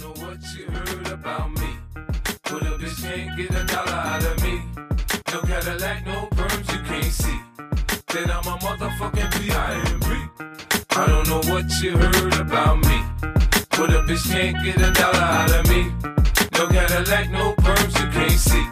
know what you heard about me. But a bitch can't get a dollar out of me. No Cadillac, no perms you can't see. Then I'm a motherfucking B.I.M.B. I don't know what you heard about me. But a bitch can't get a dollar out of me. No Cadillac, no perms you can't see.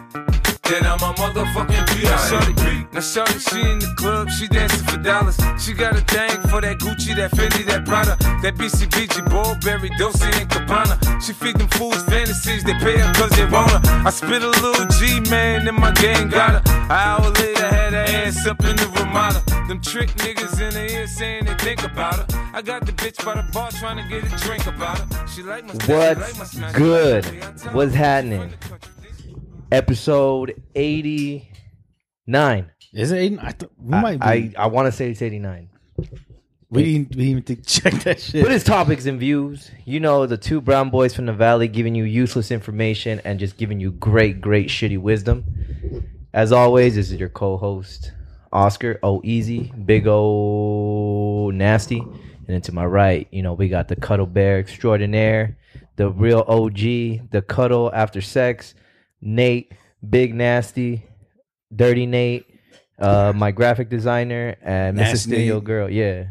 Then I'm a motherfucking B.I.M.B. Now shorty, she in the club, she dancing for dollars. She got a thing for that Gucci, that Fendi, that Prada, that BCBG, Burberry, Dolce and Cabana. She feed them fools fantasies, they pay her cause they want her. I spit a little G, man, and my gang got her. An hour later, had her ass up in the Ramada. Them trick niggas in the ear saying they think about her. I got the bitch by the bar trying to get a drink about her. She like my style, she like my What's smile, she good? like the way I tell What's her. happening? Episode 89. Is it Aiden? I thought we I, might be. I, I want to say it's 89. we didn't. We didn't even check that shit. But it's topics and views. You know, the two brown boys from the valley giving you useless information and just giving you great, great shitty wisdom. As always, this is your co-host Oscar. Oh, easy, big O, nasty, and then to my right, you know, we got the cuddle bear extraordinaire, the real OG, the cuddle after sex, Nate, big nasty, dirty Nate. Uh, my graphic designer and Mrs. Nasty Studio Nate. Girl, yeah.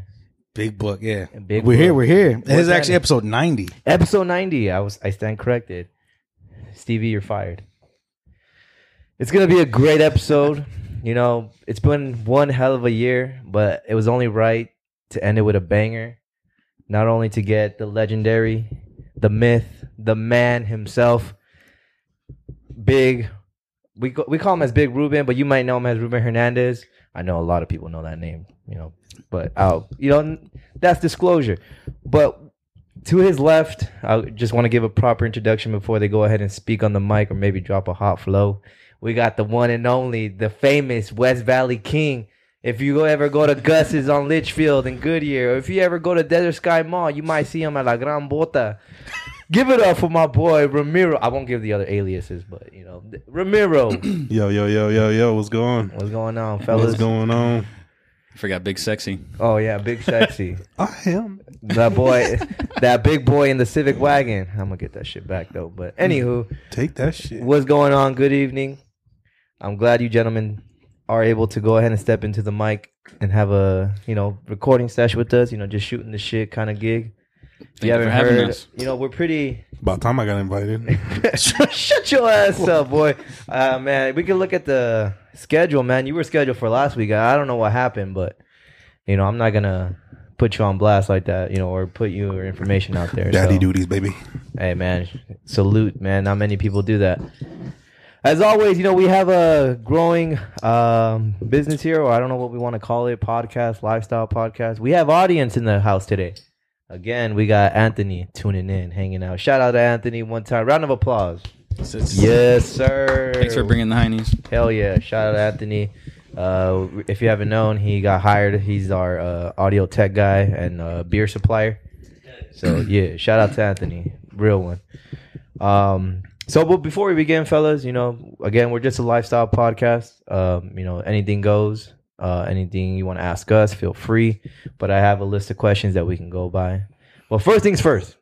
Big book, yeah. Big we're here. Book. We're here. It What's is actually happening? episode ninety. Episode 90. I was I stand corrected. Stevie, you're fired. It's going to be a great episode. You know, it's been one hell of a year, but it was only right to end it with a banger. Not only to get the legendary, the myth, the man himself, Big we ca- we call him as Big Ruben, but you might know him as Ruben Hernandez. I know a lot of people know that name, you know, but I'll, you know that's disclosure. But to his left, I just want to give a proper introduction before they go ahead and speak on the mic or maybe drop a hot flow. We got the one and only, the famous West Valley King. If you ever go to Gus's on Litchfield and Goodyear, or if you ever go to Desert Sky Mall, you might see him at La Gran Bota. Give it up for my boy Ramiro. I won't give the other aliases, but you know, Ramiro. Yo, yo, yo, yo, yo, what's going on? What's going on, What's fellas? going on? Forgot Big Sexy. oh yeah, big sexy. I am. that boy, that big boy in the Civic wagon. I'm gonna get that shit back though. But anywho, Take that shit. what's going on? Good evening. I'm glad you gentlemen are able to go ahead and step into the mic and have a you know recording session with us. You know, just shooting the shit kind of gig. If Thank you for haven't having us. You know, we're pretty. About time I got invited. Shut your ass up, boy. Uh, man, we can look at the schedule, man. You were scheduled for last week. I don't know what happened, but you know, I'm not gonna put you on blast like that, you know, or put your information out there. Daddy so. duties, baby. Hey, man, salute, man. Not many people do that. As always, you know, we have a growing um, business here, or I don't know what we want to call it podcast, lifestyle podcast. We have audience in the house today. Again, we got Anthony tuning in, hanging out. Shout out to Anthony one time. Round of applause. Yes, sir. Thanks for bringing the heinies. Hell yeah! Shout out to Anthony. Uh, if you haven't known, he got hired. He's our uh, audio tech guy and uh, beer supplier. So yeah, shout out to Anthony, real one. Um, so but before we begin, fellas, you know, again, we're just a lifestyle podcast. Um, you know, anything goes. Uh, anything you want to ask us, feel free. But I have a list of questions that we can go by. Well, first things first,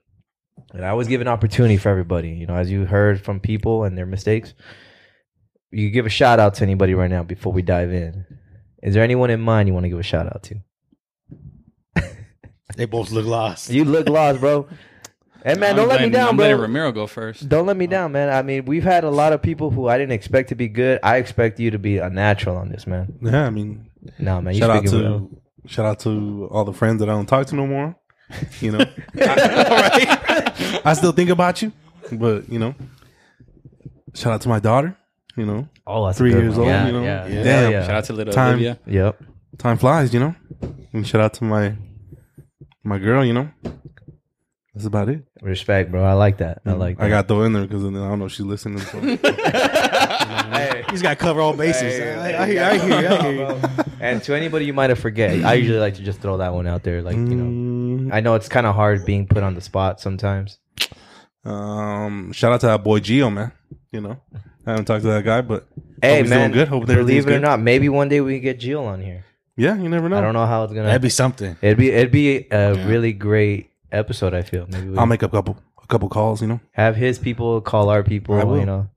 and I always give an opportunity for everybody. You know, as you heard from people and their mistakes you give a shout out to anybody right now before we dive in. Is there anyone in mind you want to give a shout out to? They both look lost. You look lost, bro. And man, I'm don't let letting- me down, I'm bro. letting Ramiro go first. don't let me down, man. I mean, we've had a lot of people who I didn't expect to be good. I expect you to be a natural on this, man. Yeah, I mean, No, man, you shout out speaking well. to shout out to all the friends that I don't talk to no more. You know, I, I still think about you, but you know, shout out to my daughter. You know, Oh, that's a three good years one. old. Yeah, you know, yeah, yeah. damn, Yeah. Shout out to little Time. Olivia. Yep. time flies. You know, and shout out to my my girl. You know, that's about it. Respect, bro. I like that. I like that. Mm. I got throw in there because I don't know if she's listening. So. Hey. He's got to cover all bases. I, I, hear, I hear. you, I hear. you. and to anybody you might have forget, I usually like to just throw that one out there. Like, you Mm. know, I know it's kind of hard being put on the spot sometimes. Um, shout out to that boy Geo, man. You know, I haven't talked to that guy, but Hey hope he's man, doing good. Hope everything's believe it or good. not, maybe one day we get Jill on here. yeah, you never know. I don't know how it's gonna. That'd be something. it'd be it'd be a really great episode. I feel maybe we, I'll make a couple, a couple calls, you know. Have his people call our people. I will. You know,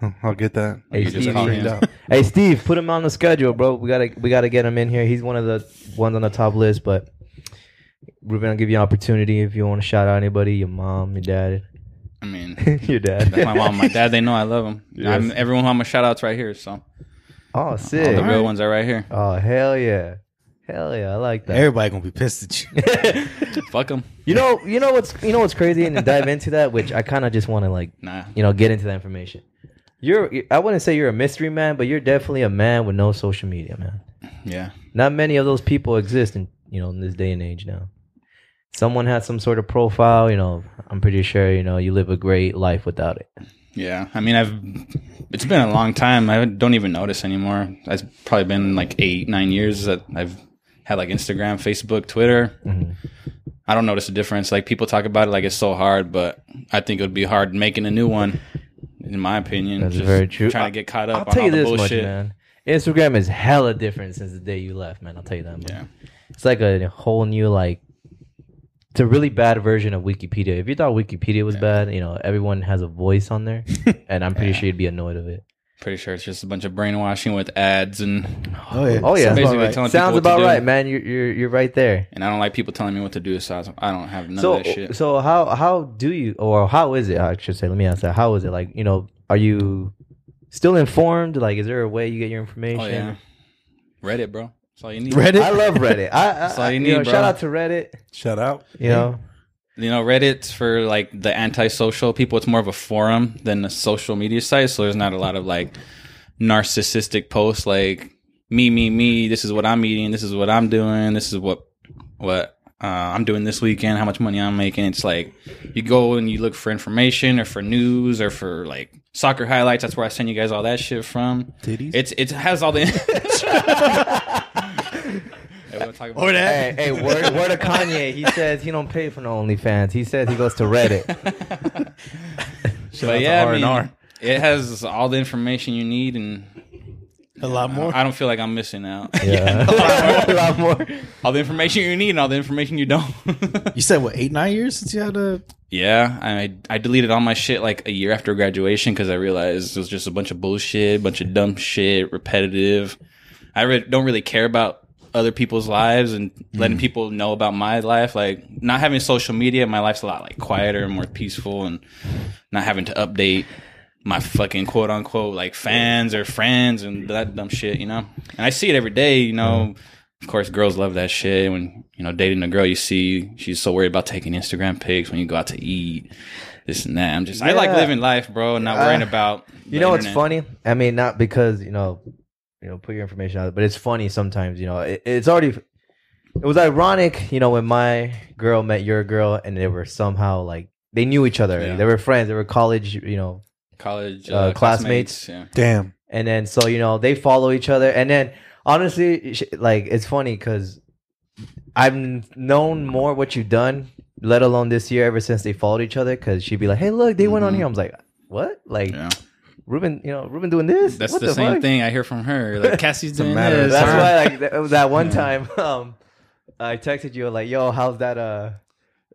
I'll- I'll get that. Hey, You just Stevie. call Figured him. out. Hey Steve, put him on the schedule, bro. We gotta we gotta get him in here. He's one of the ones on the top list, but we're gonna give you an opportunity if you want to shout out anybody, your mom, your dad, I mean, your dad. my mom, and my dad, they know I love them. I'm, everyone, I'm a shout outs right here. So Oh, all sick. the real ones are right here. Oh hell yeah, hell yeah. I like that. Everybody gonna be pissed at you. Fuck them. You know, you know what's you know what's crazy, and dive into that, which I kind of just want to like Nah. you know get into that information. You're I wouldn't say you're a mystery man, but you're definitely a man with no social media, man. Yeah. not many of those people exist in you know in this day and age now someone has some sort of profile you know i'm pretty sure you know you live a great life without it Yeah. I mean, I've, it's been a long time. I don't even notice anymore. It's probably been like eight, nine years that I've had like Instagram, Facebook, Twitter. Mm-hmm. I don't notice a difference. Like people talk about it like it's so hard, but I think it would be hard making a new one. In my opinion, That's very true. Trying to get caught up. i'll on tell all you the this much bullshit. man instagram is hella different since the day you left man i'll tell you that much. Yeah. it's like a whole new like it's a really bad version of wikipedia if you thought wikipedia was bad you know everyone has a voice on there and i'm pretty sure you'd be annoyed of it Pretty sure it's just a bunch of brainwashing with ads and Oh yeah. oh yeah Sounds basically about right. telling people sounds what to about do. right man you're, you're, you're right there And I don't like people telling me what to do, so I don't- I don't have none so of that shit. so how how do you or how is it i should say let me ask that how is it like you know are you still informed like is there a way you get your information oh yeah, Reddit, bro. That's all you need. Reddit. i love reddit i, I, That's all you I- you need, know, bro. shout out to reddit Shout out. you know You know, Reddit's for like the antisocial people. It's more of a forum than a social media site, so there's not a lot of like narcissistic posts like me, me, me. This is what I'm eating. This is what I'm doing. This is what what uh, I'm doing this weekend. How much money I'm making. It's like you go and you look for information or for news or for like soccer highlights. That's where I send you guys all that shit from. Titties? It's it has all the. Everyone talking about- hey, hey word, word of kanye he says he don't pay for no onlyfans he says he goes to reddit but yeah, I mean, R&R. it has all the information you need, and A lot more. I don't feel like I'm missing out. yeah a lot more all the information you need and all the information you don't. You said what? Eight nine years since you had a. yeah, I I deleted all my shit like a year after graduation because I realized it was just a bunch of bullshit, bunch of dumb shit, repetitive. I re- don't really care about other people's lives and letting Mm. people know about my life. Like not having social media, my life's a lot like quieter and more peaceful, and not having to update my fucking quote unquote like fans or friends and that dumb shit, you know. And I see it every day, you Mm. know. Of course, girls love that shit. When you know dating a girl, you see she's so worried about taking Instagram pics when you go out to eat, this and that. I'm just I like Yeah. living life, bro, and not worrying Uh, about you know what's funny i mean not because you know you know put your information out but it's funny sometimes you know it, it's already it was ironic you know when my girl met your girl and they were somehow like they knew each other Yeah. they were friends they were college you know college uh, uh, classmates. classmates. Yeah. Damn. and then so you know they follow each other and then honestly sh- like it's funny because i've known more what you've done let alone this year ever since they followed each other because she'd be like hey look they went on Mhm. here i was like what like Yeah. ruben you know ruben doing this That's What the, same fuck?" thing I hear from her. Like Cassie's doing matter of this. That's her- why like that, it was that one time um I texted you like, "Yo, how's that uh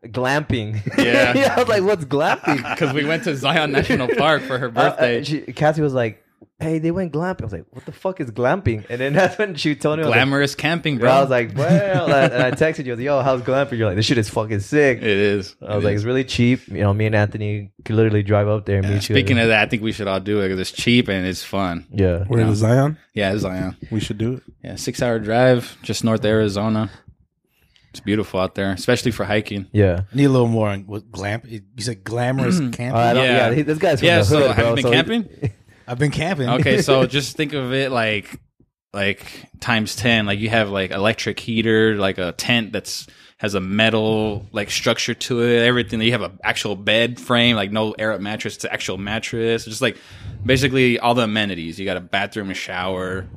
glamping?" Yeah. I was like, "What's glamping?" Because we went to Zion National Park for her Uh, uh, birthday. she, Cassie was like, "Hey, they went glamping." I was like, "What the fuck is glamping?" And then that's when she told me I was like- Glamorous camping, bro. I was like, "Well," and I texted you, I was like, "Yo, how's glamping?" You're like, "This shit is fucking sick." it is. I was like, "It's really cheap." You know, me and Anthony could literally drive up there and meet you. Speaking of that, I think we should all do it because it's cheap and it's fun. yeah, We're in Zion. Yeah, it's Zion. We should do it. Yeah, six hour drive just north of Arizona. It's beautiful out there, especially for hiking. yeah. Need a little more on what glam. You said glamorous camping. Uh, I don't, yeah. Yeah. he- this guy's from yeah, the hood, so have bro, you been so he- camping? I've been camping. Okay, so just think of it like like times ten. Like you have like electric heater, like a tent that's has a metal like structure to it. Everything you have a actual bed frame, like no air up mattress, it's an actual mattress. Just like basically all the amenities. You got a bathroom, a shower.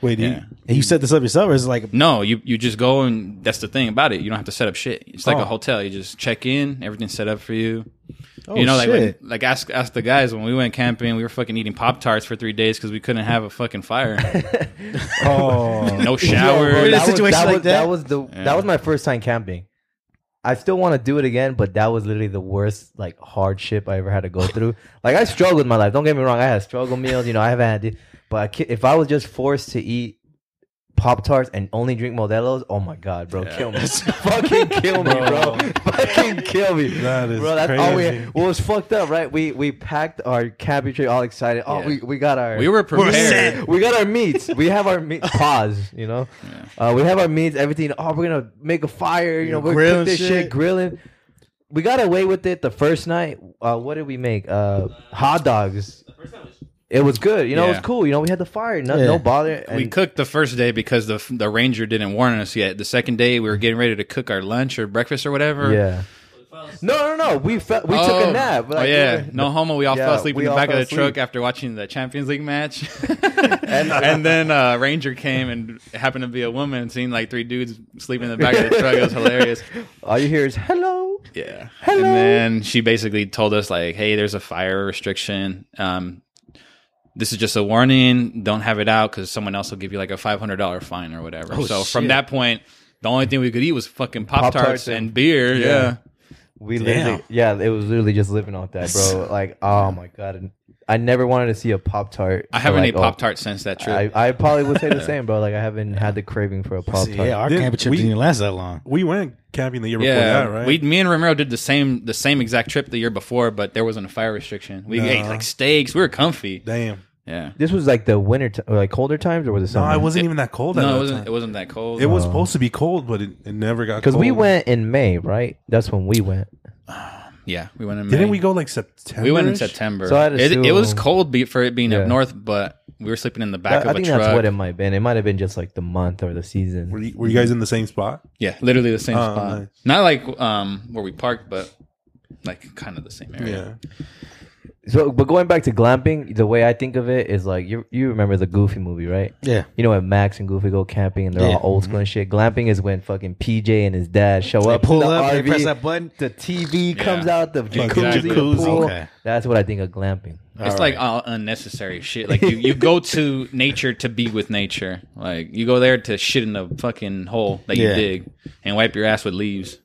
Wait, do Yeah. you, and you set this up yourself. Or is it like No, you you just go and that's the thing about it. You don't have to set up shit. It's like Oh. a hotel. You just check in, everything's set up for you. oh you know, like when, shit. like ask ask the guys when we went camping, we were fucking eating pop tarts for three days because we couldn't have a fucking fire, oh, no Yo, bro, shower. In a that was- situation that like was- that? that was the that was my first time camping. I still want to do it again, but that was literally the worst like hardship I ever had to go through. like I struggled with my life. Don't get me wrong. I had struggle meals. You know, I haven't had. it. But I ca- if I was just forced to eat Pop Tarts and only drink Modelo's, oh my god, bro, kill me, fucking kill me, bro, fucking kill me. That is bro, that's all we. crazy. Well, it was fucked up, right? We we packed our cabbage tray all excited. Oh, Yeah. we, we got our We were prepared. we got our meats. We have our meat. Pause. You know, uh, we have our meats. Everything. Oh, we're gonna make a fire. You know, we're gonna Grill cook this shit. shit. grilling. We got away with it the first night. Uh, what did we make? Uh, hot dogs. It was good. You know, it was Yeah. cool. You know, we had the fire. No, Yeah. no bother. we and- cooked the first day because the the ranger didn't warn us yet. The second day we were getting ready to cook our lunch or breakfast or whatever. Yeah. No, no, no. We fe- we took a nap. oh Like, yeah, we- no homo. We all Yeah, fell asleep we in the all back of fell the truck asleep. after watching the Champions League match, and, then uh, Ranger came and happened to be a woman, and seen like three dudes sleeping in the back of the truck. It was hilarious. All you hear is hello. Yeah. And then she basically told us like, "Hey, there's a fire restriction. Um, this is just a warning. Don't have it out because someone else will give you like a five hundred dollar fine or whatever." Oh, so from that point, the only thing we could eat was fucking pop tarts Pop-Tarts and, and- beer. Yeah. We literally, yeah, it was literally just living off that, bro. Like, oh my god, and I never wanted to see a pop tart. I haven't like, ate oh, pop tarts since that trip. I, I probably would say the same, bro. Like I haven't had the craving for a pop tart. Yeah, our Didn't camping trip we- didn't even last that long. We went camping the year before yeah, that, right? we, me and Romero did the same the same exact trip the year before, but there wasn't a fire restriction. We ate like steaks. We were comfy. Damn. Yeah, This was like the winter, t- or like colder times, or was it No, summer? it wasn't even that cold. at no, that it wasn't. time. It wasn't that cold. It was supposed to be cold, but it, it never got. because we cold. went in May, right? That's when we went. yeah, we went in. Didn't May. we go like September? We went in September. So I'd it, it assume- was cold be, for it being Yeah. up north, but we were sleeping in the I, back I of a think truck. that's what it might have been. It might have been just like the month or the season. Were you, were you guys in the same spot? yeah, literally the same Oh, spot. nice. Not like um, where we parked, but like kind of the same area. So, but going back to glamping, the way I think of it is like you you remember the Goofy movie, right? Yeah. You know when Max and Goofy go camping and they're Yeah. all old school and shit. Glamping is when fucking PJ and his dad show They up, in pull the up, they RV, press that button. the TV comes Yeah. out, the jacuzzi, Exactly. the pool. Okay. That's what I think of glamping. It's like all unnecessary shit. Like you, you go to nature to be with nature. Like you go there to shit in a fucking hole that you Yeah. dig and wipe your ass with leaves.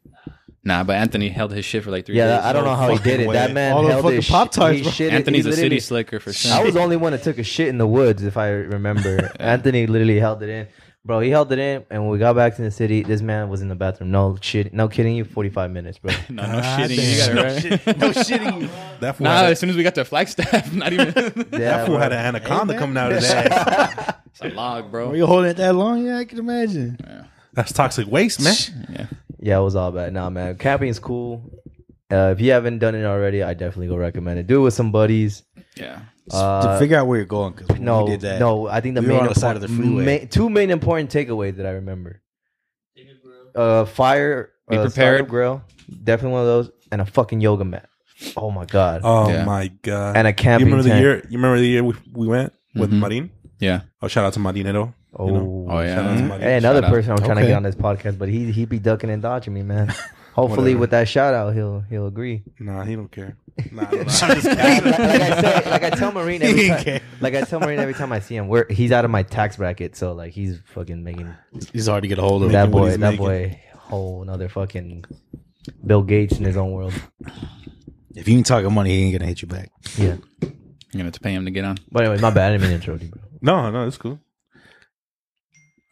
Nah, but Anthony held his shit for like three Yeah, days. I don't know how he did it. That man All the held fucking his shit. Pop-Tarts, he bro. shitted- Anthony's he a city literally- slicker for sure. I was the only one that took a shit in the woods, if I remember. Anthony literally held it in, bro. He held it in, and when we got back to the city, this man was in the bathroom. No shit, no kidding you. Forty five minutes, bro. no, no shitting. You got it damn. right. No shitting. That fool, Nah, had, as soon as we got to Flagstaff, not even that fool bro. had an anaconda coming out of his ass. it's a log, bro. Were you holding it that long? Yeah, I can imagine. That's toxic waste, man. Yeah, it was all bad. Nah, man, camping is cool. Uh, if you haven't done it already, I definitely go recommend it. Do it with some buddies. Yeah. to figure out where you're going, because Uh, No, we did that. no. I think the We were main on the side of the impor- freeway. ma- two main important takeaways that I remember: uh, fire, Be uh, prepared. startup grill, definitely one of those, and a fucking yoga mat. Oh my god! Oh Yeah. my god! And a camping You remember the tent. year? You remember the year we, we went with Mhm. Marin? Yeah. Oh, shout out to Marinero. Mm-hmm. oh, mm-hmm. you know. Mm-hmm. Oh yeah. Shout out to Marin. Hey, another Shout out. person I'm trying to Okay. get on this podcast, but he he be ducking and dodging me, man. Hopefully, Whatever. with that shout out, he'll he'll agree. Nah, he don't care. Nah, I don't know. like, like I say, like I tell Marine every time, like I tell Marine every time I see him, where he's out of my tax bracket, so like he's fucking making He's hard to get a hold of. that what boy, he's that making. boy, whole another fucking Bill Gates in his own world. If you ain't talking money, he ain't gonna hit you back. Yeah, You're gonna have to pay him to get on. but anyway, my bad. I didn't mean to interrupt you, bro. no, no, it's cool.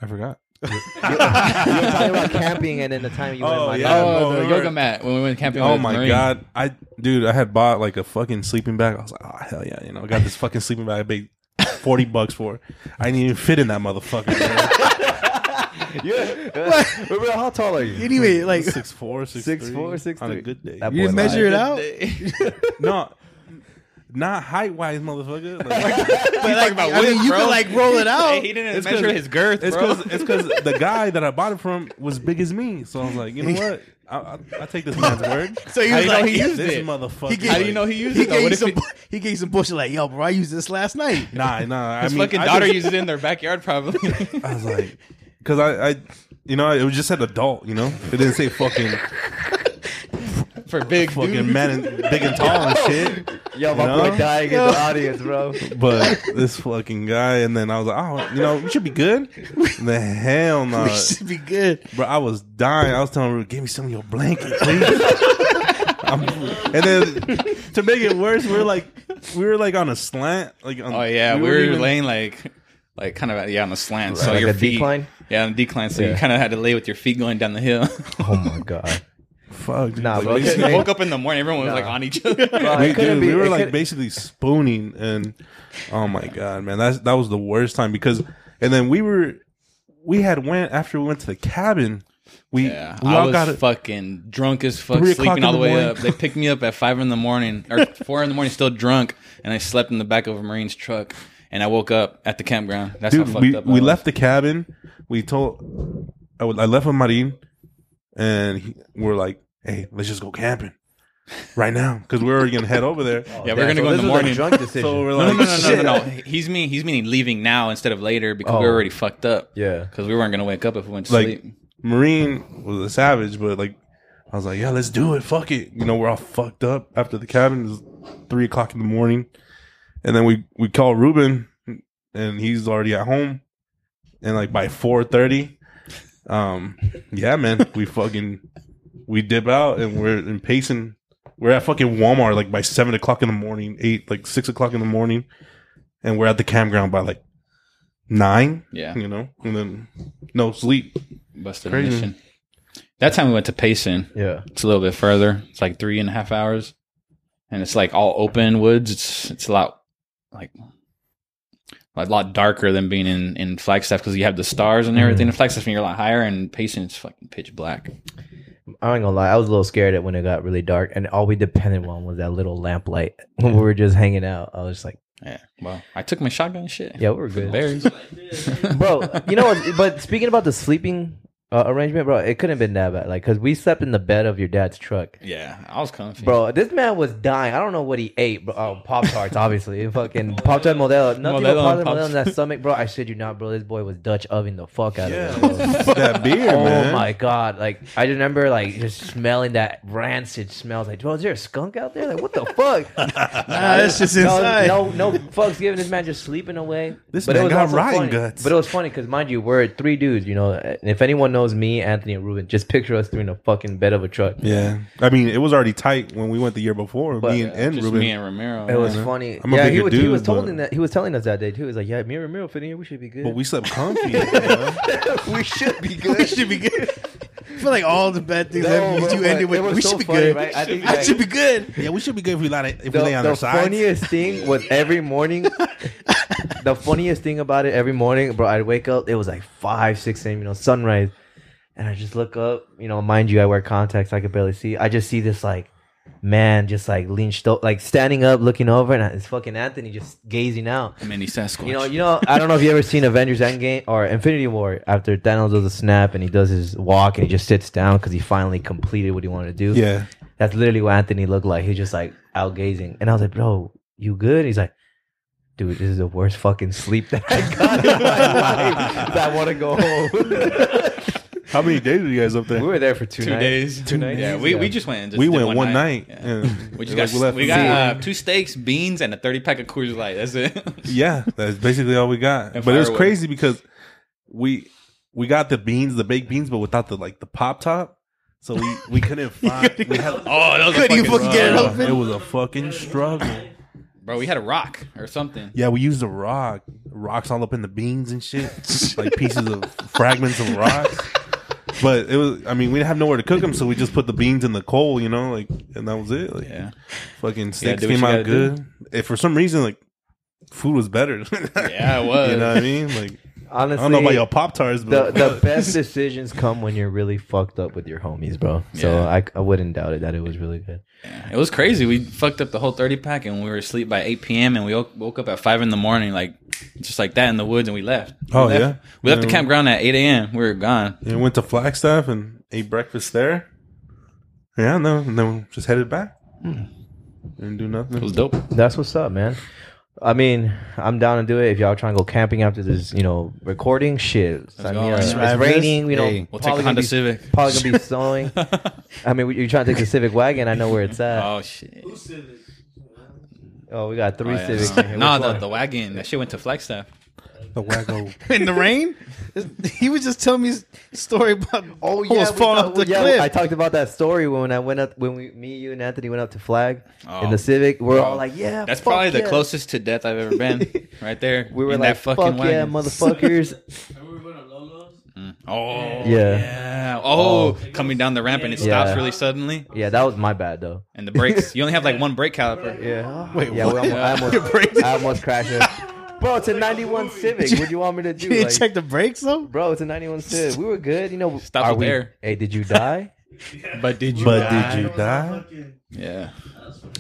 I forgot. You were talking about camping, and then the time you Oh, went, yeah. my Oh, Oh, no, the we yoga were- mat when we went camping. Oh with my Marine. god, I dude, I had bought like a fucking sleeping bag. I was like, oh hell yeah, you know, I got this fucking sleeping bag. I paid forty bucks for. it. I didn't even fit in that motherfucker. man. Remember, how tall are you? Anyway, like six four, six Six three, four, six on a three. good day. That you boy measure it lied. out. No, not height wise, motherfucker. Like, talking about I mean, width, you bro. could like roll it out. Hey, he didn't It's measure 'cause- his girth, it's bro. because it's because the guy that I bought it from was big as me. So I was like, you know what? I, I, I take this man's word. So he How was do you know like, he used this it? motherfucker. He gave- How do you know he used he it? Though? gave What you if some, it, he gave you some bullshit like, yo, bro, I used this last night. Nah, nah. his I mean, fucking I daughter just- uses it in their backyard probably? I was like, because I, I, you know, it was just said adult, you know? It didn't say fucking for big fucking dudes. man and big and tall and shit. Oh, Yo, my No? boy dying in the audience, bro. But this fucking guy, and then I was like, oh, you know, we should be good. The hell no, we should be good. bro. I was dying. I was telling her, give me some of your blanket, please. I'm- and then to make it worse, we were like, we were like on a slant, like on, Oh yeah, we, weren't were even- laying like, like kind of yeah on a slant. So Like your a feet, decline? yeah, on a decline. So you Yeah. kind of had to lay with your feet going down the hill. Oh my god. Fuck, dude. Nah, Like, bro. we- Okay. you woke up in the morning, everyone was like on each other. Bro, we- it couldn't dude, be. we were it like could- basically spooning, and oh my god, man, that's that was the worst time because, and then we were, we had went after we went to the cabin. We, Yeah, we I all was got it. fucking drunk as fuck, Three o'clock sleeping in all the the way morning. up. They picked me up at five in the morning or four in the morning, still drunk, and I slept in the back of a marine's truck. And I woke up at the campground. That's how dude, fucked we, up. I we was. left the cabin. We told I, w- I left with Marin, and he, we're like, "Hey, let's just go camping right now," because we're already gonna head over there. Yeah, we're Damn, gonna so go this in the was a morning. drunk decision. So we're No, like, no, no, no, "Shit." no, no. He's mean. He's meaning leaving now instead of later because we Oh. were already fucked up. Yeah. because we weren't gonna wake up if we went to Like- sleep. Marine was a savage, but like, I was like, "Yeah, let's do it. Fuck it." You know, we're all fucked up after the cabin. It's three o'clock in the morning, and then we we call Ruben, and he's already at home, and like by four thirty, um, yeah, man, we fucking we dip out and we're in pacing. We're at fucking Walmart like by seven o'clock in the morning, eight like six o'clock in the morning, and we're at the campground by like nine. Yeah. you know, and then no sleep. Busted Crazy. mission. That time we went to Payson. Yeah. It's a little bit further. It's like three and a half hours, and it's like all open woods. It's it's a lot like a lot darker than being in in Flagstaff because you have the stars and everything in Flagstaff, and you're a lot higher. And Payson it's fucking pitch black. I ain't gonna lie, I was a little scared at when it got really dark, and all we depended on was that little lamp light when we were just hanging out. I was just like, Yeah. Well, I took my shotgun and shit. yeah, we were good, Berries. bro. You know what? But speaking about the sleeping uh, arrangement, bro, it couldn't have been that bad. Like, cause we slept in the bed of your dad's truck, Yeah, I was comfy. bro. This man was dying. I don't know what he ate, bro. Oh, pop tarts, obviously. Fucking pop tart modelo. Nothing Modelo but pop tart and modelo Pops. in that stomach, bro. I shit you not, bro. This boy was Dutch oven the fuck out of it. bro. that beer, Oh man. my god! Like I remember, like just smelling that rancid smell. I was Like, bro, is there a skunk out there? Like, what the fuck? Nah, that's just inside. No, no, no fucks giving this man just sleeping away. This man got also rotten funny. guts. But it was funny because, mind you, we're three dudes. You know, and if anyone knows me, Anthony, and Ruben, just picture us three in a fucking bed of a truck. Yeah, I mean, it was already tight when we went the year before. But, me and, and Just Ruben. me and Romero. It was Yeah. funny. I'm a yeah, he bigger was. he dude, was but- telling that. He was telling us that day too. He's like, "Yeah, me and Ramiro fit in here. We should be good. but we slept comfy. you know? we should be we should be good. I feel like all the bad things No, that you bro, but ended with. it was We so should be funny, good. right? I I, think, like- should be good. yeah, we should be good if we lie, if the, we lay on the our sides. funniest thing was every morning. the funniest thing about it every morning, bro, I'd wake up. It was like five, six a.m. You know, sunrise, and I just look up. You know, mind you, I wear contacts. I could barely see. I just see this like man, just like leanched, o- like standing up, looking over, and it's fucking Anthony just gazing out. mini Sasquatch. You know, you know. I don't know if you ever seen Avengers Endgame or Infinity War. After Thanos does a snap and he does his walk and he just sits down because he finally completed what he wanted to do. Yeah, That's literally what Anthony looked like. He was just like out gazing. And I was like, bro, you good? He's like, dude, this is the worst fucking sleep that I got in my life. I want to go home. how many days were you guys up we there? were there for two, two nights. days, Two nights. Yeah, we, we just went. And just We did went one night. Yeah. and- We just like, got we left we for got food. uh, two steaks, beans, and a thirty pack of Coors Light. That's it. yeah, that's basically all we got. And But it was firewood. crazy because we we got the beans, the baked beans, but without the like the pop top. So we, we couldn't find. We had, uh, oh, that was Couldn't you fucking get it rough. open? it was a fucking struggle. bro. We had a rock or something. Yeah, we used a rock. Rocks all up in the beans and shit. like pieces of fragments of rocks. But it was, I mean, we didn't have nowhere to cook them, so we just put the beans in the coal, you know, like, and that was it. Like, Yeah, fucking steaks do what came you out gotta do. good. If for some reason, like, food was better. yeah, it was. You know what I mean? Like, I Honestly, don't know about your Pop Tarts, the, but the best decisions come when you're really fucked up with your homies, bro. So Yeah. I, I wouldn't doubt it that it was really good. It was crazy. We fucked up the whole thirty pack, and we were asleep by eight p.m. and we woke, woke up at five in the morning, like just like that in the woods, and we left. We Oh, left- yeah? we left the Yeah. campground at eight a.m. We were gone. and went to Flagstaff and ate breakfast there. Yeah, no, and then just headed back. Didn't do nothing. Hmm. It was dope. That's what's up, man. I mean, I'm down to do it. If y'all trying to go camping after this, you know, recording shit. I go, mean, man. it's Drive raining. this. You know, Hey. We'll take probably the gonna Honda be- Civic. Probably gonna be snowing. I mean, you're trying to take the Civic wagon. I know where it's at. Oh shit! Oh, we got three Oh, yeah. civics. in here. Nah, Which the, one? the wagon. That shit went to Flagstaff. The wacko. in the rain. He was just telling me his story about Oh yeah, almost we falling talked- off the yeah, cliff. I talked about that story when I went up when we, me, you, and Anthony went up to Flag in Oh. the Civic. We're all Oh. like, yeah, That's fuck probably the yeah. closest to death I've ever been. Right there. We were in like, that fucking fuck wagon. yeah, motherfuckers. Oh Yeah. yeah. Oh, coming down the ramp and it stops Yeah. really suddenly, yeah, that was my bad though. and the brakes. You only have like one brake caliper. Yeah. Wait, yeah, what? We almost, I Your brakes- almost, I almost crashed it. Bro, it's a 91 Civic. What do you want me to do? You didn't Like, check the brakes though. Bro, it's a 91 Civic. We were good. You know, Stop are it we, there. Hey, did you die? But did you? But die? did you die? Yeah.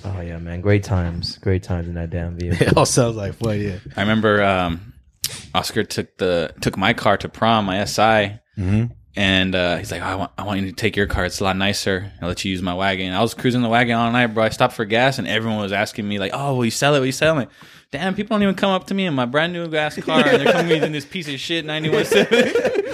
Oh, yeah, man. Great times. Great times in that damn vehicle. It all sounds like well, yeah. I remember um, Oscar took the took my car to prom, my SI, Mm-hmm. and uh, he's like, I want I want you to take your car. It's a lot nicer. I'll let you use my wagon. I was cruising the wagon all night, bro. I stopped for gas, and everyone was asking me like, Oh, will you sell it? Will you sell it? Damn, people don't even come up to me in my brand new gas car, and they're coming in this piece of shit ninety one Civic.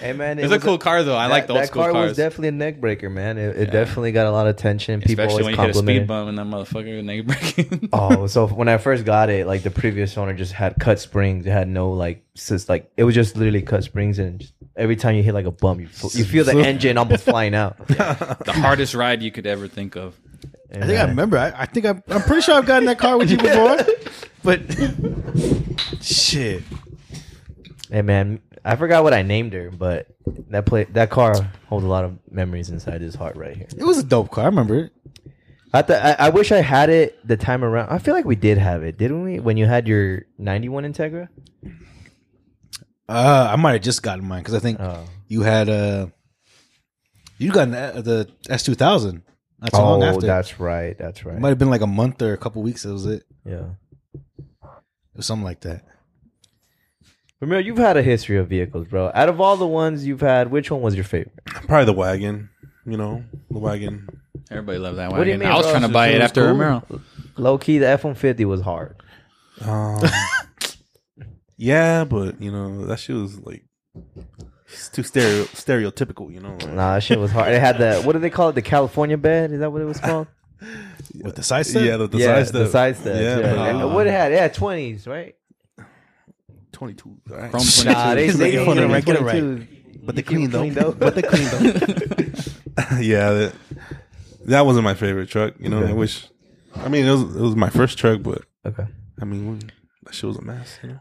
Hey, man. it It's a was cool car though. I like that, the old that school car cars, was definitely a neck breaker, man. It, it definitely got a lot of attention. People always especially when you hit a complimented. speed bump and that motherfucker nigga breaking. Oh, so when I first got it, like the previous owner just had cut springs. It had no like, just like it was just literally cut springs, and just, every time you hit like a bump, you, fl- you feel the engine almost flying out. the hardest ride you could ever think of. I think I remember. I, I think I'm, I'm pretty sure I've gotten that car with you before, but shit. Hey man, I forgot what I named her, but that play that car holds a lot of memories inside his heart right here. It was a dope car. I remember it. I, th- I I wish I had it the time around. I feel like we did have it, didn't we? When you had your '91 Integra. Uh, I might have just gotten mine because I think Oh. you had uh, you got an, uh, the S two thousand not too long after. Oh, that's right. That's right. It might have been like a month or a couple weeks. That was it. yeah. It was something like that. Ramiro, you've had a history of vehicles, bro. Out of all the ones you've had, which one was your favorite? Probably the wagon. You know, the wagon. Everybody loved that wagon. What do you mean, I was bro? trying to It's buy just- it it's after cool. Romero. Low key, the F one fifty was hard. Um, yeah, but you know that shit was like it's too stereo stereotypical. You know, like, Nah, that shit was hard. It had the what do they call it? The California bed? Is that what it was called? With the side step, yeah, the, the yeah, size the side steps. Yeah, but, And what it had? It had twenties, right? twenty two. Chrome Nah, Ah, they, 22. they Get it right, get it right. But they clean though. But they clean though. yeah, that, that wasn't my favorite truck. You know, I wish. I mean, it was it was my first truck, but Okay. I mean, we- that shit was a mess. You know?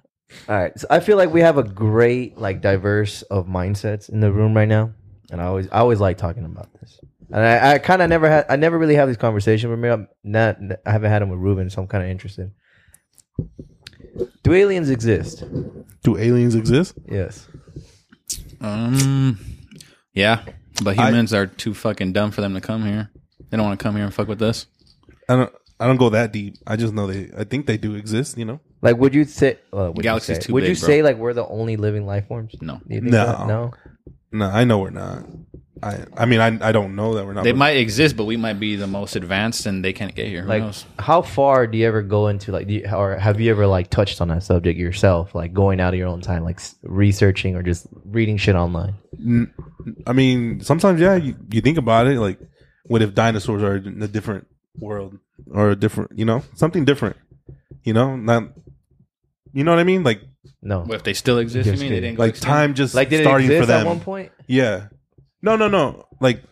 All right. So I feel like we have a great, like, diverse of mindsets in the room right now, and I always, I always like talking about this. And I, I kind of never had, I never really have these conversations with me. I'm not, I haven't had them with Ruben, so I'm kind of interested. Do aliens exist? Do aliens exist? Yes. Um, yeah, but I- humans are too fucking dumb for them to come here. They don't want to come here and fuck with us. I don't. I don't go that deep. I just know they. I think they do exist. You know. Like, would you say? Uh, would Galaxy's you say, too Would big, you bro. say like we're the only living life forms? No. Do you think No. that- No. No, I know we're not. I. I mean, I. I don't know that we're not. They but might exist, but we might be the most advanced, and they can't get here. Who like knows? how far do you ever go into like do you, or have you ever like touched on that subject yourself like going out of your own time like s- researching or just reading shit online I mean, sometimes yeah. You, you think about it, like, what if dinosaurs are in a different world or a different, you know, something different, you know, not. You know what I mean? Like, no What if they still exist? You Just mean they kidding. didn't go like extinct? time just like like did it starting exist for them at one point Yeah. No, no, no. Like,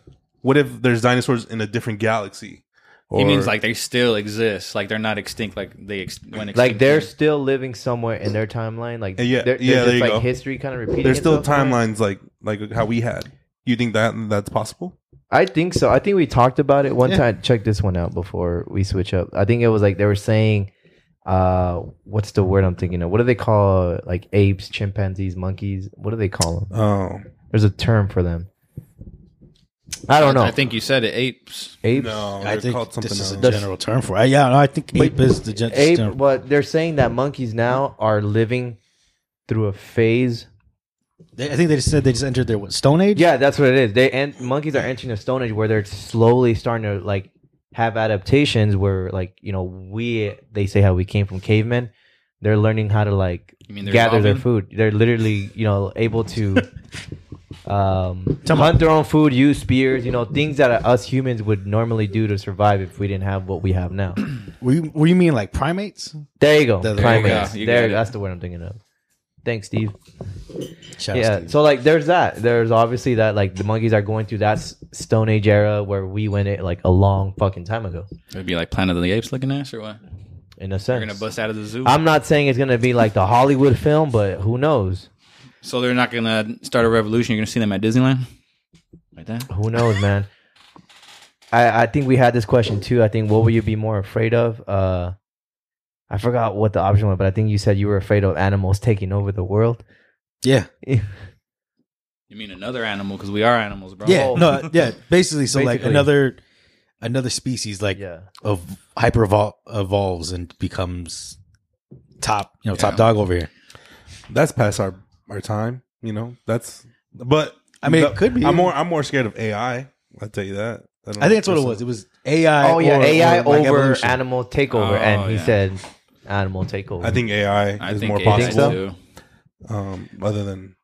what if there's dinosaurs in a different galaxy? He Or- means like they still exist. Like they're not extinct. Like they ex- went extinct. like they're still living somewhere in their timeline like Uh, yeah, they're, yeah, they're there you just, like go. history kind of repeating there's still itself, right? timelines like like how we had. You think that that's possible? I think so. I think we talked about it one Yeah. time. Check this one out before we switch up. I think it was like they were saying, uh, what's the word I'm thinking of? What do they call like apes, chimpanzees, monkeys? What do they call them? Oh There's a term for them. I don't know. I think you said it. Apes. apes. no, I they're think called something this is a else. general term for it. Yeah, no, I think ape is the gen- Ape. general. But they're saying that monkeys now are living through a phase. They, I think they just said they just entered their what, stone age. Yeah, that's what it is. They and monkeys are entering a stone age where they're slowly starting to like have adaptations where like you know we they say how we came from cavemen. They're learning how to like You mean they're gather their evolving? food. They're literally you know able to um, Tell me- hunt their own food, use spears, you know things that us humans would normally do to survive if we didn't have what we have now. Were you, were you mean like primates? There you go. There you Primates. go. You got There, it. that's the word I'm thinking of. Thanks, Steve. Shout out yeah. Steve. So like, there's that. There's obviously that. Like the monkeys are going through that s- Stone Age era where we went it like a long fucking time ago. It'd be like Planet of the Apes looking ass or what? In a They're sense, gonna bust out of the zoo. I'm not saying it's gonna be like the Hollywood film, but who knows? so they're not gonna start a revolution. You're gonna see them at Disneyland, like that. Who knows, man? I I think we had this question too. I think what would you be more afraid of? Uh, I forgot what the option was, but I think you said you were afraid of animals taking over the world. yeah. You mean another animal? Because we are animals, bro. Yeah. No, yeah. Basically, so like Basically. another another species like Yeah. of hyper evol- evolves and becomes top, you know, top Yeah. dog over here. That's past our our time. You know, that's. But I mean, it could be. I'm more. I'm more scared of AI. I'll tell you that. don't I think that's what it know. was. It was AI. Oh yeah, or- AI or, like, over evolution. animal takeover, Oh, and he yeah. said animal takeover. I think AI I is think more AI possible. too. Um, other than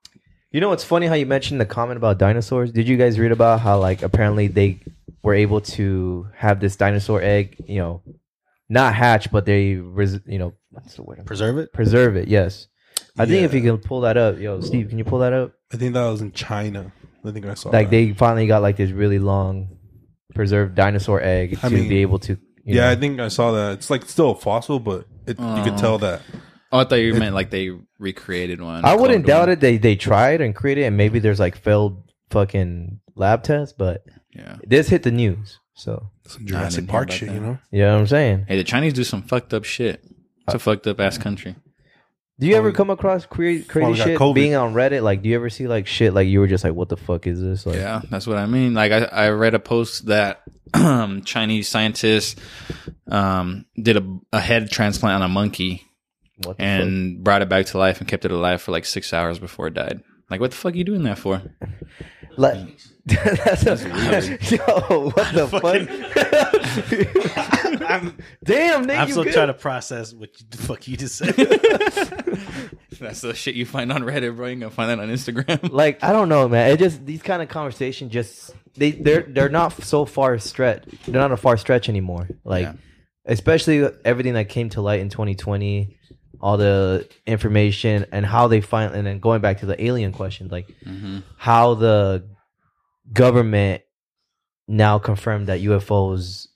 You know, it's funny how you mentioned the comment about dinosaurs. Did you guys read about how like apparently they were able to have this dinosaur egg, you know, not hatch, but they, res- you know, what's the word? Preserve it. Preserve it. Yes. I think if Yeah. you can pull that up, yo, Steve, can you pull that up? I think that was in China. I think I saw Like that. they finally got like this really long preserved dinosaur egg to I mean, be able to. You yeah, know- I think I saw that. It's like still a fossil, but it, you Oh. could tell that. Oh, I thought you meant like they recreated one. I wouldn't cloned doubt one. it. They they tried and created, and maybe there's like failed fucking lab tests, but Yeah. this hit the news. So Some I didn't Jurassic hear Park about shit, that. you know. you know what I'm saying. Hey, the Chinese do some fucked up shit. It's Uh, a fucked up ass country. Do you ever come across cra- well, crazy we got shit COVID. being on Reddit? Like, do you ever see like shit like you were just like, what the fuck is this? Like, Yeah, that's what I mean. Like I, I read a post that um, Chinese scientists um, did a, a head transplant on a monkey what the and brought it back to life and kept it alive for like six hours before it died. Like what the fuck are you doing that for? fuck? Like, that's, a, yo, what the fuck? I'm, Damn, nigga, I'm you still good? trying to process what you, the fuck you just said. That's the shit you find on Reddit, bro. You gonna find that on Instagram. like I don't know, man. It just these kind of conversations just they they're they're not so far stretch. They're not a far stretch anymore. Like Yeah. especially everything that came to light in 2020, all the information and how they find and then going back to the alien question, like Mhm. how the government now confirmed that UFOs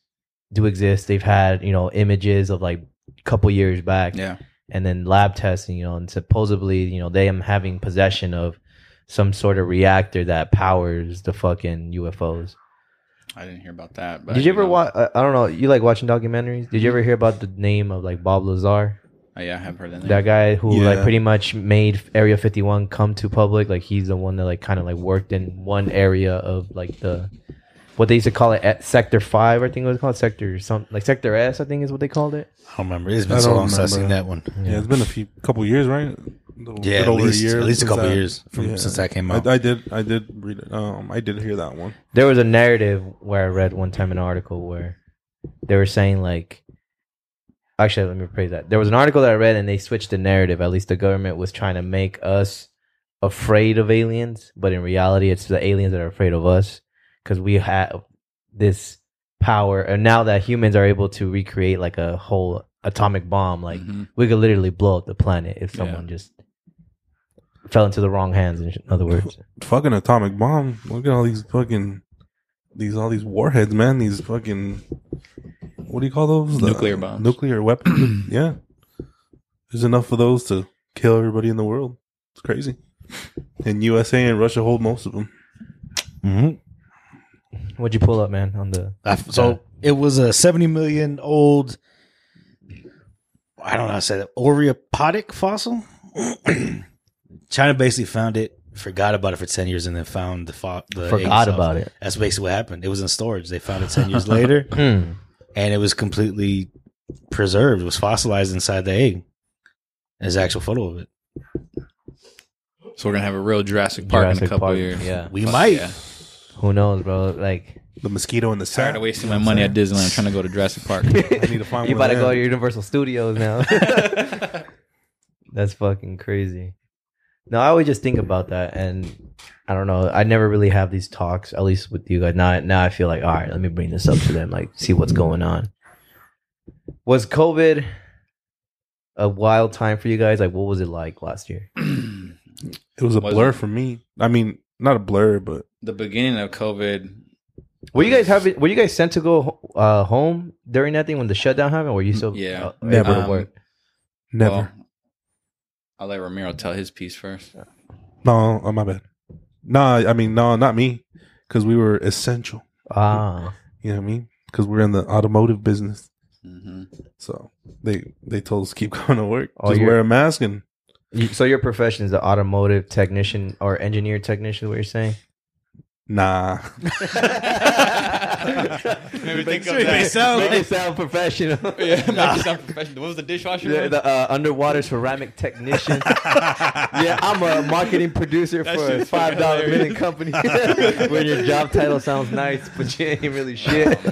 do exist. They've had you know images of like couple years back Yeah. and then lab testing, you know, and supposedly, you know, they am having possession of some sort of reactor that powers the fucking UFOs. I didn't hear about that. But Did you ever know, watch? I I don't know. You like watching documentaries? Did you ever hear about the name of like Bob Lazar, Oh, yeah, I have heard that. Name. that guy who like Yeah. pretty much made Area Fifty One come to public? Like he's the one that like kind of like worked in one area of like the what they used to call it at Sector Five, I think it was called Sector some like Sector S, I think is what they called it. I don't remember. It's I been so don't long since I've seen remember. that one. Yeah, it's been a few couple years, right? Yeah, at least, at least a couple years from, yeah. since that came out. I, I did. I did read it. Um, I did hear that one. there was a narrative where I read one time an article where they were saying like actually let me rephrase that. There was an article that I read and they switched the narrative. At least the government was trying to make us afraid of aliens, but in reality it's the aliens that are afraid of us cuz we have this power and now that humans are able to recreate like a whole atomic bomb like Mhm. we could literally blow up the planet if Yeah. someone just fell into the wrong hands in other words. Fucking atomic bomb. Look at all these fucking these all these warheads, man. These fucking what do you call those? The- Nuclear bombs. Nuclear weapons. yeah, there's enough of those to kill everybody in the world. It's crazy. And USA and Russia hold most of them. Mhm. What'd you pull up man on the I- so it was a 70 million old, I don't know how to say that, oreopotic fossil. China basically found it, forgot about it for 10 years, and then found the fo- the egg forgot itself. about it. That's basically what happened. It was in storage. They found it 10 years later, Hmm. and it was completely preserved. It was fossilized inside the egg. There's an actual photo of it. So we're gonna have a real Jurassic Park in Jurassic a couple Park, years. yeah. We Fuck might. yeah. Who knows, bro? Like The mosquito and the Tired sand. of wasting my money at Disneyland trying to go to Jurassic Park. I need to find you about one of to go them. to Universal Studios now. That's fucking crazy. No, I always just think about that, and I don't know. I never really have these talks, at least with you guys. Now, now I feel like, all right, let me bring this up to them, like see what's going on. was COVID a wild time for you guys? Like, what was it like last year? It was a Was blur it? for me. I mean, not a blur, but The beginning of COVID, Were you guys having? Were you guys sent to go uh, home during that thing when the shutdown happened? Or were you still Yeah. uh, Never. able to work? never. well, I'll let Ramiro tell his piece first. No, oh, my bad. Nah, I mean, no, not me, because we were essential. Ah, You know what I mean? Because we're in the automotive business, hmm so they they told us keep going to work, Oh, just you're- wear a mask, and You- so your profession is the automotive technician or engineer technician? What you're saying? nah. Maybe Make think sure of that. you sound, Make- make it sound professional. Yeah, nah. professional. What was the dishwasher? Yeah, one? the uh, underwater ceramic technician. yeah, I'm a marketing producer That for a shit's five dollar hilarious. minute company. Where your job title sounds nice, but you ain't really shit.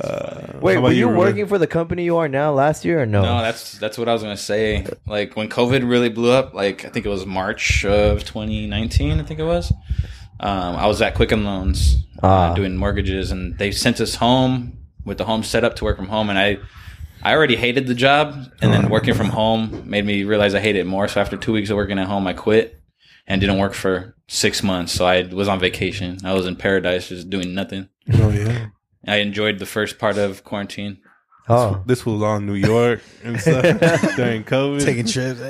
Uh, Wait, how about were you Ruben? working for the company you are now last year or no? No, that's that's what I was gonna say. Like when COVID really blew up, like I think it was March of 2019. I think it was. Um, I was at Quicken Loans uh, Ah. doing mortgages, and they sent us home with the home set up to work from home. And I, I already hated the job, and then working from home made me realize I hate it more. So after two weeks of working at home, I quit and didn't work for six months. So I was on vacation. I was in paradise, just doing nothing. Oh yeah, I enjoyed the first part of quarantine. oh, this was on New York and stuff during COVID. Taking trips.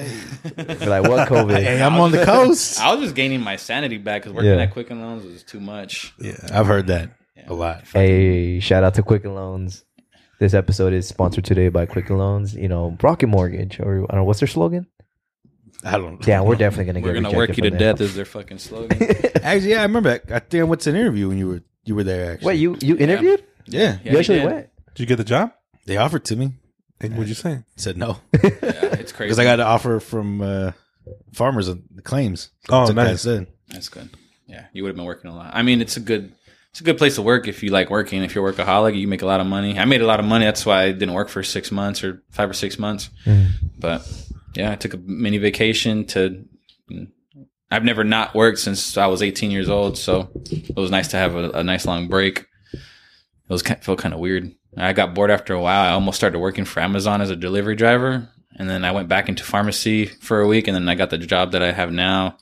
Hey, like what COVID? hey I'm on the coast. I was just gaining my sanity back because working Yeah. at Quicken Loans was too much. yeah, I've heard that a lot. hey, shout out to Quicken Loans. This episode is sponsored today by Quicken Loans. You know, Rocket Mortgage or I don't know what's their slogan. I don't. Yeah, we're definitely gonna We're get rejected gonna work you to from there. death is their fucking slogan. Actually, yeah, I remember. that. I think I went to an interview when you were you were there. Actually, Wait, you you interviewed? yeah, Yeah, you he actually did. went? did you get the job? they offered to me. And what'd you say? Said no Yeah, it's crazy. because I got an offer from uh, farmers and the claims. Oh, Took that nice. instead. That's good. Yeah, you would have been working a lot. I mean, it's a good, it's a good place to work if you like working. If you're a workaholic, you make a lot of money. I made a lot of money. That's why I didn't work for six months or five or six months. But yeah, I took a mini vacation to. I've never not worked since I was 18 years old, so it was nice to have a, a nice long break. It was kind, felt kind of weird. I got bored after a while. I almost started working for Amazon as a delivery driver, and then I went back into pharmacy for a week, and then I got the job that I have now,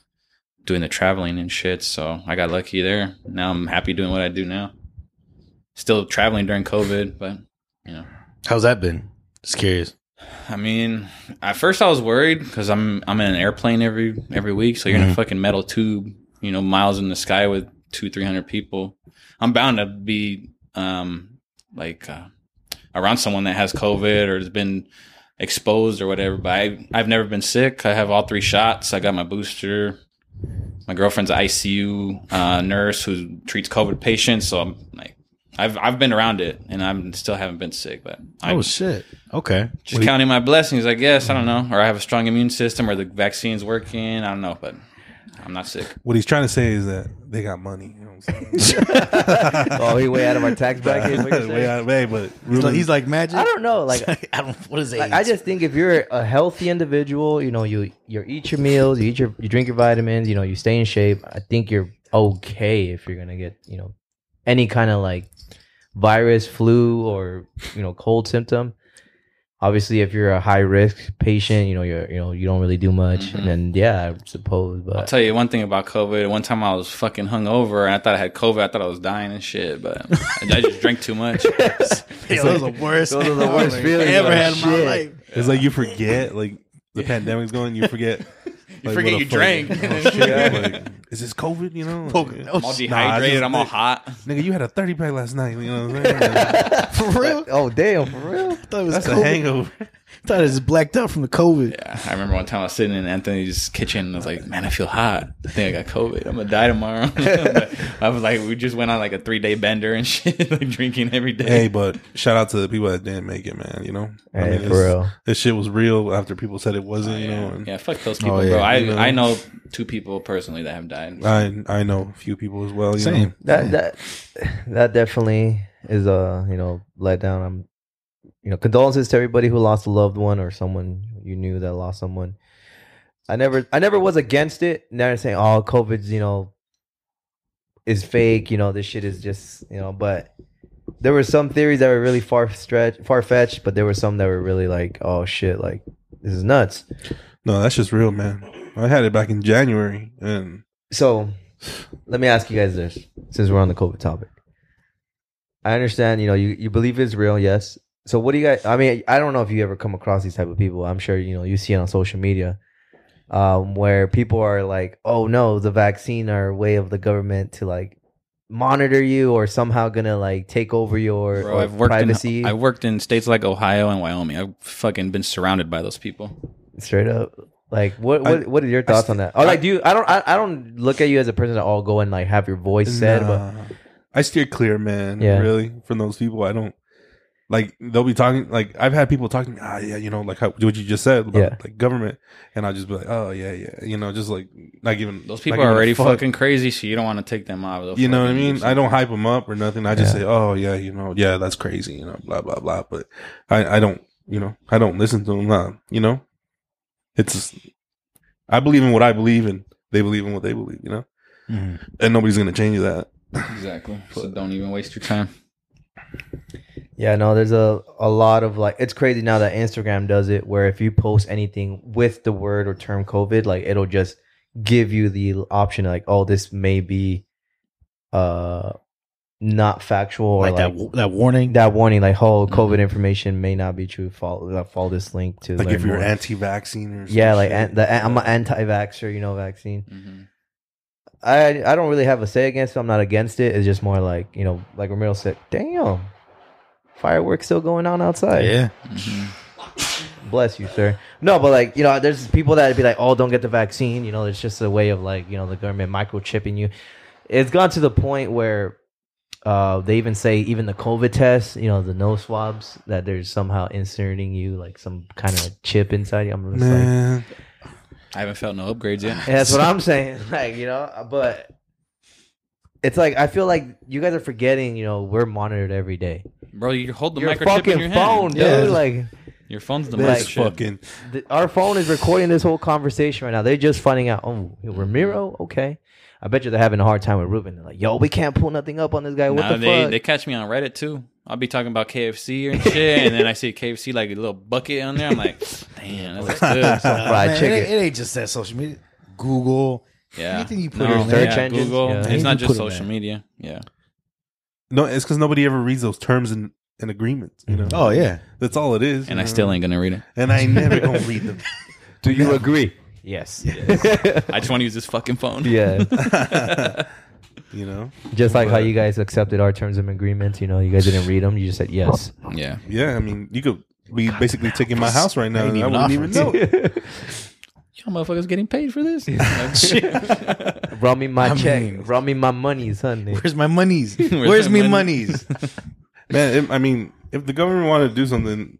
doing the traveling and shit. So I got lucky there. Now I'm happy doing what I do now. Still traveling during COVID, but you know. How's that been? Just curious. I mean, at first I was worried because I'm I'm in an airplane every every week, so you're in a fucking metal tube, you know, miles in the sky with two three hundred people. I'm bound to be um like uh, around someone that has COVID or has been exposed or whatever. But I I've never been sick. I have all three shots. I got my booster. My girlfriend's an ICU uh, nurse who treats COVID patients, so I'm like. I've, I've been around it and I'm still haven't been sick, but I Oh shit. Okay. just counting my blessings, I guess. I don't know. Or I have a strong immune system, or the vaccine's working. I don't know, but I'm not sick. What he's trying to say is that they got money. You know what I'm saying? Oh, he way out of our tax bracket. what you're Way saying? out of way, but He's like, Ruben- he's like magic. I don't know. Like I don't. What is Like, that? I just think if you're a healthy individual, you know, you you eat your meals, you eat your you drink your vitamins, you know, you stay in shape. I think you're okay if you're gonna get you know any kind of like virus, flu, or you know cold symptom. Obviously, if you're a high risk patient, you know you're you know you don't really do much, Mm-hmm. and then, yeah, I suppose. I'll But tell you one thing about COVID. One time I was fucking hungover, and I thought I had COVID. I thought I was dying and shit, but I I just drank too much. Yo, those are the worst. Those are the worst feelings. I ever Like, had in my shit. life. It's like you forget, like the pandemic's going, you forget. You forget you drank. is this COVID? You know, Oh, Like, no, I'm all shit. dehydrated. just- I'm all hot. nigga, you had a thirty pack last night. You know what I'm saying? for real. oh damn, for real. I thought it was That's a COVID. hangover. I thought it was blacked out from the COVID. Yeah, I remember one time I was sitting in Anthony's kitchen and I was like, man, I feel hot. I think I got COVID. I'm going to die tomorrow. But I was like, we just went on like a three day bender and shit, like drinking every day. Hey, but shout out to the people that didn't make it, man. You know, Hey, this, for real. this shit was real after people said it wasn't. you know, and Oh, Yeah, fuck those people, yeah. bro. I, Oh, You know. I know two people personally that have died. I I know a few people as well. You Same. that that that definitely is a you know let down. I'm you know condolences to everybody who lost a loved one or someone you knew that lost someone. I never I never was against it. Never saying oh COVID's you know is fake. You know this shit is just you know but there were some theories that were really far stretch, far fetched, but there were some that were really like, oh shit, like this is nuts. No, that's just real, man. I had it back in January, and So, let me ask you guys this, since we're on the COVID topic. I understand, you know, you, you believe it's real, yes. So, what do you guys? I mean, I don't know if you ever come across these type of people. I'm sure you know you see it on social media, um, where people are like, "Oh no, the vaccine are a way of the government to like monitor you or somehow gonna like take over your Bro, or I've worked privacy." in I worked in states like Ohio and Wyoming. I've fucking been surrounded by those people. straight up like what I- what, what are your thoughts on that or like do you i don't I, I don't look at you as a person at all go and like have your voice said but Nah. uh, I steer clear, man. Yeah. Really, from those people, I don't like. They'll be talking like I've had people talking. Ah, yeah, you know, like how, what you just said about Yeah. like government, and I'll just be like, oh yeah, yeah, you know, just like not giving Those not people giving are a already fuck. fucking crazy, so you don't want to take them out. They'll You know what I fucking mean? do I don't hype them up or nothing. I just say, oh yeah, you know, yeah, that's crazy, you know, blah blah blah. But I, I don't, you know, I don't listen to them. Nah, you know, it's I believe in what I believe, and they believe in what they believe. You know, Mm-hmm. and nobody's gonna change that. something. exactly. So don't even waste your time. yeah no there's a a lot of like it's crazy now that instagram does it where if you post anything with the word or term covid like it'll just give you the option like oh this may be uh not factual or like, like, that that wa- that warning. that warning like oh Mm-hmm. covid information may not be true follow uh, follow this link to Like learn if you're more. anti-vaccine or some yeah like shit. an, the, i'm an anti-vaxxer you know vaccine Mhm. I I don't really have a say against it. I'm not against it. It's just more like you know, like Romero said, damn, fireworks still going on outside. yeah, Mhm. Bless you, sir. No, but like you know, there's people that be like, oh, don't get the vaccine. You know, it's just a way of like you know the government microchipping you. It's gone to the point where. Uh, they even say even the COVID tests, you know, the nose swabs that they're somehow inserting you like some kind of chip inside you. I'm just like, man. I haven't felt no upgrades yet. Yeah, that's what I'm saying. Like, you know, uh, but it's like I feel like you guys are forgetting, you know, we're monitored every day. Bro, you hold the your microchip fucking in your phone, hand. dude. Yeah. Like Your phone's the This That's microchip. fucking th- our phone is recording this whole conversation right now. They're just finding out, oh, Mm-hmm. Ramiro, okay. I bet you they're having a hard time with Ruben. They're like, yo, we can't pull nothing up on this guy. What Nah, the they, fuck? they catch me on Reddit too. I'll be talking about KFC and shit, and then I see KFC like a little bucket on there. I'm like, damn, that looks good. Uh, fried man, it chicken. ain't- It, ain't just that social media. Google. yeah, Anything you put No, in Search yeah, engines, Google. yeah. It's Anything not you just put in social there. media. Yeah, no. It's because nobody ever reads those terms and, and agreements. You know, Oh yeah, that's all it is. and you I know? still ain't gonna read it. and I ain't never gonna read them. Do you agree? Yes. I just want to use this fucking phone. yeah. You know, Just like how you guys accepted our terms of agreements, you know, you guys didn't read them. You just said yes. yeah. yeah. I mean, you could be basically taking my house right now, ain't and I even wouldn't even know. offered it. Y'all motherfuckers getting paid for this? Run me my I check. mean- Run me my money, son. where's my monies? Where's, my me money? monies? Man, it, I mean, if the government wanted to do something,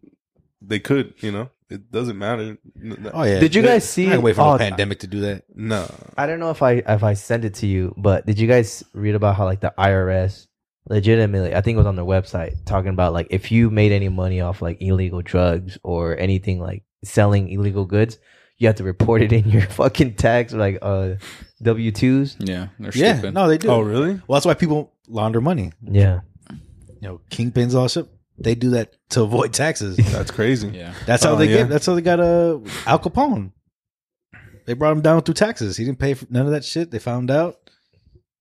they could. You know, it doesn't matter. N- Oh yeah. Did you They- guys see- I can wait for oh, the pandemic to do that. No, I don't know if I if I sent it to you, but did you guys read about how like the IRS legitimately I think it was on their website talking about like if you made any money off like illegal drugs or anything like selling illegal goods, you have to report it in your fucking tax like uh W twos. Yeah, they're Yeah. stupid. No, they do. oh really? Well, that's why people launder money. Yeah. You know, kingpins all shit. They do that to avoid taxes. That's crazy. Yeah, That's how Oh, they yeah. get. That's how they got uh, Al Capone. They brought him down through taxes. He didn't pay for none of that shit. They found out.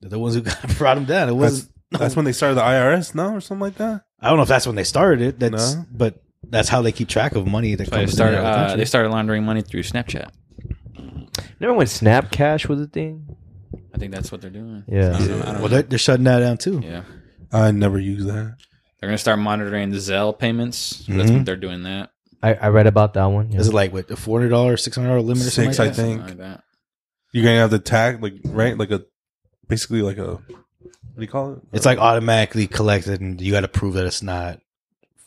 They're the ones who got, brought him down. It That's was. that's when they started the IRS, no, or something like that. I don't know if that's when they started it. That's No. but that's how they keep track of money that That's why they comes in and started. out of the Uh, they country. started laundering money through Snapchat. Remember when Snap Cash was a thing? I think that's what they're doing. Yeah. I don't know, I don't Well, they're, they're shutting that down too. know. yeah. I never use that. They're gonna start monitoring the Zelle payments. So That's Mm-hmm. Mhm. what they're doing. That I, I read about that one. yeah. Is it like what a four hundred dollar, six hundred dollar limit or something? Six, like I that? think. Something like that. You're gonna have to tag like right, like a basically like a what do you call it? It's like automatically collected, and you got to prove that it's not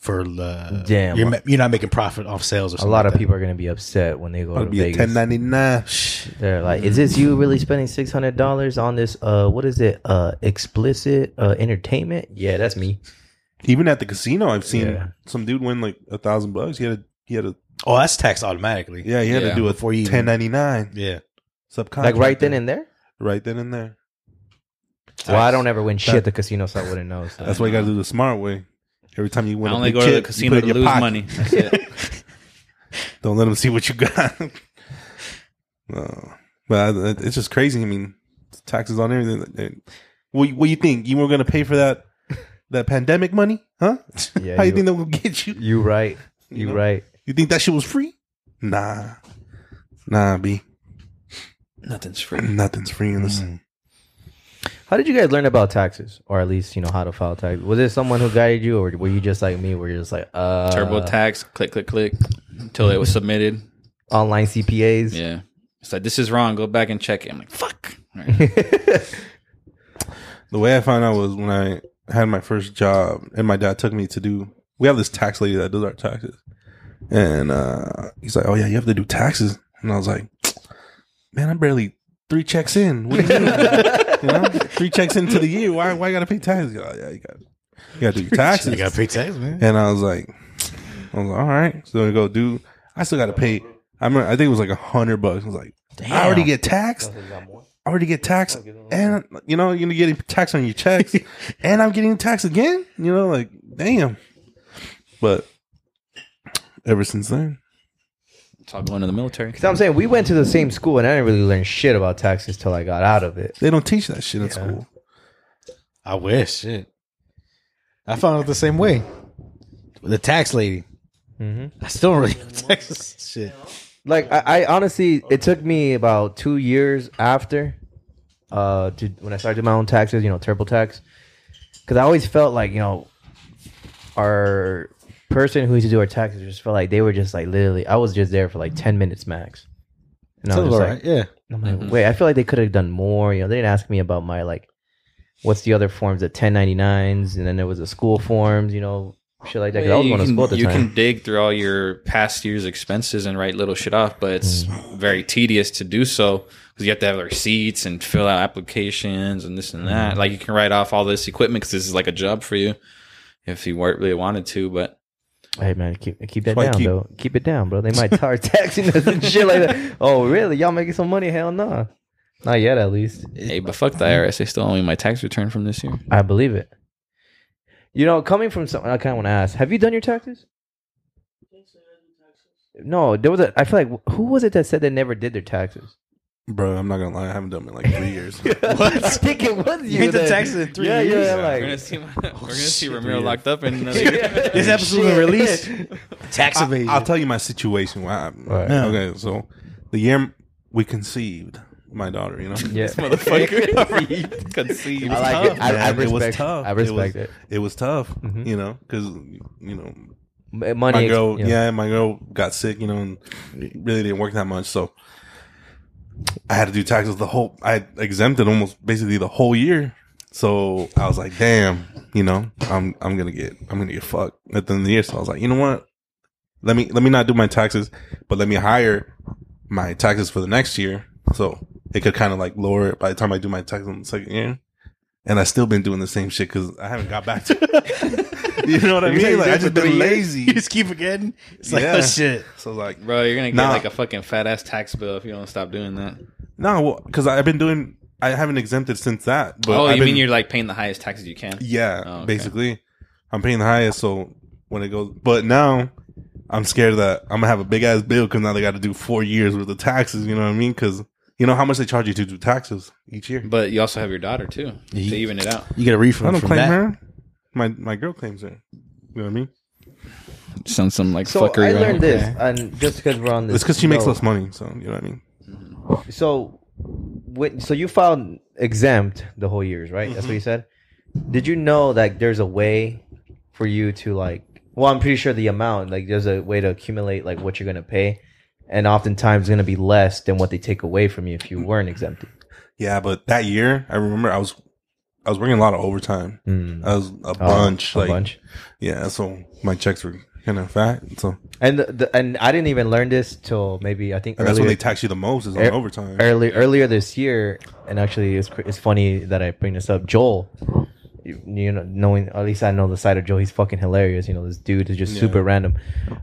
for the Damn. You're, ma- you're not making profit off sales or a something. lot like of that. people are gonna be upset when they go About to to be a Vegas. ten ninety nine. They're like, is this you really spending six hundred dollars on this? Uh, what is it? Uh, explicit uh entertainment? Yeah, that's me. Even at the casino, I've seen Yeah. some dude win like a thousand bucks. He had a, he had a Oh, that's taxed automatically. yeah, he had Yeah. to do a Before you even- ten ninety nine yeah. subcontract. Like right then and there. right then and there. Well, I don't ever win shit at the casino, so I wouldn't know. So. That's why you got to do the smart way. Every time you I win, a only big go chip, to the you put casino it to in your lose pocket. money. That's it. Don't let them see what you got. no, but I, it's just crazy. I mean, taxes on everything. They- What, what you think? You were going to pay for that that pandemic money, huh? Yeah, How you, you- think they're going to get you? You right. You know? right. You think that shit was free? Nah, nah, b. Nothing's free. Nothing's free in this. How did you guys learn about taxes, or at least you know how to file taxes? Was it someone who guided you, or were you just like me, where you're just like uh, TurboTax, click, click, click, until it was submitted. online CPAs? Yeah. It's like, this is wrong. Go back and check it. I'm like, fuck. Right. The way I found out was when I had my first job, and my dad took me to do. We have this tax lady that does our taxes, and uh, he's like, "Oh yeah, you have to do taxes," and I was like, "Man, I'm barely three checks in. What do you mean? you know, three checks into the year. Why? Why you gotta pay taxes? He's like, oh, yeah, you got, you got to do your taxes. I got to pay tax, man. And I was like, I was like, all right. So I go do. I still got to pay. I remember, I think it was like a hundred bucks. I was like, I already get taxed. I already get taxed, and you know you're getting taxed on your checks, and I'm getting taxed again. You know, like damn. But ever since then, It's all going to the military. So I'm saying we went to the same school, and I didn't really learn shit about taxes till I got out of it. they don't teach that shit in school. I wish. Shit. I found out the same way. With the tax lady. Mm-hmm. I still don't really know tax shit. Like I, I honestly, it took me about two years after, uh, to when I started doing my own taxes, you know, TurboTax, because I always felt like you know, our person who used to do our taxes just felt like they were just like literally, I was just there for like ten minutes max. And I was Sounds just all like, right. Yeah. I'm like, wait, I feel like they could have done more. You know, they didn't ask me about my like, what's the other forms, the 1099s, and then there was the school forms, you know, shit like that. 'cause I was you going to can, school at the you time. can dig through all your past year's expenses and write little shit off, but it's Mm. very tedious to do so because you have to have receipts and fill out applications and this and Mm. that. Like you can write off all this equipment because this is like a job for you if you weren't- really wanted to, but hey man, keep keep that why I down, keep- though. Keep it down, bro. They might start taxing us and shit like that. Oh, really? Y'all making some money? Hell no. Not yet, at least. hey, but fuck the IRS. They still owe me my tax return from this year. I believe it. You know, coming from someone, I kind of want to ask: Have you done your taxes? No, there was a. I feel like who was it that said they never did their taxes? Bro, I'm not gonna lie, I haven't done it in like three years. I think it was you. ain't done then. taxes in three yeah, years? Yeah, We're like, gonna oh, see, we're gonna see Ramiro locked up in another This episode Shit. of release. Tax evasion. I'll tell you my situation. Why? I'm- Right. Yeah. Okay, so the year we conceived my daughter, you know, yeah. motherfucker. Conceived. I like it. I, I Man, respect. it was tough. I it was, respect it. It was tough, Mhm. you know, because you know M- Money. my ex- girl. you know. Yeah, my girl got sick, you know, and really didn't work that much, so I had to do taxes the whole. I exempted almost basically the whole year, so I was like, damn, you know, I'm I'm gonna get I'm gonna get fucked at the end of the year. So I was like, you know what? Let me let me not do my taxes, but let me hire my taxes for the next year, so it could kind of like lower it by the time I do my taxes on the second year. And I still been doing the same shit because I haven't got back to. it. you know what I You said you mean? Like did I for three just been years? lazy. You just keep forgetting. It's like, Yeah. oh, shit. So like, Bro, you're gonna get Nah. like a fucking fat ass tax bill if you don't stop doing that. no, well, because I've been doing. I haven't exempted since that. But oh, I've you mean been- you're like paying the highest taxes you can? Yeah, Oh, okay. basically, I'm paying the highest. So when it goes, but now I'm scared that I'm gonna have a big ass bill because now they got to do four years worth of taxes. You know what I mean? Because you know how much they charge you to do taxes each year. But you also have your daughter too to Ye- even it out. You get a I refund don't from claim that. her. My my girl claims her. You know what I mean? Sounds some like So I right? learned this, and just because we're on this, It's because she makes note. less money. So you know what I mean? So, when, so you filed exempt the whole years, right? That's what Mm-hmm. you said. Did you know that there's a way for you to like? Well, I'm pretty sure the amount, like, there's a way to accumulate like what you're gonna pay, and oftentimes it's gonna be less than what they take away from you if you weren't exempted. Yeah, but that year I remember I was I was working a lot of overtime. I was Mm. a Oh, bunch, a like bunch. yeah. So my checks were kind of fat. So And the, the, and I didn't even learn this till maybe I think And that's earlier, when they tax you the most is on Er- overtime. early, earlier this year. And actually, it's cr- it's funny that I bring this up. Joel, you, you know, knowing at least I know the side of Joel. He's fucking hilarious. You know, this dude is just super random,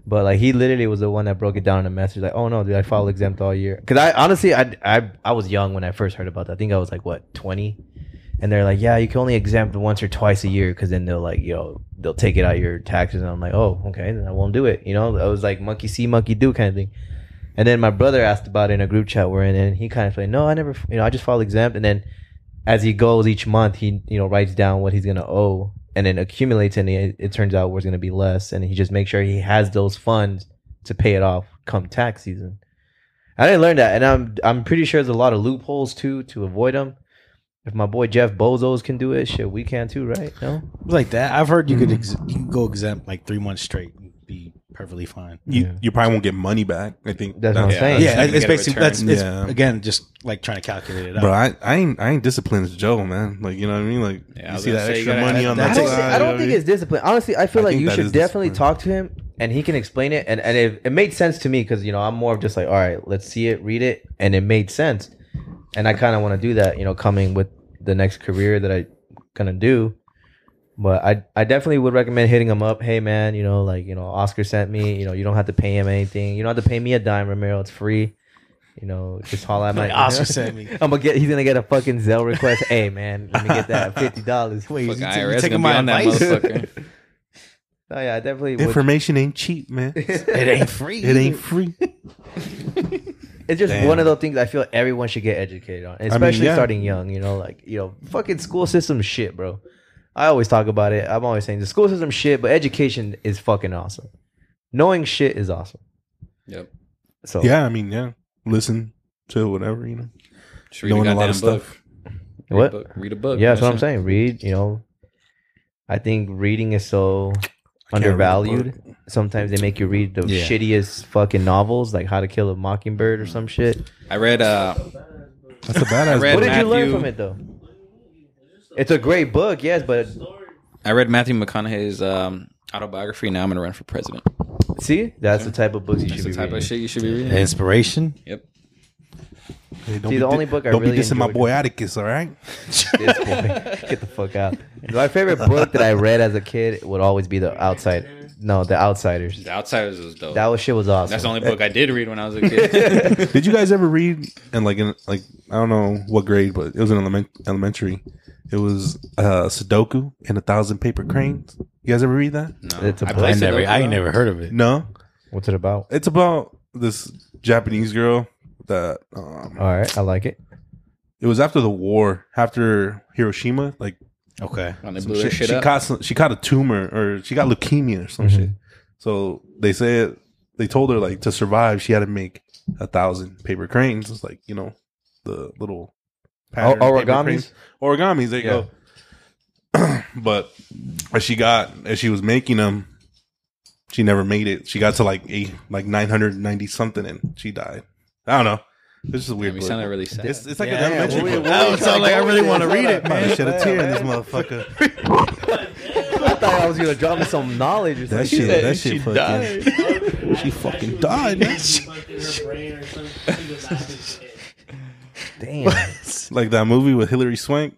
but like he literally was the one that broke it down in a message. Like, oh no, dude, I filed exempt all year. Because I honestly, I I I was young when I first heard about that. I think I was like what twenty and they're like, yeah, you can only exempt once or twice a year because then they'll like, you know, they'll take it out of your taxes. And I'm like, oh, okay, then I won't do it. You know, I was like monkey see, monkey do kind of thing. And then my brother asked about it in a group chat we're in, and he kind of like, no, I never, you know, I just file exempt. And then as he goes each month, he you know writes down what he's gonna owe, and then accumulates, and it, it turns out what's gonna be less, and he just makes sure he has those funds to pay it off come tax season. I didn't learn that, and I'm I'm pretty sure there's a lot of loopholes too to avoid them. If my boy Jeff Bozos can do it, shit, we can too, right? No, like that. I've heard you could ex- you can go exempt like three months straight and be perfectly fine. You, Yeah. you probably won't get money back. I think That's what I'm saying. Yeah, Yeah, you it's get a basically return. that's it's, Yeah. again just like trying to calculate it out. Bro, I, I ain't I ain't disciplined as Joe, man. Like you know what I mean? Like Yeah, I you was see gonna that say, you extra gotta money add on that the I don't, think, I side, don't think you know it's discipline. Honestly, I feel I like think you that should is definitely discipline. talk to him, and he can explain it. And and if it made sense to me, because you know I'm more of just like, all right, let's see it, read it, and it made sense. And I kind of want to do that, you know, coming with the next career that I gonna do. But I I definitely would recommend hitting him up. Hey man, you know, like you know, Oscar sent me. You know, you don't have to pay him anything. You don't have to pay me a dime, Romero. It's free. You know, just holla at my. Like Oscar sent me. I'm gonna get. He's gonna get a fucking Zelle request. hey man, let me get that fifty dollars. Wait, Fuck you- you IRS taking gonna be my on that advice? motherfucker. Oh yeah, I definitely what I mean? would. Information ain't cheap, man. it It ain't free. ain't free. It's just Damn. one of those things I feel everyone should get educated on, especially yeah. starting young. You know, like you know, fucking school system shit, bro. I always talk about it. I'm always saying the school system shit, but education is fucking awesome. Knowing shit is awesome. Yep. So Yeah, I mean, yeah. Listen to whatever, you know. Just read Knowing a lot of stuff. Read What? A book. Read a book. yeah, that's what I'm it. saying. Read, you know. I think reading is so undervalued. Sometimes they make you read the Yeah. shittiest fucking novels, like How to Kill a Mockingbird or some shit. I read. Uh, That's a badass. read- What book. did you learn Matthew- from it though? It's a great book, yes, but I read Matthew McConaughey's um, autobiography. Now I'm gonna run for president. see, that's the type of books you That's should the be type reading. of shit you should be reading. Inspiration. Yep. Hey, don't See, be the di- only book I Don't really be dissing my enjoyed- boy Atticus, all right? this boy. Get the fuck out. My favorite book that I read as a kid would always be The Outside. No, The Outsiders. The Outsiders was dope. That was shit was awesome. That's the only book I did read when I was a kid. Did you guys ever read and like in like I don't know what grade, but it was in element, elementary. It was uh Sudoku and a thousand paper cranes. You guys ever read that? No, It's a I book. I played never. Sudoku, I ain't though. never heard of it. No. What's it about? It's about this Japanese girl that um All right, I like it. it was after the war, after Hiroshima, like Okay. When they some blew their shit- shit she up. caught some, she caught a tumor or she got leukemia or some shit. So they said they told her like to survive she had to make a thousand paper cranes. It's like you know the little O- pattern paper origamis. cranes. Origamis. There you Yeah. go. but as she got as she was making them, she never made it. She got to like eight, like nine hundred ninety something, and she died. I don't know. This is a weird. We book. sounded really sad. it's, it's like Yeah, an elementary yeah, book. we- we- sound like I really want to read it. Probably shed a tear in this motherfucker. I thought I was gonna drop me some knowledge or That something. shit, that shit fucking. she fucking died. man. Damn. like that movie with Hilary Swank.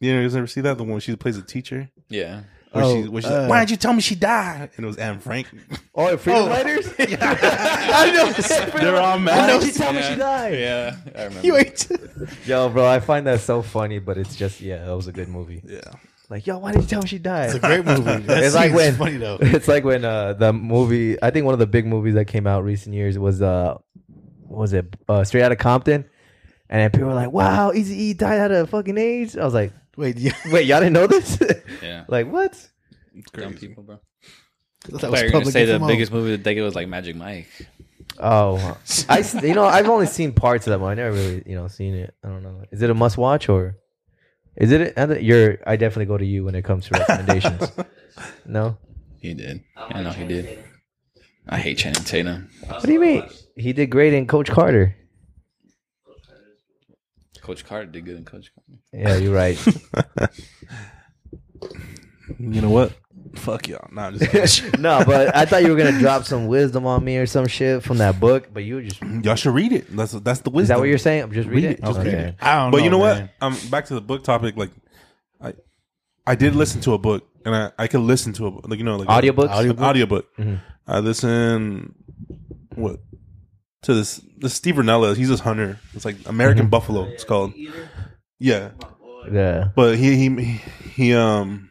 You know, you guys ever see that? The one where she plays a teacher. Yeah. Where she, Oh, where she's uh, like, Why did you tell me she died? And it was Anne Frank. Oh, freedom fighters. I know. They're all I know. mad. She told me she died. Yeah. I remember. You ain't. Yo, bro, I find that so funny, but it's just yeah, that was a good movie. Yeah. Like, yo, why did you tell me she died? It's a great movie. That It's like scene's when- funny though. it's like when uh the movie I think one of the big movies that came out recent years was uh what was it uh Straight Outta Compton, and then people were like, "Wow, Easy E died out of fucking AIDS." I was like, Wait, yeah, "Wait, y'all didn't know this?" Yeah. like what? It's Dumb crazy. people, bro. that I thought you were gonna say the info. biggest movie that they get was like Magic Mike. Oh, I s- you know I've only seen parts of that movie. I never really you know seen it. I don't know. Is it a must watch or is it? A, you're I definitely go to you when it comes to recommendations. no, He did. I know he did. I hate Channing Tatum. what do you mean? He did great in Coach Carter. Coach Carter did good in Coach Carter. Yeah, you're right. You know what? Fuck y'all. Nah, I'm just kidding. No, but I thought you were gonna drop some wisdom on me or some shit from that book, but you just is y'all should read it. That's that's the wisdom. that what you're saying? I'm just read, Read it. it. Just read Okay. it. I don't But you know man. what? I'm back to the book topic. Like, I I did listen to a book, and I I could listen to a book. like you know like a- Audiobooks. An audiobook. Mhm. I listen what to this this Steve Renella. He's this hunter. It's like American Buffalo. It's called. Yeah, Yeah. But he he he um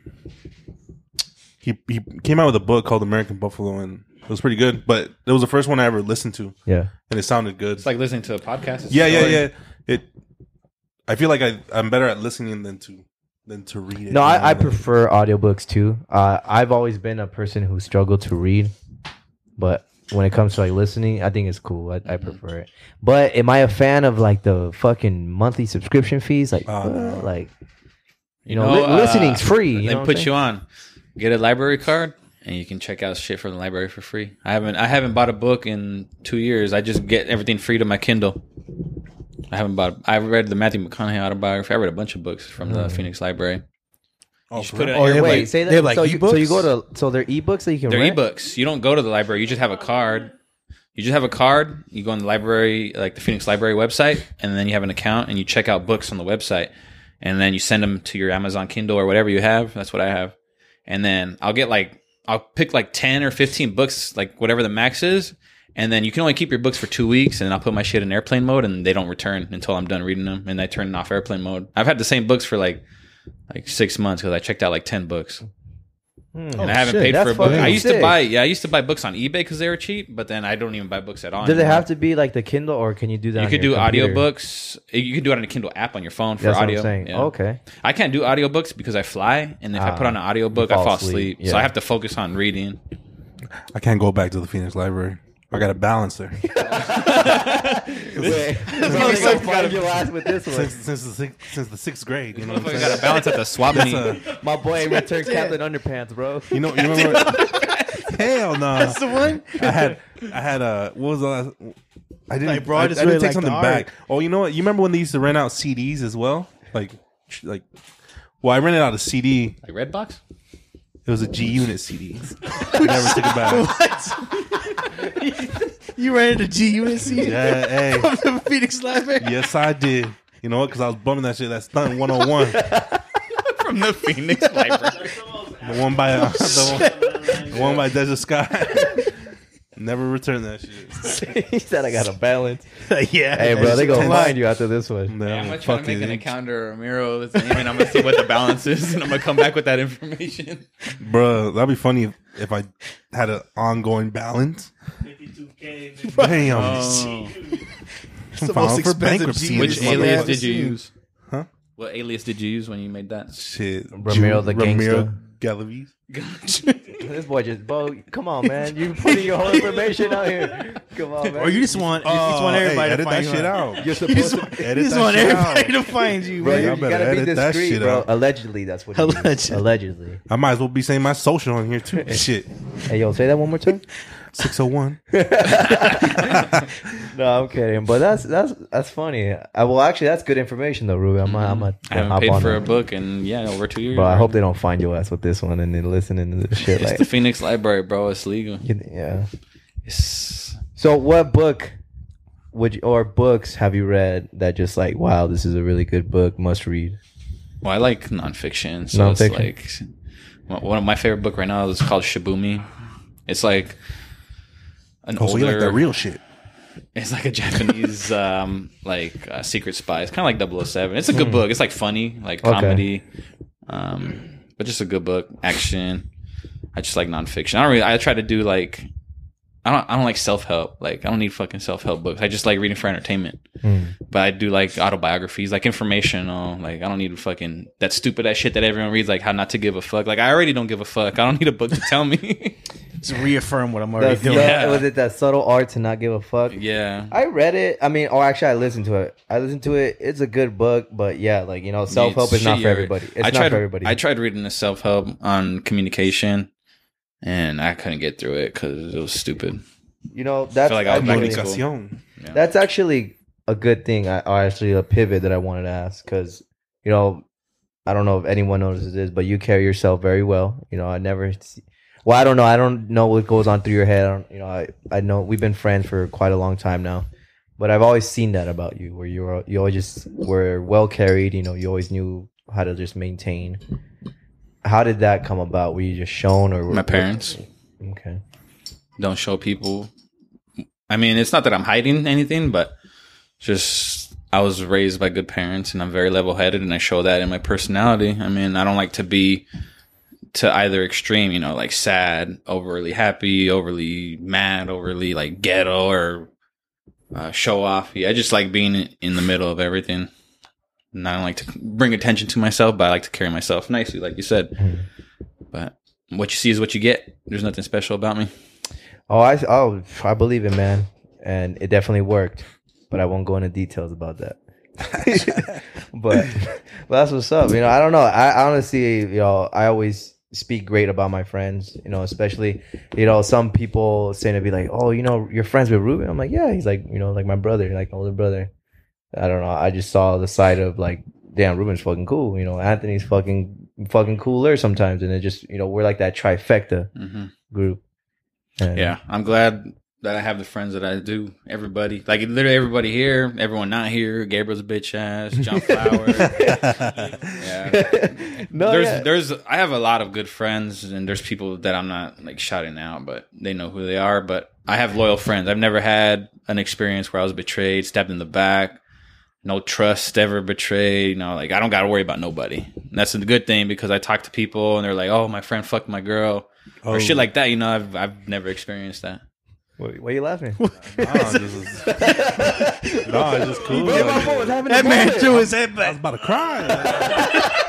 he he came out with a book called American Buffalo and it was pretty good. But it was the first one I ever listened to Yeah. and it sounded good. It's like listening to a podcast. It's yeah, a yeah, story. yeah. It I feel like I I'm better at listening than to than to read it. No, You know, I, I like- prefer audiobooks too. Uh, I've always been a person who struggled to read, but when it comes to like listening, I think it's cool. I, I prefer it. But am I a fan of like the fucking monthly subscription fees? Like, Oh, no. uh, like you know, li- listening's free. You uh, they know what I'm put saying? you on. Get a library card, and you can check out shit from the library for free. I haven't I haven't bought a book in two years. I just get everything free to my Kindle. I haven't bought. I read the Matthew McConaughey autobiography. I read a bunch of books from Hmm. the Phoenix Library. Oh, You just for put real? it Oh, on they your have, Wait, like- say that. they have, like, so, you, so you ebooks? go to so they're ebooks that you can They're rent. ebooks. You don't go to the library. You just have a card. You just have a card. You go on the library, like the Phoenix Library website, and then you have an account and you check out books on the website, and then you send them to your Amazon Kindle or whatever you have. That's what I have. And then I'll get like I'll pick like ten or fifteen books, like whatever the max is. And then you can only keep your books for two weeks, and I'll put my shit in airplane mode, and they don't return until I'm done reading them, and I turn off airplane mode. I've had the same books for like like six months because I checked out like ten books. And I haven't shit, paid Oh, that's for a book. fucking I used Hmm. sick. to buy, yeah, I used to buy books on eBay because they were cheap, but then I don't even buy books at all. Does it anymore. have to be like the Kindle, or can you do that? You on could your do computer? audiobooks. You could do it on a Kindle app on your phone for That's audio. what I'm saying. Yeah. okay. I can't do audiobooks because I fly, and if I put Ah, on an audiobook, you I fall fall asleep. asleep. So Yeah. I have to focus on reading. I can't go back to the Phoenix Library. I got a balance there. your ass with this one. since, since the sixth, since the sixth grade, you know. What I I'm got saying? to balance at the swap meet. That's a- My boy returned Captain Underpants, bro. you know, you remember? hell no. That's the one. I had, I had a. What was the last? I didn't. Like, bro, I I, I just didn't really take like the something art. back. Oh, you know what? You remember when they used to rent out CDs as well? Like, tr- like. Well, I rented out a CD. Like Redbox? It was a G Unit CD. I never took it back. You ran into GUNC Yeah, hey. from the Phoenix Library. Yes, I did. You know what? Because I was bumming that shit. That stunt 101. From the Phoenix Library. The one by uh, the, one, the one by Desert Sky. Never returned that shit. he said I got a balance. yeah. Hey, bro, they gonna Ten find you after this one. No, I'm going to try fuck to make it, an dude. account or a Miro with me, and I'm going to see what the balance is, and I'm going to come back with that information. Bruh, That'd be funny if, if I had an ongoing balance. Damn, It's the File most for expensive bankruptcy. G Which Which Just alias alias motherfuckers. did you use? Huh? What alias did you use when you made that? shit. Ramiro the Ramiro gangster. Galavis. This boy just, bro, come on, man. You putting your whole information out here. Come on, man. Or you just want, you just want Oh, hey, everybody to edit find that you. shit out. You're You just, supposed want- to. you Edit just that want shit everybody out. to find you, Bro, man. y'all you, better gotta be edit that discreet, shit bro. out. Allegedly, that's what. you do. Allegedly. Allegedly. I might as well be saying my social on here too. shit, Hey, yo, say that one more time. six oh one. No, I'm kidding. But that's that's that's funny. I, well, actually, that's good information though, Ruby. I'm I'm a, Mm-hmm. I haven't hop paid on for it. a book, and yeah, over two years. Bro, I hope they don't find your ass with this one and then listening to this shit. It's like, the Phoenix Library, bro. It's legal. you- yeah. It's- So, what book would you, or books have you read that just like, wow, this is a really good book, must read? well, I like nonfiction, so it's Nonfiction. like one- one of my favorite book right now is called Shibumi. It's like an Oh, so older. you like that real shit? It's like a Japanese um, like uh, secret spy. It's kind of like 007. It's a good book. It's like funny, like Okay. comedy, um, but just a good book. Action. I just like nonfiction. I don't really. I try to do like. I don't. I don't like self help. Like I don't need fucking self help books. I just like reading for entertainment. But I do like autobiographies, like informational. Like I don't need fucking that stupid ass shit that everyone reads. Like how not to give a fuck. Like I already don't give a fuck. I don't need a book to tell me. Just reaffirm what I'm already That's, doing. that- was it that subtle art to not give a fuck? yeah. I read it. I mean, or actually, I listened to it. I listened to it. It's a good book, but yeah, like you know, self help It's is not shitty for already. everybody. It's I not tried, for everybody. I tried reading the self help on communication, and I couldn't get through it because it was stupid. you know, that's feel like I was actually, back in Comunicación. that's actually a good thing. I or actually a pivot that I wanted to ask because you know, I don't know if anyone notices this, but you carry yourself very well. You know, I never. See, well, I don't know. I don't know what goes on through your head. I don't, you know, I, I know we've been friends for quite a long time now, but I've always seen that about you, where you were you always just were well carried. You know, you always knew how to just maintain. How did that come about? Were you just shown, or were, My parents Okay. don't show people. I mean, it's not that I'm hiding anything, but just I was raised by good parents and I'm very level headed and I show that in my personality. I mean, I don't like to be to either extreme, you know, like sad, overly happy, overly mad, overly like ghetto or uh, show off. Yeah, I just like being in the middle of everything. And I don't like to bring attention to myself, but I like to carry myself nicely, like you said. But what you see is what you get. There's nothing special about me. Oh, I oh I believe it, man, and it definitely worked. But I won't go into details about that. but, but that's what's up. You know, I don't know. I honestly, you know, I always speak great about my friends. You know, especially you know some people saying to be like, oh, you know, you're friends with Ruben. I'm like, yeah, he's like, you know, like my brother, like my older brother. I don't know. I just saw the side of like, damn, Ruben's fucking cool. You know, Anthony's fucking fucking cooler sometimes, and it just you know we're like that trifecta Mm-hmm. group. And- Yeah, I'm glad that I have the friends that I do. Everybody, like literally everybody here, everyone not here. Gabriel's a bitch ass. John Flower. yeah. no, there's yeah. there's I have a lot of good friends and there's people that I'm not like shouting out, but they know who they are. But I have loyal friends. I've never had an experience where I was betrayed, stabbed in the back, no trust ever betrayed. You know, like I don't got to worry about nobody. And that's a good thing because I talk to people and they're like, "Oh, my friend fucked my girl," Oh. or shit like that. You know, I've I've never experienced that. Why, why you laughing? Nah, this is, nah, it's just cool. Wait, Like, my phone was having That a man moment. threw his head I was back. about to cry.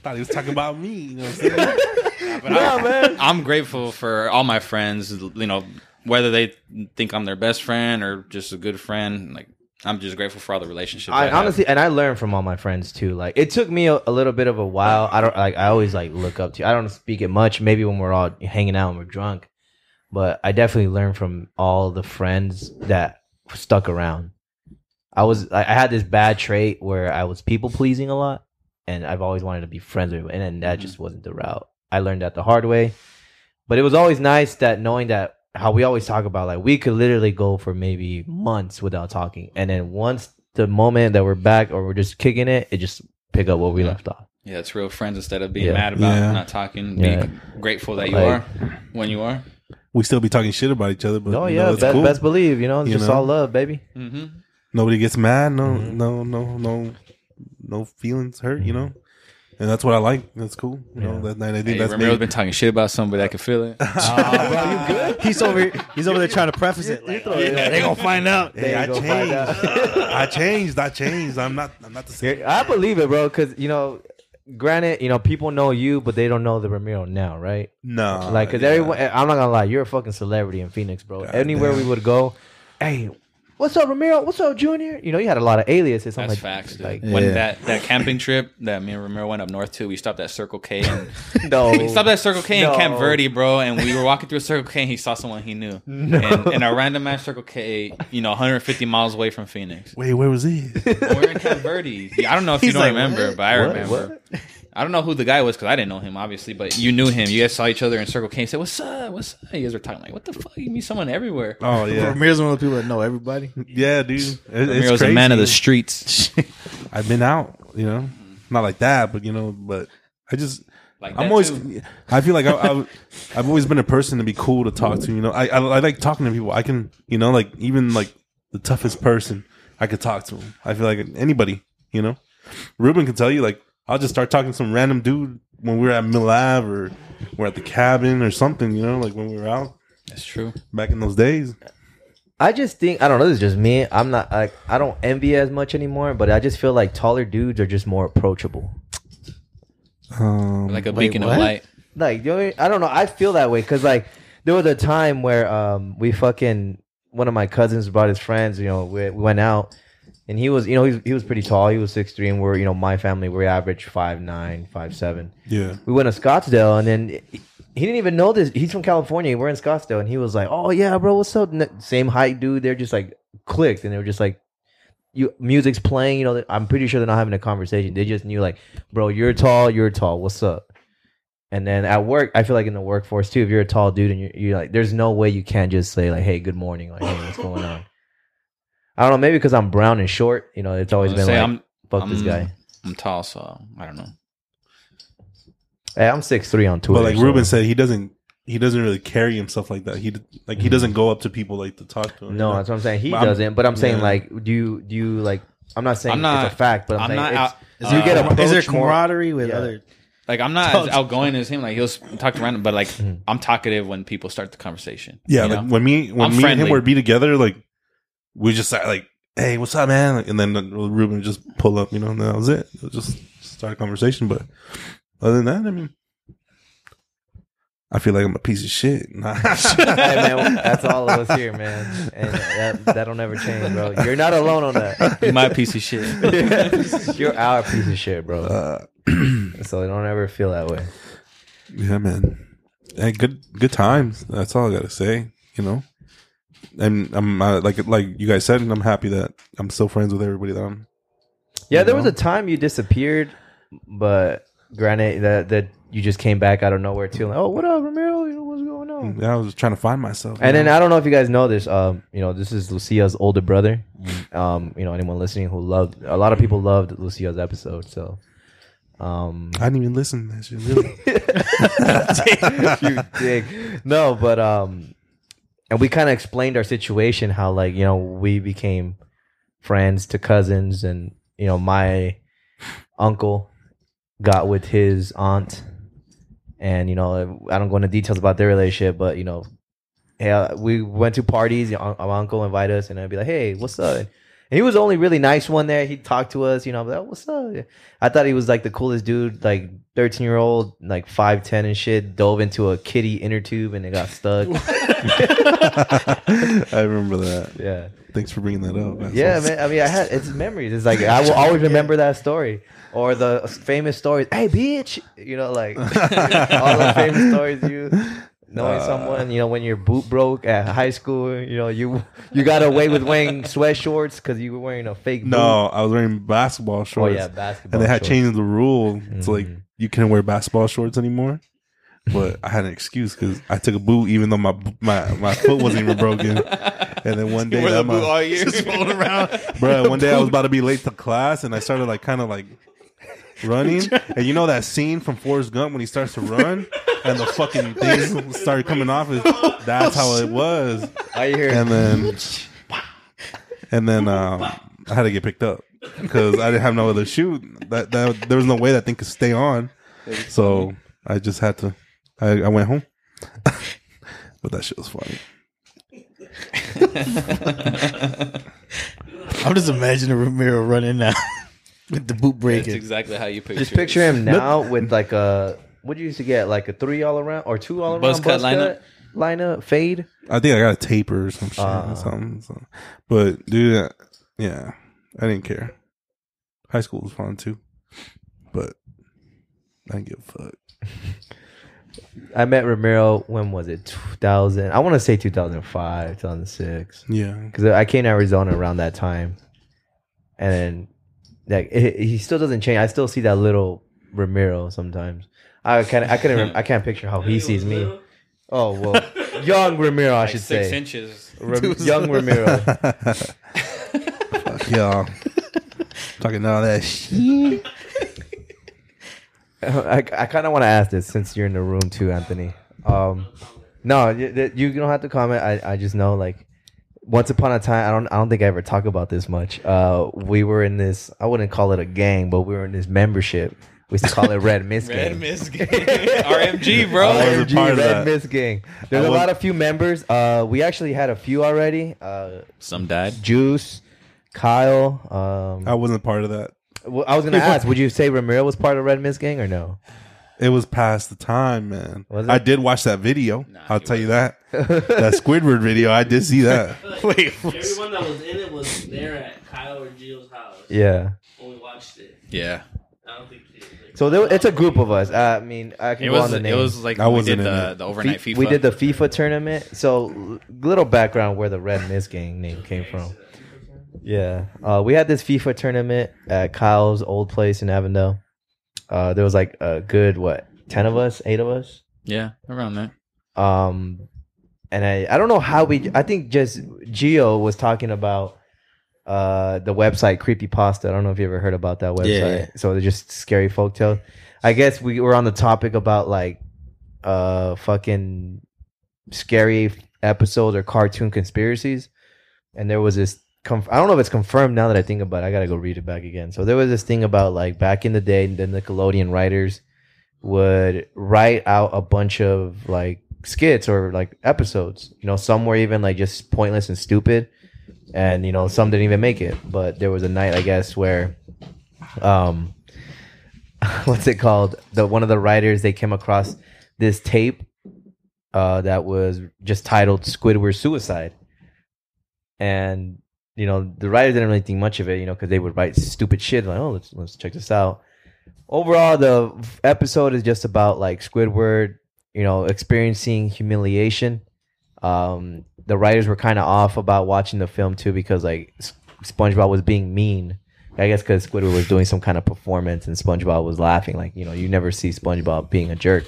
Thought he was talking about me. You know what I'm saying? Yeah, man. I'm grateful for all my friends, you know, whether they think I'm their best friend or just a good friend, like I'm just grateful for all the relationships. I have. honestly, and I learned from all my friends too. Like, it took me a, a little bit of a while. I don't like. I always like look up to. I don't speak it much. Maybe when we're all hanging out and we're drunk, but I definitely learned from all the friends that stuck around. I was. I, I had this bad trait where I was people pleasing a lot, and I've always wanted to be friends with, everyone, and that just wasn't the route. I learned that the hard way. but it was always nice that knowing that how we always talk about like we could literally go for maybe months without talking and then once the moment that we're back or we're just kicking it it just pick up where we left off Yeah, it's real friends instead of being Yeah. mad about Yeah. not talking. Yeah. Be grateful that you Like- are when you are. We still be talking shit about each other, but oh you yeah know, it's best, cool. best believe you know it's You just know? all love baby Mm-hmm. Nobody gets mad. No, Mm-hmm. no, no, no, no feelings hurt. You know, and that's what I like. That's cool. You know, that night I think Hey, that's Ramiro's made, been talking shit about somebody. I can feel it. Ah, He's over. He's over there trying to preface it. Like, Yeah. they gonna find out. Hey, There I you go, find changed. I changed. I changed. I'm not. I'm not the same. i believe it bro because you know granted you know people know you but they don't know the ramiro now right No, Like, cause Uh, yeah. everyone, I'm not gonna lie, you're a fucking celebrity in Phoenix, bro. Anywhere we would go, hey, what's up, Ramiro? What's up, Junior? You know, you had a lot of aliases. I'm That's like, facts. Dude. Like, When Yeah. that, that camping trip that me and Ramiro went up north to, we stopped at Circle K and no, we stopped at Circle K in Oh. No. Camp Verde, bro. And we were walking through Circle K and he saw someone he knew. And, and a random ass Circle K, you know, 150 miles away from Phoenix. Wait, where was he? When we were in Camp Verde. I don't know if you don't remember, but I What? remember. I don't know who the guy was because I didn't know him, obviously, but you knew him. You guys saw each other in Circle K and said, What's up? What's up? You guys were talking like, What the fuck? You meet someone everywhere. Oh Yeah. yeah, Ramirez one of the people that know everybody. yeah, dude. It, it's Ramiro's crazy. a man of the streets. I've been out. You know, not like that, but you know, but I just. Like I'm that, always. too. I feel like I, I, I've always been a person to be cool to talk to. You know, I, I I like talking to people. I can, you know, like even like the toughest person, I could talk to him. I feel like anybody. You know, Ruben can tell you like I'll just start talking to some random dude when we were at Milav or we're at the cabin or something. You know, like when we were out That's true. back in those days. I just think I don't know. This is just me. I'm not like I don't envy as much anymore, but I just feel like taller dudes are just more approachable. Um, Like a Wait, beacon what? of light. Like you know, I don't know. I feel that way because like there was a time where um we fucking one of my cousins brought his friends. You know, we, we went out and he was you know he was, he was pretty tall. He was six three, and we're you know my family we're average five nine five seven. yeah, we went to Scottsdale, and then he he didn't even know this. He's from California. We're in Scottsdale, and he was like, "Oh yeah, bro, what's up?" N- Same height, dude. They're just like clicked, and they were just like, "You music's playing." You know, I'm pretty sure they're not having a conversation. They just knew, like, "Bro, you're tall. You're tall. What's up?" And then at work, I feel like in the workforce too, if you're a tall dude and you're, you're like, there's no way you can't just say like, "Hey, good morning," like, "Hey, what's going on?" I don't know. Maybe because I'm brown and short, you know, it's always been Say like, I'm, "Fuck this I'm- guy." I'm tall, so I don't know. Hey, I'm six three on Twitter. but like so- Ruben said, he doesn't. he doesn't really carry himself like that. He d- like he doesn't go up to people like to talk to him. Mm-hmm. No, you know? that's what I'm saying. He But I'm- doesn't. But I'm saying yeah. like, do you do you like? I'm not saying I'm not- it's a fact, but I'm, I'm saying not it's, out- you uh, get Is there approached more. camaraderie with Yeah. other? Like I'm not as outgoing as him. Like he'll s- talk to random, but like Mm-hmm. I'm talkative when people start the conversation. Yeah, you like know? when me when I'm me and friendly. him would be together, like we just start, like, hey, what's up, man? Like, and then uh, Ruben would just pull up, you know, and that was it. It was just start a conversation. But other than that, I mean, I feel like I'm a piece of shit. Nah. hey man, that's all of us here, man, and that, that'll never change, bro. You're not alone on that. my piece of shit. You're our piece of shit, bro. Uh, so don't ever feel that way. yeah, man. Hey, good good times. That's all I gotta say. You know, and I'm uh, like like you guys said, and I'm happy that I'm still friends with everybody that I'm. Yeah, you there was know? a time you disappeared, but granted that that you just came back out of nowhere too. Like, oh, what up, Ramiro? You know what's going on? Yeah, I was just trying to find myself. And you then know? I don't know if you guys know this. Um, you know, this is Lucia's older brother. Um, you know, anyone listening who loved a lot of people loved Lucia's episode. So, um, I didn't even listen to that shit. Really. you dick. No, but um, and we kind of explained our situation, how like you know we became friends to cousins, and you know my uncle got with his aunt, and you know I don't go into details about their relationship, but you know, yeah, we went to parties. Our our uncle invited us, and I'd be like, "Hey, what's up?" And he was the only really nice one there. He'd talk to us, you know, I'd be like, "Oh, what's up? I thought he was like the coolest dude, like 13 year old, like 5'10 and shit, dove into a kitty inner tube and it got stuck. I remember that. yeah. Thanks for bringing that up. That's Yeah, awesome. man. I mean, I had it's memories. It's like I will always remember that story or the famous stories. Hey, bitch, you know, like all the famous stories you knowing someone. You know, when your boot broke at high school, you know, you you got away with wearing sweatshorts because you were wearing a fake. boot. No, I was wearing basketball shorts. Oh, yeah, basketball And they had shorts. Mm-hmm. changed the rule to like you couldn't wear basketball shorts anymore. But I had an excuse because I took a boot, even though my my my foot wasn't even broken. And then one day, that my- year. Bruh, one day I was about to be late to class, and I started like kind of like running. And you know that scene from Forrest Gump when he starts to run, and the fucking thing started coming off. His, that's how it was. I hear and then and then um, I had to get picked up because I didn't have no other shoe. That, that there was no way that thing could stay on, so I just had to. I, I went home, but that shit was funny. I'm just imagining Ramiro running now with the boot That's breaking. exactly how you picture. Just it. picture him now with like a what do you used to get like a three all around or two all around Buzz cut lineup? lineup fade. I think I got a taper or some shit Uh. or something. So. But dude, I- yeah, I didn't care. High school was fun too, but I didn't give a fuck. I met Ramiro when was it 2000? I want to say 2005, 2006 Yeah, because I came to Arizona around that time, and then like it, he still doesn't change. I still see that little Ramiro sometimes. I kind of I couldn't rem- I can't picture how he sees me. Oh well, young Ramiro I Like should six say. inches. Ram- young Ramiro. fuck y'all. Talking all that shit. I, I kind of want to ask this since you're in the room too, Anthony. Um, no, you, that- you don't have to comment. I, I just know like once upon a time, I don't I don't think I ever talk about this much. Uh, we were in this I wouldn't call it a gang, but we were in this membership. We used to call it Red Mist Red Gang. Miss game. RMG, bro. I wasn't RMG, part of Red that. Mist Gang. There's a was- lot of few members. Uh, we actually had a few already. Uh, Some died. Juice, Kyle. Um, I wasn't part of that. well, I was gonna ask, would you say Ramiro was part of Red Mist Gang or no? It was past the time, man. Was it? I did watch that video. I'll he tell you that. that Squidward video, I did see that. Wait, Everyone that was in it was there at Kyle or Jill's house Yeah. when we watched it. Yeah, I don't think it So there, it's a group of us. I mean, I can it go on was. the name. It was like I we wasn't did in the, it. the overnight Fe- FIFA. We did the FIFA tournament. So l- little background where the Red Mist gang name came from. Yeah, uh, we had this FIFA tournament at Kyle's old place in Avondale. Uh, there was like a good what ten of us, eight of us. yeah around that. Um, and I I don't know how we. I think just Geo was talking about uh the website Creepy Pasta. I don't know if you ever heard about that website. Yeah, yeah. So they're just scary folk tales. I guess we were on the topic about like uh fucking scary episodes or cartoon conspiracies, and there was this. Conf- I don't know if it's confirmed now that I think about it. I gotta go read it back again. So there was this thing about like back in the day, the Nickelodeon writers would write out a bunch of like skits or like episodes. You know, some were even like just pointless and stupid, and you know some didn't even make it. But there was a night, I guess, where um what's it called the one of the writers they came across this tape uh that was just titled squidward suicide and you know the writers didn't really think much of it you know because they would write stupid shit like oh let's let's check this out overall the f- episode is just about like squidward you know experiencing humiliation um the writers were kind of off about watching the film too because like S- spongebob was being mean I guess because Squidward was doing some kind of performance and SpongeBob was laughing. Like, you know, you never see SpongeBob being a jerk.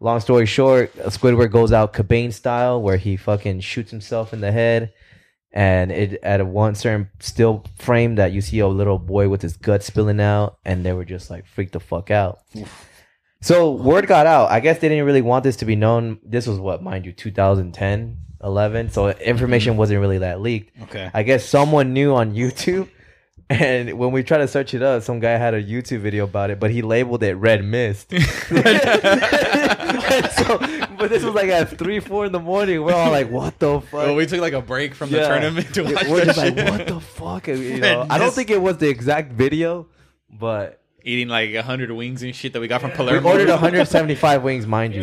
Long story short, Squidward goes out Cobain style where he fucking shoots himself in the head. And it at a one certain still frame that you see a little boy with his gut spilling out, and they were just like freaked the fuck out. So word got out. I guess they didn't really want this to be known. This was what, mind you, 2010, 11. So information wasn't really that leaked. Okay. I guess someone knew on YouTube. And when we tried to search it up, some guy had a YouTube video about it, but he labeled it red mist. And so, but this was like at three, four in the morning. We're all like, "What the fuck?" Well, we took like a break from the Yeah. tournament to watch We're that just shit. like, "What the fuck?" And, you know, Red I don't mist. think it was the exact video, but Eating like hundred wings and shit that we got from we Palermo. ordered 175 wings, mind you.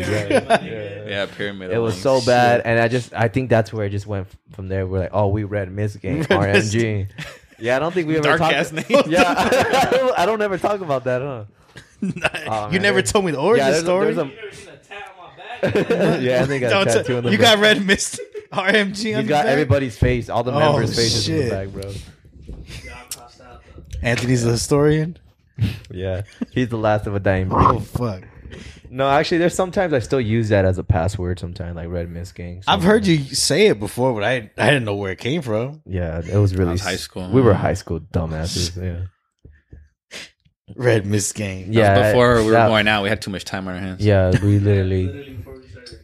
Yeah. Yeah, pyramid. It was so bad, and I just I think that's where it just went f- from there. We're like, "Oh, we red mist game, RMG." Yeah, I don't think we ever Dark talked. ass name. Yeah, I don't, I don't ever talk about that, huh? Oh, you man, never there's- told me the origin there's a- story. there's a- You never seen a tat on my back? yeah, I think I Don't got a t- tattoo in the you back. got red mist RMG on He's your got back? everybody's face, all the Oh, members' faces in shit. the back, bro. Y'all crossed out though. Anthony's the historian. Yeah, he's the last of a dying breed. Oh fuck! No, actually, there's sometimes I still use that as a password. Sometimes, like Red Mist Gang. I've heard you say it before, but I I didn't know where it came from. Yeah, it was really was high s- school. We were high school dumbasses. Yeah, Red mist game. yeah. Before we were that- going out, we had too much time on our hands. Yeah, we literally Literally before we started.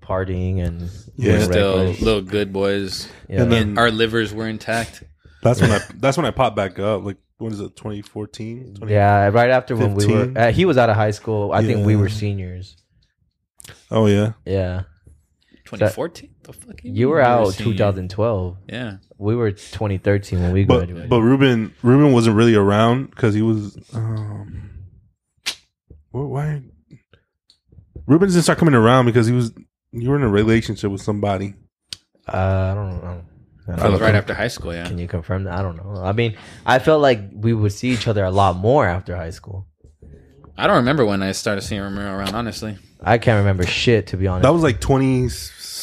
partying and Yeah. being Still reckless. little good boys. Yeah. And then- And our livers were intact. That's when I that's when I popped back up. Like when is it? 2014. yeah, right after when we were, 15? uh, he was out of high school. I think we Yeah. were seniors. Oh yeah. Yeah, 2014? The fuck you mean were out senior? 2012. Yeah. We were 2013 when we graduated. But but Ruben Ruben wasn't really around because he was. Um, wh- why? Ruben didn't start coming around because he was you were in a relationship with somebody. Uh, I don't know. I That don't was know. right after high school, yeah. Can you confirm that? I don't know. I mean, I felt like we would see each other a lot more after high school. I don't remember when I started seeing Romero around, honestly. I can't remember shit to be honest. That was like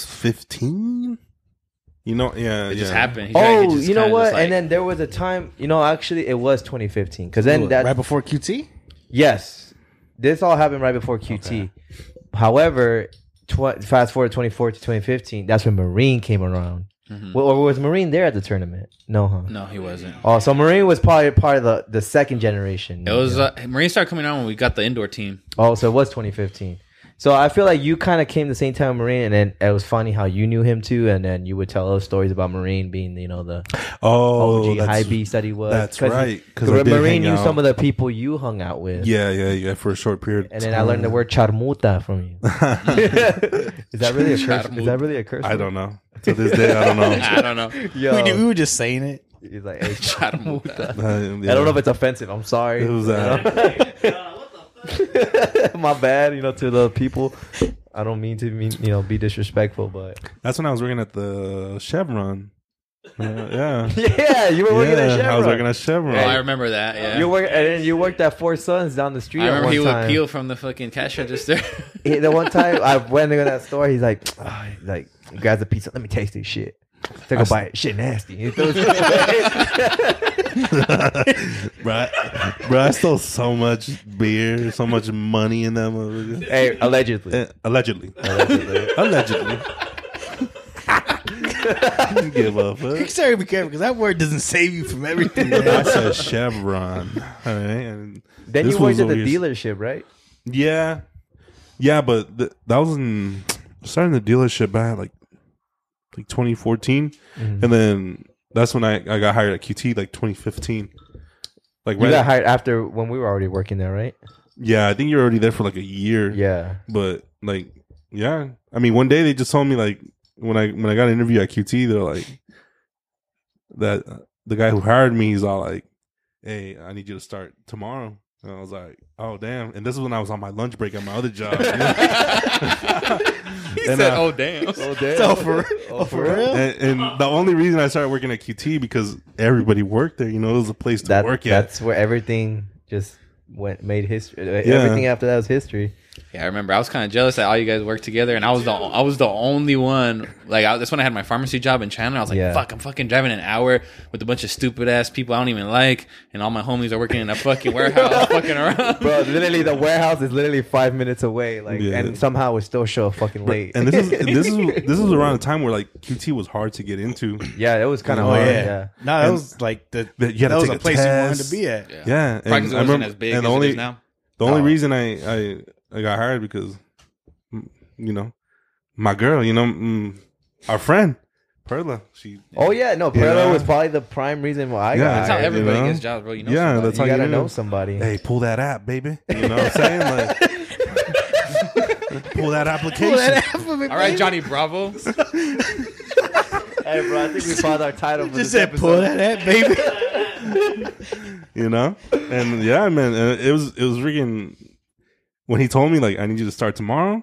2015. You know, yeah, It just yeah. happened. He tried- he oh, just you know kinda what? just, like- and then there was a time. You know, actually, it was 2015. Because then that right before QT. yes, this all happened right before QT. However, tw- fast forward 24 to 2015. That's when Marine came around. Mhm. Well, or was Marine there at the tournament? No, huh? no, he wasn't. Oh, so Marine was probably part of the, the second generation. It was Yeah. uh, Marine started coming on when we got the indoor team. Oh, so it was 2015. So I feel like you kind of came the same time Marine, and then it was funny how you knew him too, and then you would tell us stories about Marine being, you know, the Oh, OG that's, high beast that he was. that's 'Cause he- right. Because Cause Marine knew some of the people you hung out with. Yeah, yeah, yeah. For a short period. And then I learned the word charmuta from you. is that really a curse? Is that really a curse? I don't know. To this day, I don't know. Uh, I don't know. Yo, We, we were just saying it. he's like, hey, Charmuta. Uh, yeah. I don't know if it's offensive. I'm sorry. It was, uh, My bad, you know, to the people. I don't mean to mean, you know, be disrespectful, but That's when I was working at the Chevron. Yeah, yeah. yeah, you were working at Chevron. I was working at Chevron. Oh, I remember that. Yeah. You work and then you worked at Four Sons down the street. I remember at one he would time. peel from the fucking cash register. He- the one time I went into that store, he's like, "Ah," he's like grabs a pizza. Let me taste this shit. Take a bite. Shit nasty. He throws it away. Bruh, bruh, I stole so much beer, so much money in that motherfucker. hey, allegedly. Eh, Allegedly. Allegedly. Allegedly. Give up. You gotta be careful because that word doesn't save you from uh, everything. man. That's a Chevron. All right. And Then this you worked was at the always- dealership, right? Yeah. Yeah, but th- that was in starting the dealership back like like 2014, and then that's when I, I got hired at QT like 2015. Like You right, got hired after when we were already working there, right? yeah, I think you're already there for like a year. Yeah. but like yeah, I mean, one day they just told me like when I when I got an interview at QT, they're like that the guy who hired me, he's all like, "Hey, I need you to start tomorrow." And I was like, "Oh damn!" And this is when I was on my lunch break at my other job. He And, said, uh, "Oh damn." Oh, damn. Oh, for, oh, for real? and, and the only reason I started working at QT because everybody worked there. You know, it was a place to That, work at. that's where everything just went made history. Yeah. Everything after that was history. Yeah, I remember. I was kind of jealous that all you guys worked together, and I was the I was the only one. Like I, that's when I had my pharmacy job in China. I was like, Yeah. "Fuck, I'm fucking driving an hour with a bunch of stupid ass people I don't even like, and all my homies are working in a fucking warehouse, fucking around." Bro, literally the warehouse is literally five minutes away, like, Yeah. and somehow we still show up fucking late. And this is this is this is around the time where like QT was hard to get into. yeah, it was kind of Oh, hard. Yeah. No, oh, that And- was like the That you had to that was take a a place you wanted test. to be at. Yeah, and Practice I wasn't remember- as big and as the it only is now. the only Oh. reason I, I I got hired because mm, you know my girl, you know mm, our friend Perla, she Oh yeah, no, Perla Yeah. was probably the prime reason why I Yeah, got That's how hired. every- everybody you know? gets jobs, bro. You know, Yeah, somebody. that's how you gotta you know knew. somebody. hey pull that app, baby. You know what I'm saying? Like pull that application. all right, Johnny Bravo. Hey, bro, I think we found our title for Just said, pull that at, baby. you know and yeah man and it was it was freaking when he told me like i need you to start tomorrow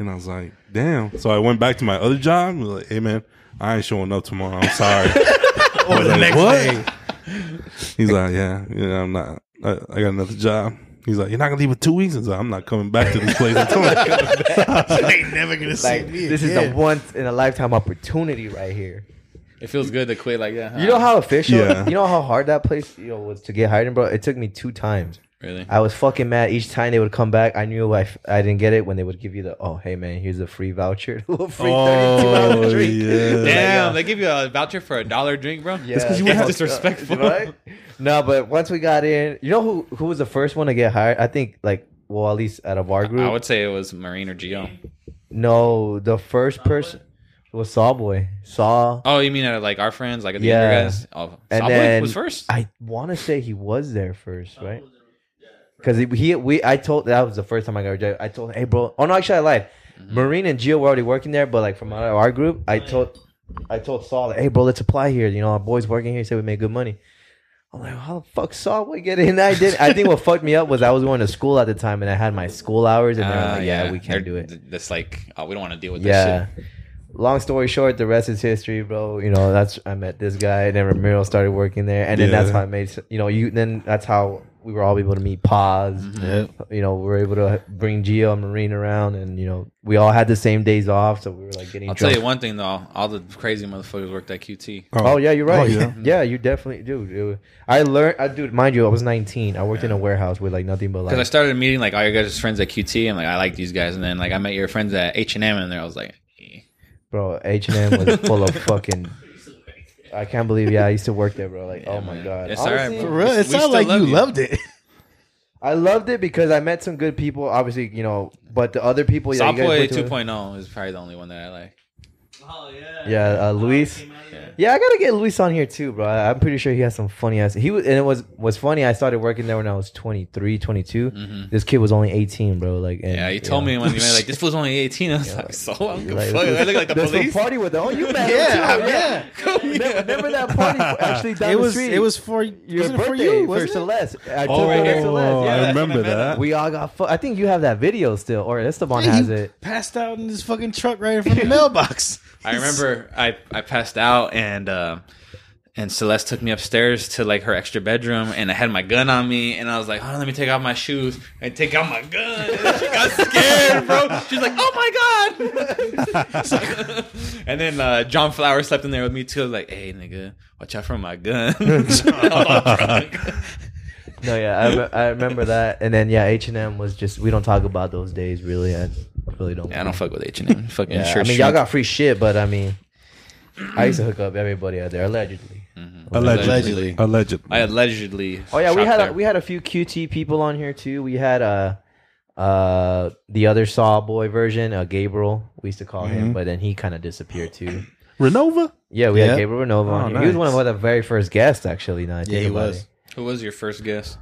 and i was like damn so i went back to my other job and was like hey man i ain't showing up tomorrow i'm sorry or the next day he's like yeah you know i'm not I, I got another job he's like you're not gonna leave with two weeks I was like, i'm not coming back to this place until I- ain't never gonna see Like, me. this is again. a once in a lifetime opportunity right here. It feels good to quit like uh, that. Huh? You know how official, Yeah. you know how hard that place, you know, was to get hired in, bro. It took me two times. really? I was fucking mad each time they would come back. I knew I, f- I didn't get it when they would give you the oh hey man here's a free voucher to a free thirty two hour oh drink. yeah Damn, they give you a voucher for a dollar drink, bro. Yeah, you that's went- disrespectful. Right? No, but once we got in, you know who who was the first one to get hired? I think like well at least out of our group. I would say it was Marine or Geo. no, the first person was Sawboy. Saw. Oh, you mean uh, like our friends, like the Yeah. other guys? Oh, And Sawboy then- was first. I want to say he Oh, was there first, right? Because he, he we I told that was the first time I got rejected. I told hey bro. Oh no, actually I lied. Marine and Gio were already working there, but like from out of our group, I told I told Saul like, hey bro, let's apply here. You know our boys working here say we make good money. I'm like, how the fuck Saul would get in? I did. I think what fucked me up was I was going to school at the time and I had my school hours and they're Ah, like, "Oh, yeah, we They're- can't do it. th- That's like, oh, we don't want to deal with Yeah. this shit. Long story short, the rest is history, bro. You know, that's I met this guy, and then Ramiro started working there, and then that's Yeah. how I made. s- You know, you then that's how we were all able to meet Paz. Mm-hmm. You know, we were able to bring Gio and Marine around, and you know, we all had the same days off, so we were like getting. I'll drunk. tell you one thing though, all the crazy motherfuckers worked at QT. Oh yeah, you're right. Oh, yeah. yeah. you definitely, dude. It was- I learned, I dude. Mind you, I was 19. I worked in a warehouse with like nothing but Because I like. started meeting like all your guys' friends at QT, and like I like these guys, and then like I met your friends at H and M, and there I was like, Oh, eh. Bro, H and M was full of fucking. I can't believe, yeah, I used to work there, bro. Like, oh my man. god, It's all right, bro. For real, We it still sounded like love you you. loved it. I loved it because I met some good people. Obviously, you know, but the other people, yeah, you guys Softboy worked with- 2.0 is probably the only one that I like. Oh yeah. Yeah, uh, Luis. Came out of there. Yeah, I gotta get Luis on here too, bro. I- I'm pretty sure he has some funny ass. He was, and it was was funny. I started working there when I was 23, 22. This kid was only 18, bro. Like, and, Mm-hmm. Yeah, you told know, me when you were like, this fool's only 18. I was like, so I'm like, fuck, I look like the there's some police. party with him. Oh, you met him too. Yeah, Remember, remember that party actually down It the was street. it was for your was it birthday for you, for wasn't it? Celeste. I oh, took her to Celeste. I Yeah, remember that we all got. Fu- I think you have that video still, or Esteban Yeah, has he it. Passed out in his fucking truck right in front of the mailbox. I remember I, I passed out and uh, and Celeste took me upstairs to like her extra bedroom and I had my gun on me and I was like, oh, let me take off my shoes and take out my gun. And then she got scared, bro. She's like, oh my god. and then uh, John Flower slept in there with me too. I was like, hey nigga, watch out for my gun. No, yeah, I, rem- I remember that. And then yeah, H and M was just we don't talk about those days really. I really don't. yeah, I don't fuck with H and M. Fucking Yeah, I shirt. mean, y'all got free shit, but I mean, I used to hook up everybody out there allegedly. Mm-hmm. allegedly Allegedly. allegedly I allegedly. Oh yeah, we shot had there. a, we had a few QT people on here too. We had uh, uh, the other Saw Boy version, uh, Gabriel, we used to call Mm-hmm. him, but then he kind of disappeared too. Renova. Yeah, we Yeah. had Gabriel Renova on Oh, here. He was nice. one of our- the very first guests, actually. Now I Yeah, think he about was. Who was your first guess?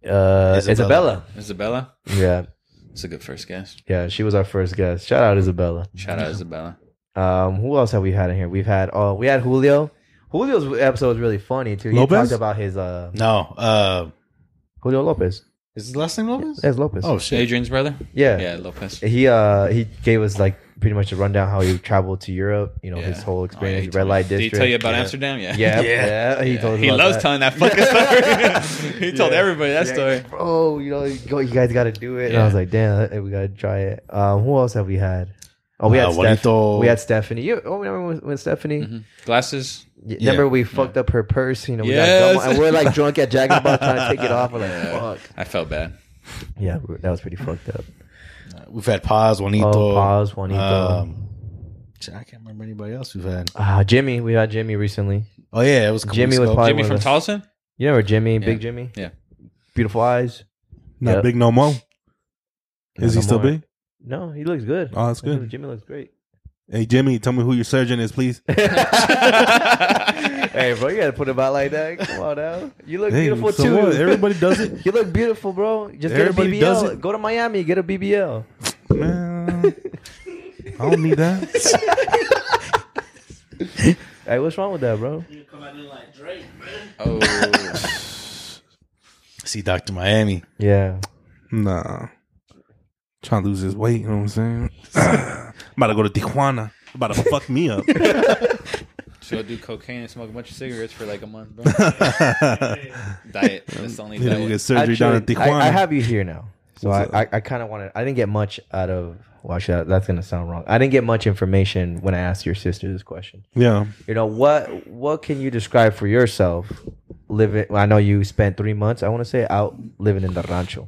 it. Uh, Isabella. Isabella. Isabella? Yeah, It's a good first guess. yeah, she was our first guest. Shout out Isabella. Shout out Isabella. Um, who else have we had in here? We've had oh, we had Julio. Julio's episode was really funny too. He Lopez? talked about his uh, No, uh, Julio Lopez. is his last name Lopez? That's Lopez. Oh shit! Adrian's brother? yeah. Yeah, Lopez. he uh he gave us like pretty much a rundown how he traveled to Europe. You know his Yeah. whole Oh, yeah, he experience, told red me- light Did he district. tell you about yeah. Amsterdam? Yeah. Yeah, yeah, he told. us He about loves that. telling that fucking story. he told everybody that story. Bro, you know, you go- you guys got to do it. And I Yeah. was like, damn, that- we got to try it. Um, who else have we had? Oh, we had Uh, Steph- Juanito. we had Stephanie. You, oh, remember when, when Mm-hmm. Stephanie? Glasses. Y- Remember we fucked up her purse? You know, we Yes. got dumb, and we're like drunk at Jack in the Box trying to take it off. We're like, fuck. I felt bad. Yeah, we- that was pretty fucked up. We've had Paz, Juanito. Oh, Paz, Juanito. Um, shit, I can't remember anybody else we've had. Ah, Jimmy, we had Jimmy recently. Oh yeah, it was a couple Jimmy weeks was ago. probably Jimmy one from of the- Tolson? You remember Jimmy, Big Jimmy? Yeah. Beautiful eyes. Not Yep. big no more. Is Yeah, he no still more. big? No, he looks good. Oh, that's good. Jimmy looks great. Hey Jimmy, tell me who your surgeon is, please. hey, bro, you gotta put him out like that. Come on now, you look Hey, beautiful so too. what? Everybody does it. you look beautiful, bro. Just Everybody get a does BBL. it. Go to Miami, get a BBL. Man, I don't need that. Hey, what's wrong with that, bro? You come out there like Drake, man. Oh, See Doctor Miami. Yeah, Nah. Trying to lose his weight, you know what I'm saying? about to go to Tijuana. About to fuck me up. she'll do cocaine and smoke a bunch of cigarettes for like a month, bro. diet. That's the only You know, get diet. surgery down in Actually, Tijuana. I, I have you here now, so I, What's I, I kind of wanted. I didn't get much out of. Well, actually, that's gonna sound wrong. I didn't get much information when I asked your sister this question. yeah. You know what? What can you describe for yourself? Living. I know you spent three months. I want to say out living in the rancho.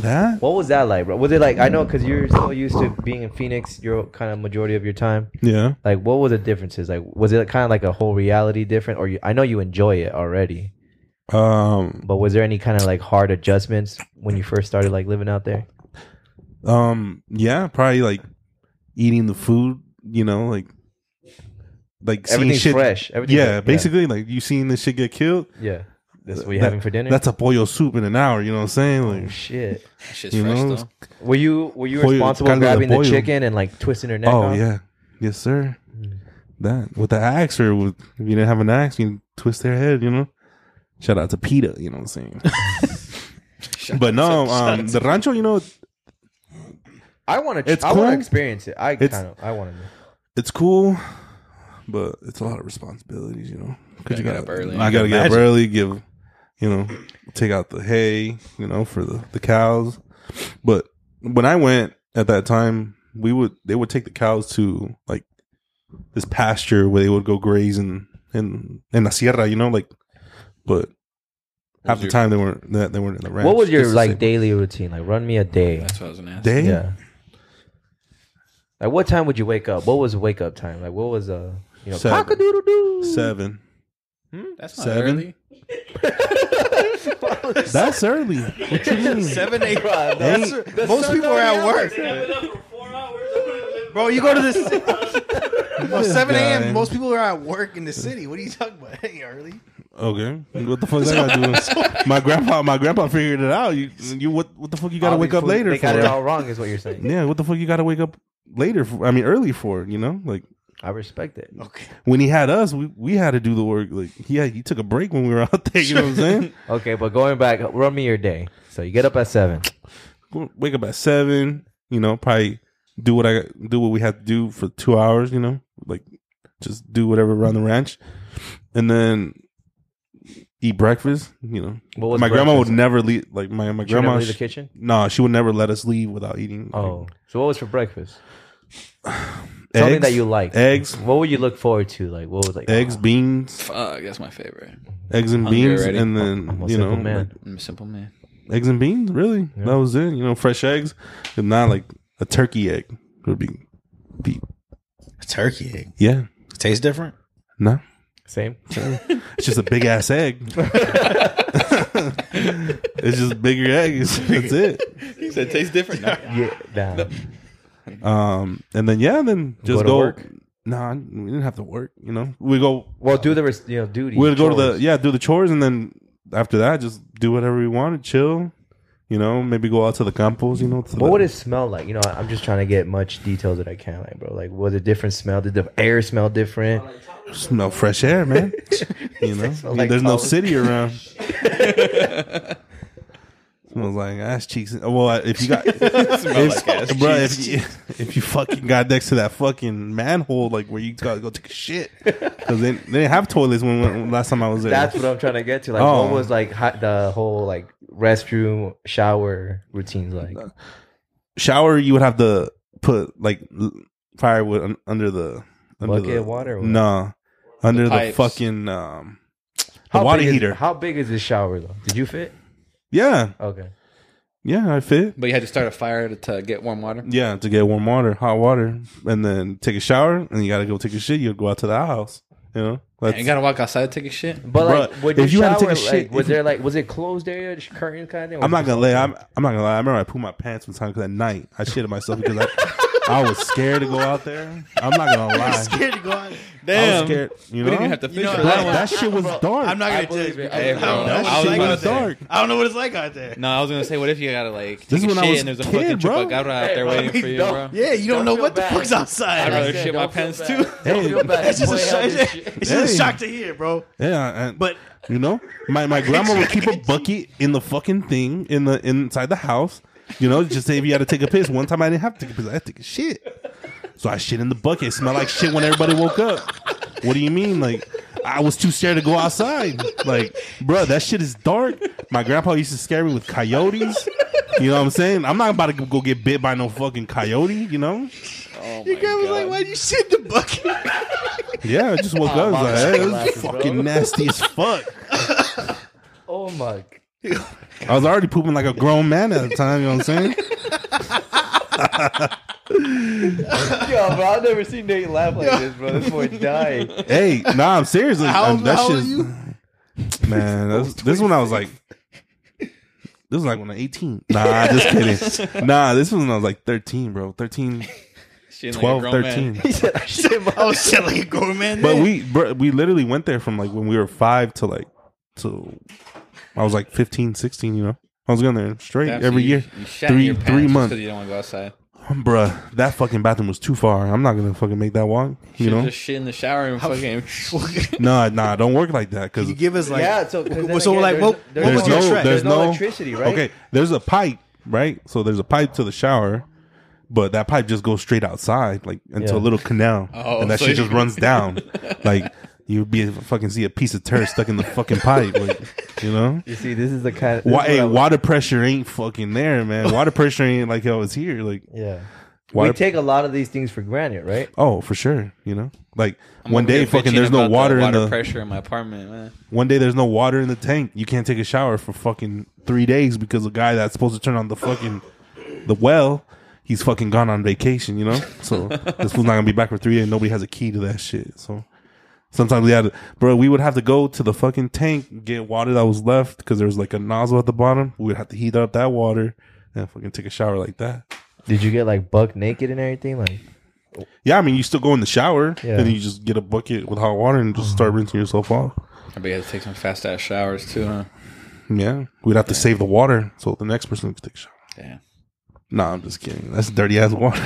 That? What was that like, bro? Was it like I know because you're so used to being in Phoenix, your kind of majority of your time. Yeah. Like, what were the differences? Like, was it kind of like a whole reality different, or you, I know you enjoy it already, Um but was there any kind of like hard adjustments when you first started like living out there? um yeah, probably like eating the food, you know, like like seeing Everything's shit. fresh. Everything's Yeah, like- basically like you seen this shit get killed. Yeah, yeah. that's what you're That- having for dinner. That's a pollo soup in an hour, you know what I'm saying? Oh, Like shit. That shit's you fresh know, though. Were you were you Pollo- responsible for caldo de grabbing the pollo. chicken and like twisting her neck? Oh off? yeah, yes sir. Mm. That with the axe or with, if you didn't have an axe, you twist their head. You know. Shout out to Peta. You know what I'm saying. but no, um, the rancho. You know, I want to. It's I want cool. to experience it. I It's- kind of. I want to. it's cool, but it's a lot of responsibilities. You know, because you Gotta get gotta up early. You I gotta get up imagine. early. Give, you know, take out the hay. You know, for the the cows. But when I went at that time, we would they would take the cows to like this pasture where they would go graze in in in la sierra. You know, like but. Half the your- time they weren't they, they weren't in the ranch. What was your It's the like same daily routine? Like, run me a day. That's what I was gonna ask. day? Yeah. Like, what time would you wake up? What was wake up time? Like, what was uh, you know, Seven. cock a doodle doo. Seven. That's not Seven? early. That's early. What you mean? Seven, eight. Eight? Most people are at work. I've been up for four hours. Bro, you go to this. Well, 7 guy. a.m. Most people are at work in the city. What are you talking about? Hey, early. Okay. What the fuck is that gotta do? My grandpa, my grandpa figured it out. You, you what? What the fuck? You gotta wake up later They got it for? all wrong, is what you're saying. Yeah. What the fuck? You gotta wake up later for? I mean, early for? You know, like I respect it. Okay. when he had us, we, we had to do the work. Like he had, he took a break when we were out there. You know what I'm saying? Okay, but going back, run me your day. So you get up at seven. Go- wake up at seven. You know, probably do what I do what we had to do for two hours. You know, like just do whatever around the ranch, and then eat breakfast. You know, What was my grandma would breakfast? never leave. Like my my Did you never grandma, leave the she- kitchen. No, she would never let us leave without eating. like, Oh, so what was for breakfast? Something eggs, that you liked. Eggs, What would you look forward to? Like, what was like eggs, beans, Fuck, that's my favorite. eggs and Hungry beans, already. and then I'm a you know, simple man. I'm a simple man. like, eggs and beans. Really, that was it. You know, fresh eggs, if not like a turkey egg would be, be A turkey egg. yeah, Tastes different. no, Same. it's just a big ass egg. it's just bigger eggs. That's it. He said tastes different. now. Yeah, nah. Um, and then yeah, then just to go. work? Nah, we didn't have to work. You know, we go. Well, do the res- you know duty. We'd go to the chores. yeah, do the chores, and then after that, just do whatever we wanted, chill. You know, maybe go out to the campos. You know, to What the, would it smell like? You know, I'm just trying to get much details that I can, like, bro. Like, was it different smell? Did the air smell different? smell fresh air, man? you know, Smell like there's no college. city around. Smells like ass cheeks. Well, if you got, if, bro, if you, if you fucking got next to that fucking manhole, like where you gotta go take a shit, because they, they didn't have toilets when, when last time I was there. That's what I'm trying to get to. Like, Oh. what was like hot, the whole like restroom shower routines like? shower, you would have to put like l- firewood un- under the under Bucket the, of water or what? No, under the, pipes. fucking um, the How water big is- heater. how big is this shower though? Did you fit? yeah, Okay. yeah, I fit. But you had to start a fire to, to get warm water. Yeah, to get warm water, hot water, and then take a shower, and you gotta go take a shit. You go out to the house. You know, And you gotta walk outside to take a shit. But like, Bruh, would if you you had shower, to take a like, shit, was if you- there like, was it closed area, just curtain kind of thing? or I'm was not it gonna lie. open? I'm, I'm not gonna lie. I remember I pooped my pants one time because at night I shitted myself because I, I was scared to go out there. I'm not gonna lie. Scared to go out. I Damn. was scared. You we know, didn't even have to fish know, for Bro, that I- one. that shit was dark. I'm not I gonna believe judge. it. but I I don't know. believe it. I don't know That what shit was it's like out dark. there. I don't know what it's like out there. No, I was gonna say, what if you gotta like take This is a when I shit was and there's a a fucking kid, bro. chupacabra out there Hey, waiting bro, for you, don't- bro? Yeah, you don't, Don't know feel what bad. the fuck's I'd outside. rather I said, shit my don't feel pants bad. too. Don't feel Hey, bad. That's just a Boy, shock. hell, this It's shit- just Hey. a shock to hear, bro. Yeah, and, But You know, my my grandma would keep a bucket in the fucking thing in the inside the house. You know, just say if you had to take a piss. One time I didn't have to take a piss. I had to take a shit. So I shit in the bucket. It smelled like shit when everybody woke up. What do you mean? Like I was too scared to go outside. Like, bruh, that shit is dark. My grandpa used to scare me with coyotes. You know what I'm saying? I'm not about to go get bit by no fucking coyote. You know? your guy was like, "Why'd you shit the bucket?" Yeah, I just woke up. I was like, hey, this is fucking nasty as fuck. Oh my! g- I was already pooping like a grown man at the time. You know what I'm saying? Yo, bro, I've never seen Nate laugh like this, bro. This boy died. Hey, nah, I'm serious. Like, How- um, that how old shit- are you? Man, that's, this one I was like, this was like when I 18. Nah, just kidding. Nah, this was when I was like 13, bro. 13, Shit, like a 12, grown man. 13. He said, "I shit my." I was shit like a grown man. But we, bro, we literally went there from like when we were five to like, to I was like 15, 16, you know? I was going there straight Damn, so every you- year. you shat in Three your three pants months. because you don't want to go outside. Bruh, that fucking bathroom was too far. I'm not going to fucking make that walk, you Should've know? just shit in the shower and fucking. Nah, nah, don't work like that. Cause you give us like, yeah, so 'cause then so again, like, there's- what, there's what was your no- track? there's There's no no- electricity, right? Okay, there's a pipe, right? So there's a pipe to the shower, but that pipe just goes straight outside, like into Yeah. a little canal, Oh, and that so shit you- just runs down. like you'd be fucking see a piece of turd stuck in the fucking pipe, like you know. You see, this is the kind. Of, this is Why, what I hey, was- water pressure ain't fucking there, man. Water pressure ain't like how it's here. Like, Yeah. Water- we take a lot of these things for granted, right? oh, for sure, you know. Like I'm one over day, here fucking, bitching there's about no the water in water the pressure in my apartment, man. one day. There's no water in the tank. You can't take a shower for fucking three days because a guy that's supposed to turn on the fucking the well, he's fucking gone on vacation, you know? So this fool's not gonna be back for three days. Nobody has a key to that shit. So sometimes we had to, bro, we would have to go to the fucking tank, get water that was left because there was like a nozzle at the bottom. We would have to heat up that water and fucking take a shower like that. Did you get like buck naked and everything? Like, Yeah, I mean, you still go in the shower Yeah. and then you just get a bucket with hot water and just start rinsing yourself off. I bet you had to take some fast ass showers too, huh? Yeah, we'd have to save the water so the next person could take a shower. Damn, Nah, I'm just kidding. That's dirty ass water.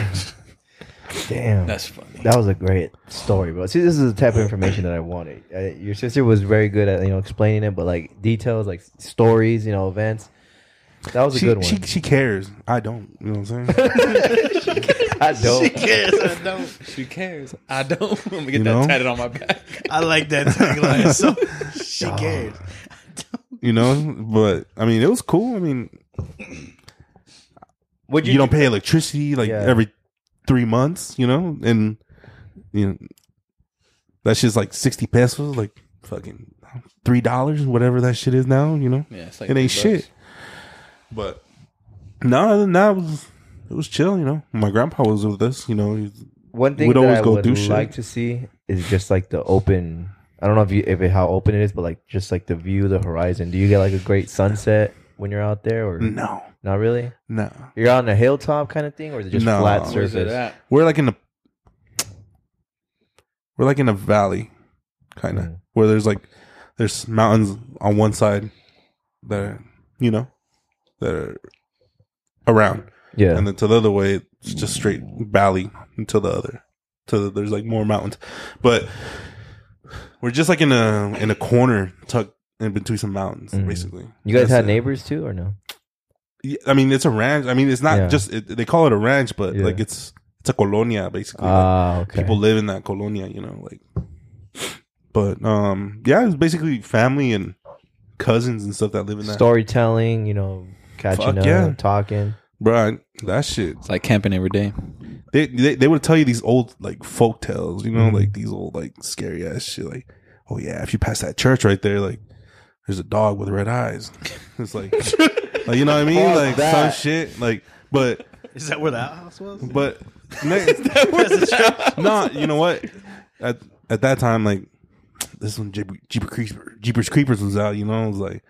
damn, that's funny. that was a great story, bro. See, this is the type of information that I wanted. Uh, your sister was very good at you know explaining it, but like details, like stories, you know, events. That was a she, good one. she she cares. I don't. You know what I'm saying? I don't. Yes, I know. She cares. I don't. I'm gonna get You that know? tatted on my back. I like that tagline. So she cares. you know, but I mean, it was cool. I mean, Would you, don't pay electricity like Yeah. every three months, you know, and you know that's just like sixty pesos, like fucking three dollars, whatever that shit is now, you know. Yeah, it's like it ain't three shit. bucks. But no, other than that, it was it was chill, you know. My grandpa was with us, you know. He's, One thing would that always I go would do shit. like to see is just like the open I don't know if you if it, how open it is, but like just like the view, the horizon. Do you get like a great sunset when you're out there, or No, not really? no. You're on a hilltop kind of thing, or is it just No. flat Where's surface? We're like in a we're like in a valley, kind of Mm. where there's like there's mountains on one side that are, you know that are around, Yeah, and then to the other way it's just straight valley until the other to the, there's like more mountains, but we're just like in a in a corner tucked in between some mountains, Mm. basically. you guys That's had it. neighbors too, or no? Yeah, I mean, it's a ranch. I mean, it's not Yeah. just it, they call it a ranch, but Yeah. like it's it's a colonia basically. Like, Ah, okay. people live in that colonia, you know, like. But um, yeah, it was basically family and cousins and stuff that live in that. Storytelling, you know, catching Fuck up, yeah. talking. Bro, that shit. It's like camping every day. They, they they would tell you these old like folk tales, you Mm-hmm. know, like these old like scary ass shit. Like, oh yeah, if you pass that church right there, like there's a dog with red eyes. It's like, like, you know what I mean, Fuck like some that. shit. Like, but Is that where the outhouse was? But next, no, you know what? At at that time, like this is when Jeep- Jeepers Creepers, Jeepers Creepers was out. You know, I was like,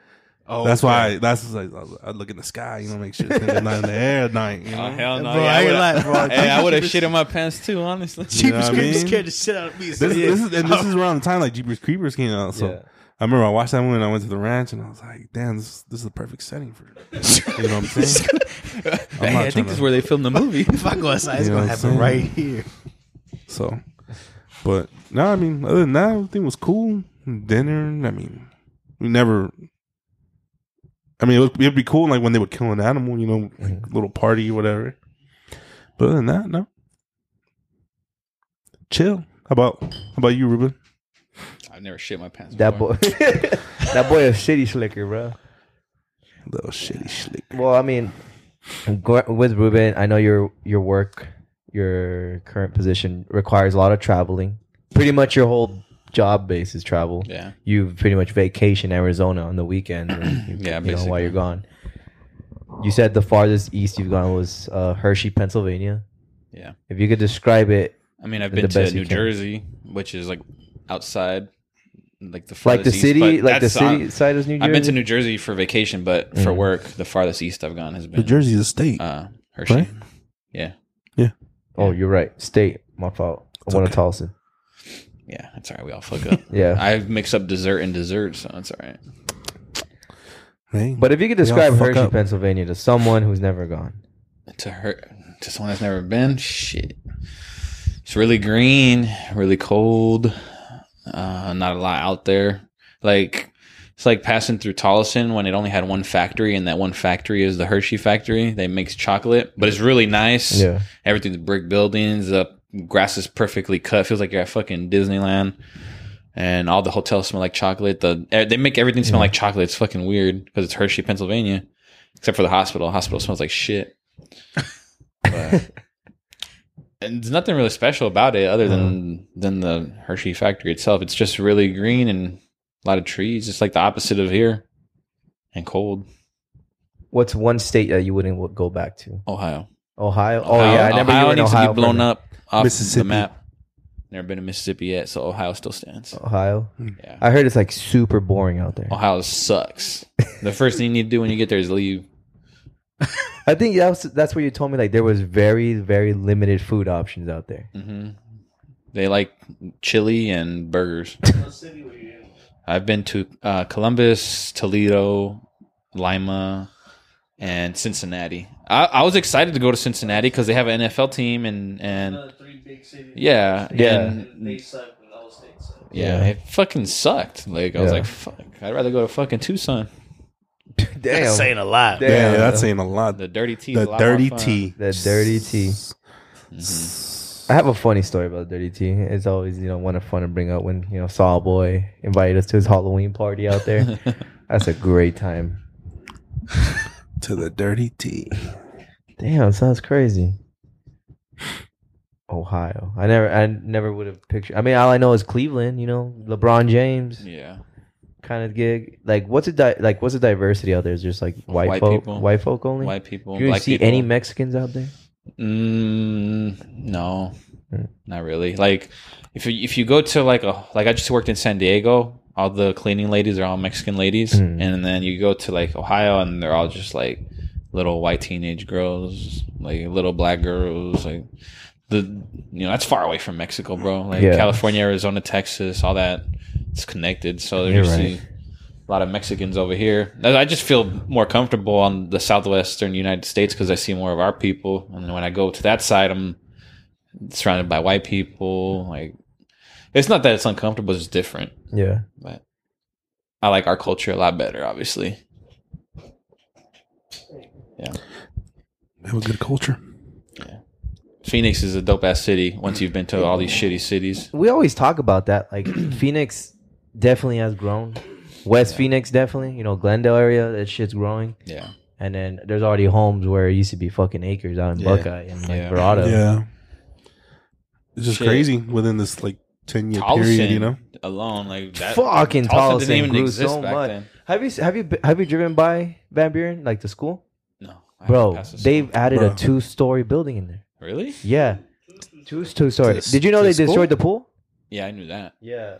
oh, that's why. I, that's like I was- I'd look in the sky. You know, make sure it's not in the air at night. You know, Oh hell no! Bro, I ain't lying, bro. Hey, I would have shit in my pants too, honestly. You know what I mean? scared the shit out of me. This, this is and this is around the time like Jeepers Creepers came out. So Yeah. I remember I watched that movie and I went to the ranch and I was like, damn, this this is the perfect setting for. You know what I'm saying? I'm Hey, not I think tryna- this is where they filmed the movie. if I go outside, it's You know gonna what I'm happen saying? right here. So, but no, I mean, other than that, everything was cool. Dinner, I mean, we never. I mean, it would, it'd be cool like when they would kill an animal, you know, like, little party, whatever. But other than that, no. Chill. How about how about you, Ruben? I've never shit my pants. That before. boy, that boy a shitty slicker, bro. Little shitty slick. Well, I mean, go- with Ruben, I know your your work, your current position requires a lot of traveling. Pretty much your whole job base is travel. Yeah. You pretty much vacation Arizona on the weekend. and you, you know, Yeah, while basically. you're gone. You said the farthest east you've gone was uh, Hershey, Pennsylvania. Yeah. If you could describe it, I mean, I've The been to best you New can. Jersey, which is like outside, like the like the farthest east, city, but like the that's- uh, city side is New Jersey. I've been to New Jersey for vacation, but for Mm. work, the farthest east I've gone has been New Jersey's a state. uh, Hershey. Right? Yeah, oh, you're right. State. My fault. I want to Tulsa. yeah, it's all right. We all fuck up. Yeah. I mix up dessert and dessert, so it's all right. Hey, But if you could We all describe fuck Hershey, up. Pennsylvania to someone who's never gone. To her, to someone that's never been, shit. It's really green, really cold. Uh, not a lot out there. Like it's like passing through Tolleson when it only had one factory, and that one factory is the Hershey factory. They makes chocolate, but it's really nice. Yeah. Everything's brick buildings. The grass is perfectly cut. Feels like you're at fucking Disneyland. And all the hotels smell like chocolate. The eh, they make everything smell like chocolate. It's fucking weird because it's Hershey, Pennsylvania, except for the hospital. Hospital smells like shit. But- and there's nothing really special about it other than than the Hershey factory itself. It's just really green and a lot of trees. It's like the opposite of here and cold. What's one state that you wouldn't w- go back to? Ohio. Ohio. Oh yeah, I never Ohio you were in needs Ohio to be blown for- up off Mississippi. the map. Never been to Mississippi yet, so Ohio still stands. Ohio. Yeah. I heard it's like super boring out there. Ohio sucks. The first thing you need to do when you get there is leave. I think that's that's where you told me like there was very very limited food options out there. hmm They like chili and burgers. What city were you in? I've been to uh, Columbus, Toledo, Lima, and Cincinnati. I, I was excited to go to Cincinnati because they have an NFL team and and Another Uh, three big cities. yeah Yeah. and- They suck when all states suck. yeah, it fucking sucked. Like I was Yeah. like, fuck, I'd rather go to fucking Tucson. Damn, saying a lot. Damn. yeah, that's saying a lot. The dirty tea. is The a lot more dirty fun. tea. that dirty tea. Mm-hmm. I have a funny story about dirty tea. It's always you know one of fun to bring up when you know Saw Boy invited us to his Halloween party out there. that's a great time. To the dirty tea. Damn, sounds crazy. Ohio. I never I never would have pictured I mean all I know is Cleveland, you know, LeBron James Yeah, kind of gig. Like what's a di- like what's the diversity out there? Is just like white, White folk people. white folk only? white people. Do you black see people. any Mexicans out there? Mm, no, Mm. not really. Like if you, if you go to like a like I just worked in San Diego, all the cleaning ladies are all Mexican ladies, Mm. and then you go to like Ohio, and they're all just like little white teenage girls, like little black girls, like the you know that's far away from Mexico, bro. Like Yeah. California, Arizona, Texas, all that it's connected. So You're there's right. a lot of Mexicans over here. I I just feel more comfortable on the southwestern United States because I see more of our people, and when I go to that side, I'm surrounded by white people. Like, it's not that it's uncomfortable; it's just different. Yeah. But I like our culture a lot better, obviously. They have a good culture. Phoenix is a dope ass city. Once you've been to all these shitty cities, we always talk about that. Like Phoenix definitely has grown. West Phoenix definitely, you know, Glendale area, that shit's growing. yeah, And then there's already homes where it used to be fucking acres out in Yeah. Buckeye and like Yeah. Verado. Yeah. It's just Shit. crazy within this like ten year Tolleson period, you know. alone like that. Fucking Tolleson Tolleson didn't even grew exist so back much. then. Have you have you been- have you driven by Van Buren like the school? No, I haven't Bro, passed this they've added a Bro. two story building in there. one. really? Yeah, two two story. this- Did you know to they the school? destroyed the pool? Yeah, I knew that. Yeah,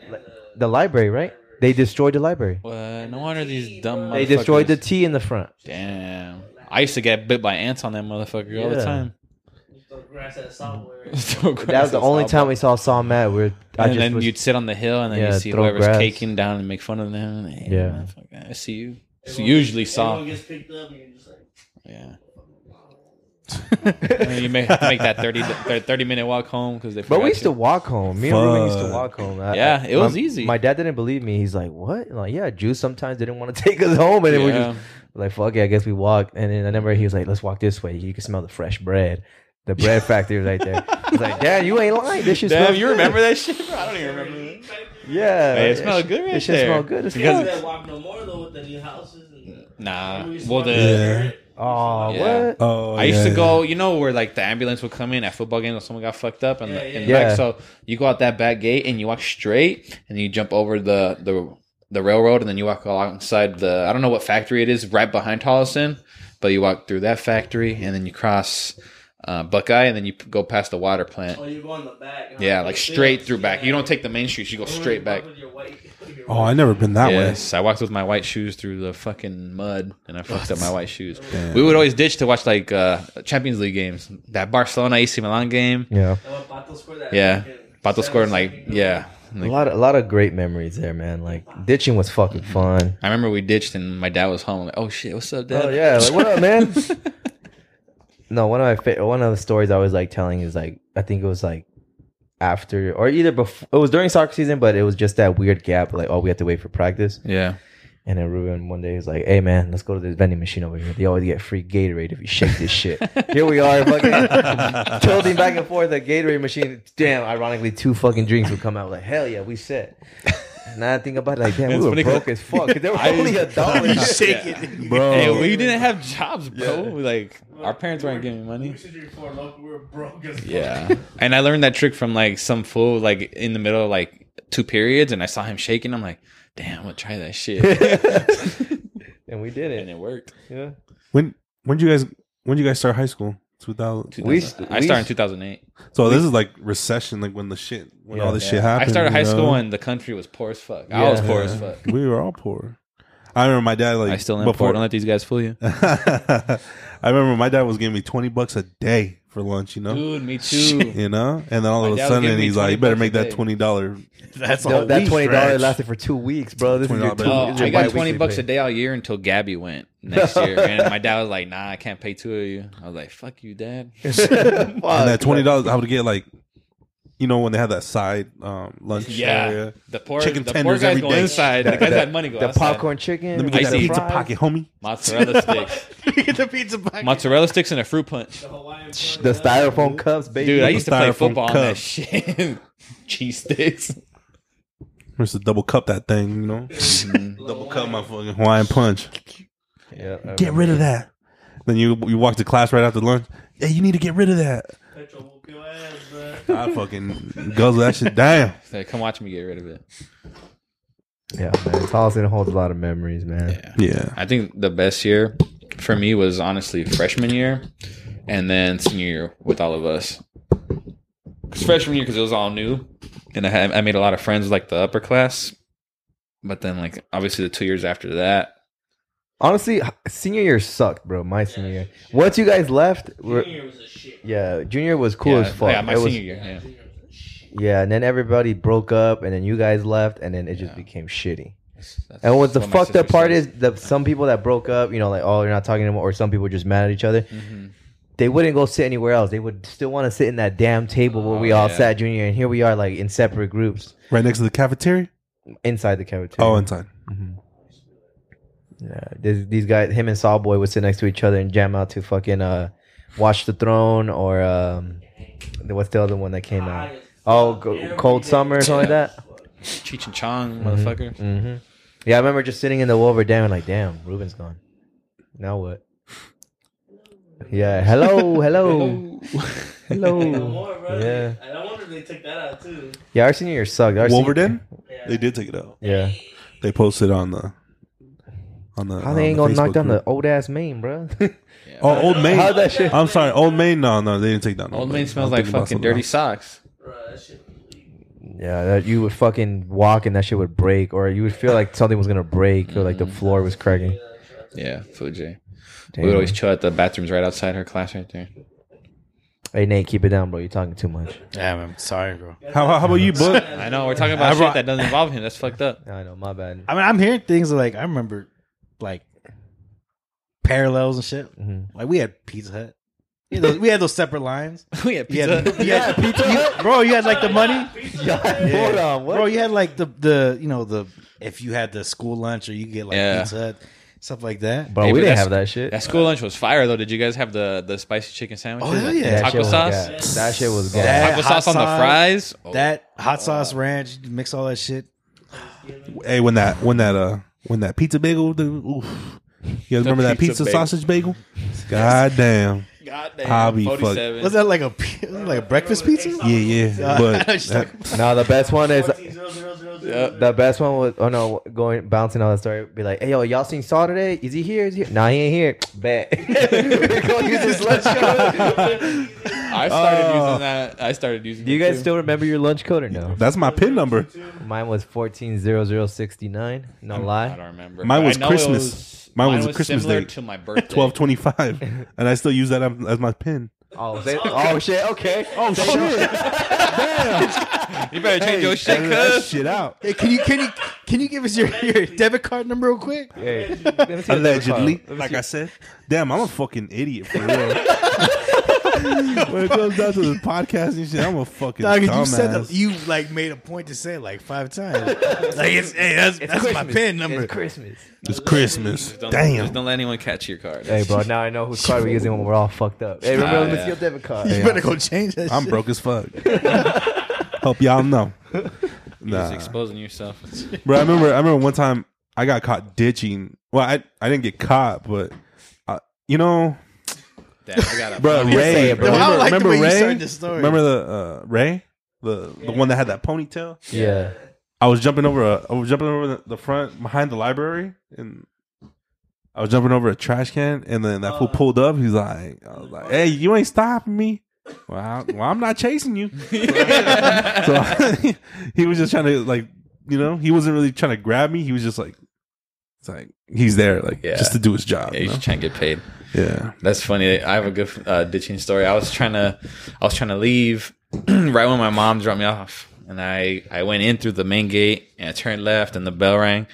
the library, right? They destroyed the library. Well, no wonder these dumb. They destroyed the motherfuckers- T in the front. Damn, I used to get bit by ants on that motherfucker all the Yeah. time. The grass at software. That was the only time we saw Saw Matt. Where I and just then was, you'd sit on the hill, and then Yeah, you see throw whoever's grass. caking down and make fun of them. and, "Hey, Yeah. motherfucker, I see you. It's usually Saw. Everyone gets picked up and you're just like, Yeah. And then you may have to make that 30, thir- 30 minute walk home because they. but forgot we used you. to walk home. Me and Ruben used to Fuck. walk home. I- Yeah, it my- was easy. My dad didn't believe me. He's like, "What?" like, yeah, Jews sometimes didn't want to take us home, and then we Yeah. just like, "Fuck it, I guess we walk." And then I remember he was like, "Let's walk this way. You can smell the fresh bread. The bread factory right there." I was like, "Dad, you ain't lying. This shit Damn, smells you good." remember that shit, bro? I don't even remember that. Yeah, Hey, it that smelled shit- good right It should there. smell good. As Because- fuck. that walk no more though with the new houses. And Nah. We used to Well, walk the. Yeah. Oh, Yeah. what? Oh, I used to go, you know, where like the ambulance would come in at football games when someone got fucked up, and, Yeah, the, yeah, and yeah. like, so you go out that back gate and you walk straight, and you jump over the the the railroad, and then you walk alongside the I don't know what factory it is right behind Tolleson, but you walk through that factory, and then you cross uh, Buckeye, and then you p- go past the water plant. Oh, you go in the back. huh? Yeah, like Big straight ups, through back. yeah. You don't take the main street; you go Remember straight you back. walk with your white- with your Oh, I white- never been that Yes, I walked with my white shoes through the fucking mud, and I fucked up my white shoes. Damn. We would always ditch to watch like uh, Champions League games. That Barcelona AC Milan game. Yeah, Oh, Pato scored that Yeah. fucking Pato scored and like seven-second goal. yeah. a Like, lot, of, a lot of great memories there, man. Like ditching was fucking fun. I remember we ditched and my dad was home. like, oh shit, what's up, dad? Oh yeah, like, what up, man? no, one of my fa- one of the stories I always like telling is like I think it was like after or either before it was during soccer season, but it was just that weird gap. Like, oh, we have to wait for practice. yeah. And then Ruben one day was like, "Hey man, let's go to this vending machine over here. They always get free Gatorade if you shake this shit." here we are, fucking tilting back and forth at Gatorade machine. Damn, ironically, two fucking drinks would come out. Like, hell yeah, we set. Now I think about it, like, damn, It's we were funny 'cause broke as fuck. 'cause They were only a dollar. way, bro. Hey, we didn't have jobs, bro. Like our parents weren't giving me We money. used to drink four local. We were broke as fuck. Yeah. and I learned that trick from like some fool like in the middle of like two periods and I saw him shaking. I'm like, damn, I'm gonna try that shit. and we did and it. it worked. Yeah. when when did you guys when did you guys start high school? 2000. We st- I we started in st- 2008. So this is like recession, like when the shit when Yeah. all this shit happened. I started high you know? school and the country was poor as fuck. I was Yeah. poor as fuck. we were all poor. I remember my dad like I still am poor. before- Don't let these guys fool you. I remember my dad was giving me twenty bucks a day for lunch. You know, Dude, me too. you know, and then all My of a dad was giving sudden me he's like, "You better 20 make bucks a that day." twenty dollar." That's a No, whole that week twenty dollars stretch. lasted for two weeks, bro. This is your $20 two. bill. Oh, this is your I got bi-weekly twenty bucks pay. a day all year until Gabby went next year, and my dad was like, "Nah, I can't pay two of you." I was like, "Fuck you, dad." and that twenty dollars, I would get like, you know, when they had that side um, lunch Yeah, area. the poor Chicken the poor tenders guys every go day. inside. The guys had money go The outside. popcorn chicken. Let me the get that Icy. pizza pocket, homie. mozzarella sticks, Get the pizza box. mozzarella sticks, and a fruit punch. The Hawaiian fries, Punch, The yeah. styrofoam cups, baby. Dude, I used to play Styrofoam football on that cup. shit. Cheese sticks. Just to double cup that thing, you know, Mm-hmm. double cup my fucking Hawaiian punch. Yeah, I Get remember. rid of that. Then you you walk to class right after lunch. Hey, you need to get rid of that. Petro whoop your ass, bruh. I fucking guzzle that shit. Damn. Like, come watch me get rid of it. Yeah, man. Tolleson holds a lot of memories, man. Yeah. I think the best year for me was honestly freshman year, and then senior year with all of us. 'Cause freshman year, because it was all new, and I, had, I made a lot of friends with like the upper class. But then, like obviously, the two years after that, Honestly, h- senior year sucked, bro. My senior year. Once you guys left, we're, Junior was a shit. yeah, junior was cool yeah, as fuck. Yeah, my It was- senior year. Yeah. Junior was a shit. Yeah, and then everybody broke up, and then you guys left, and then it just Yeah. became shitty. That's- that's And what the my fucked up sister part says. is that some people that broke up, you know, like oh, you're not talking anymore, or some people just mad at each other. Mm-hmm. They wouldn't go sit anywhere else. They would still want to sit in that damn table where we Oh, all yeah. sat junior, and here we are like in separate groups Right next to the cafeteria? inside the cafeteria. Oh, inside. Yeah, these, these guys, him and Sawboy would sit next to each other and jam out to fucking uh, Watch the Throne or um, the- what's the other one that came out? Oh, go, Cold Summer or something like that. Cheech and Chong, motherfucker. hmm Yeah, I remember just sitting in the Wolver Dam and like, damn, Ruben's gone. Now what? Yeah, hello, hello, No hello. more, bro. Yeah. And I wonder if they took that out too. Yeah, our senior year sucked. Our senior- Wolverden? Yeah. They did take it out. Yeah. They posted on the on the. How on they ain't the gonna knock Facebook down group. the old ass main, bro? Oh, old main. How'd that shit? I'm sorry, old main. No, no, they didn't take down Old Main. man smells I'm like thinking about fucking something dirty else. socks. Bro, that shit was weak. yeah, that you would fucking walk and that shit would break, or you would feel like something was gonna break, or like the floor was cracking. Yeah, Fuji. Damn. We would always chill at the bathrooms right outside her class, right there. Hey Nate, keep it down, bro. You're talking too much. Damn, I'm sorry, bro. How, how about you, Book? I know we're talking about shit that doesn't involve him. That's fucked up. I know, my bad. I mean, I'm hearing things like I remember, like parallels and shit. Mhm. Like we had Pizza Hut. You know, we had those separate lines. we had You pizza. had, you had- you- bro. You had like the money. Hold on, what? Bro, you had like the the you know the if you had the school lunch or you get like Yeah. Pizza Hut, stuff like that. bro, Hey, we but didn't that's- have that shit. That school lunch was fire though. Did you guys have the the spicy chicken sandwiches? Oh, hell Like, yeah. That shit Taco was sauce. gas. That shit was gas. That Taco hot sauce on the sauce. fries. Oh, That hot sauce ranch, you mix all that shit. hey, when that when that uh when that pizza bagel, the, oof. you guys remember that pizza pizza bagel. sausage bagel? God damn. goddamn. I'll be fucked. 47. Was that like a p- like a breakfast pizza? Yeah, yeah. But that, No, the best one is Yeah. the best one was oh no, going bouncing on the story. Be like, hey yo, y'all seen Saw today? Is he here? Is he here? Nah, he ain't here. Bet. Go use his lunch code. I started Oh. using that. I started using. Do you it, guys too. still remember your lunch code or no? that's my pin number. Mine was fourteen zero zero sixty nine. No I lie. don't remember. Mine But I was know it Christmas. Mine was a Christmas similar date. to my birthday. Twelve twenty five, and I still use that as my pin. Oh, they, oh shit. Okay. Oh shit. You better change your shit, Edit that cuz. shit out. Hey, can you can you can you give us your, your debit card number real quick? Hey, let me see your debit card. Allegedly, like I said. Damn, I'm a fucking idiot for real. when it comes down to this podcast and shit, I'm a fucking Dog, you dumbass. said that you like made a point to say it like five times. like it's hey, that's that's my Christmas. pin number. It's Christmas. it's Christmas. Don't, Damn. Just don't let anyone catch your card. Hey, bro. Now I know whose card we're using when we're all fucked up. Hey, remember? Ah, let me yeah. see your debit card. You better go change that. I'm shit. broke as fuck. Hope y'all know. Just Nah. exposing yourself. Bro, I remember I remember one time I got caught ditching. Well, I I didn't get caught, but I, you know, Damn, I got a bro, fucking- Ray, it, bro. bro. No, I Remember, like the remember way you Ray? started the story. Remember the uh, Ray? The the one that had that ponytail? Yeah. I was jumping over a I was jumping over the, the front behind the library and I was jumping over a trash can and then that Oh. fool pulled up. He's like, I was like, hey, you ain't stopping me. Well, I, well I'm not chasing you. so he was just trying to like, you know, he wasn't really trying to grab me. He was just like, it's like he's there like Yeah. just to do his job. Yeah, you you know? should try and get paid. Yeah. That's funny. I have a good uh, ditching story. I was trying to, I was trying to leave right when my mom dropped me off, and I I went in through the main gate and I turned left, and the bell rang,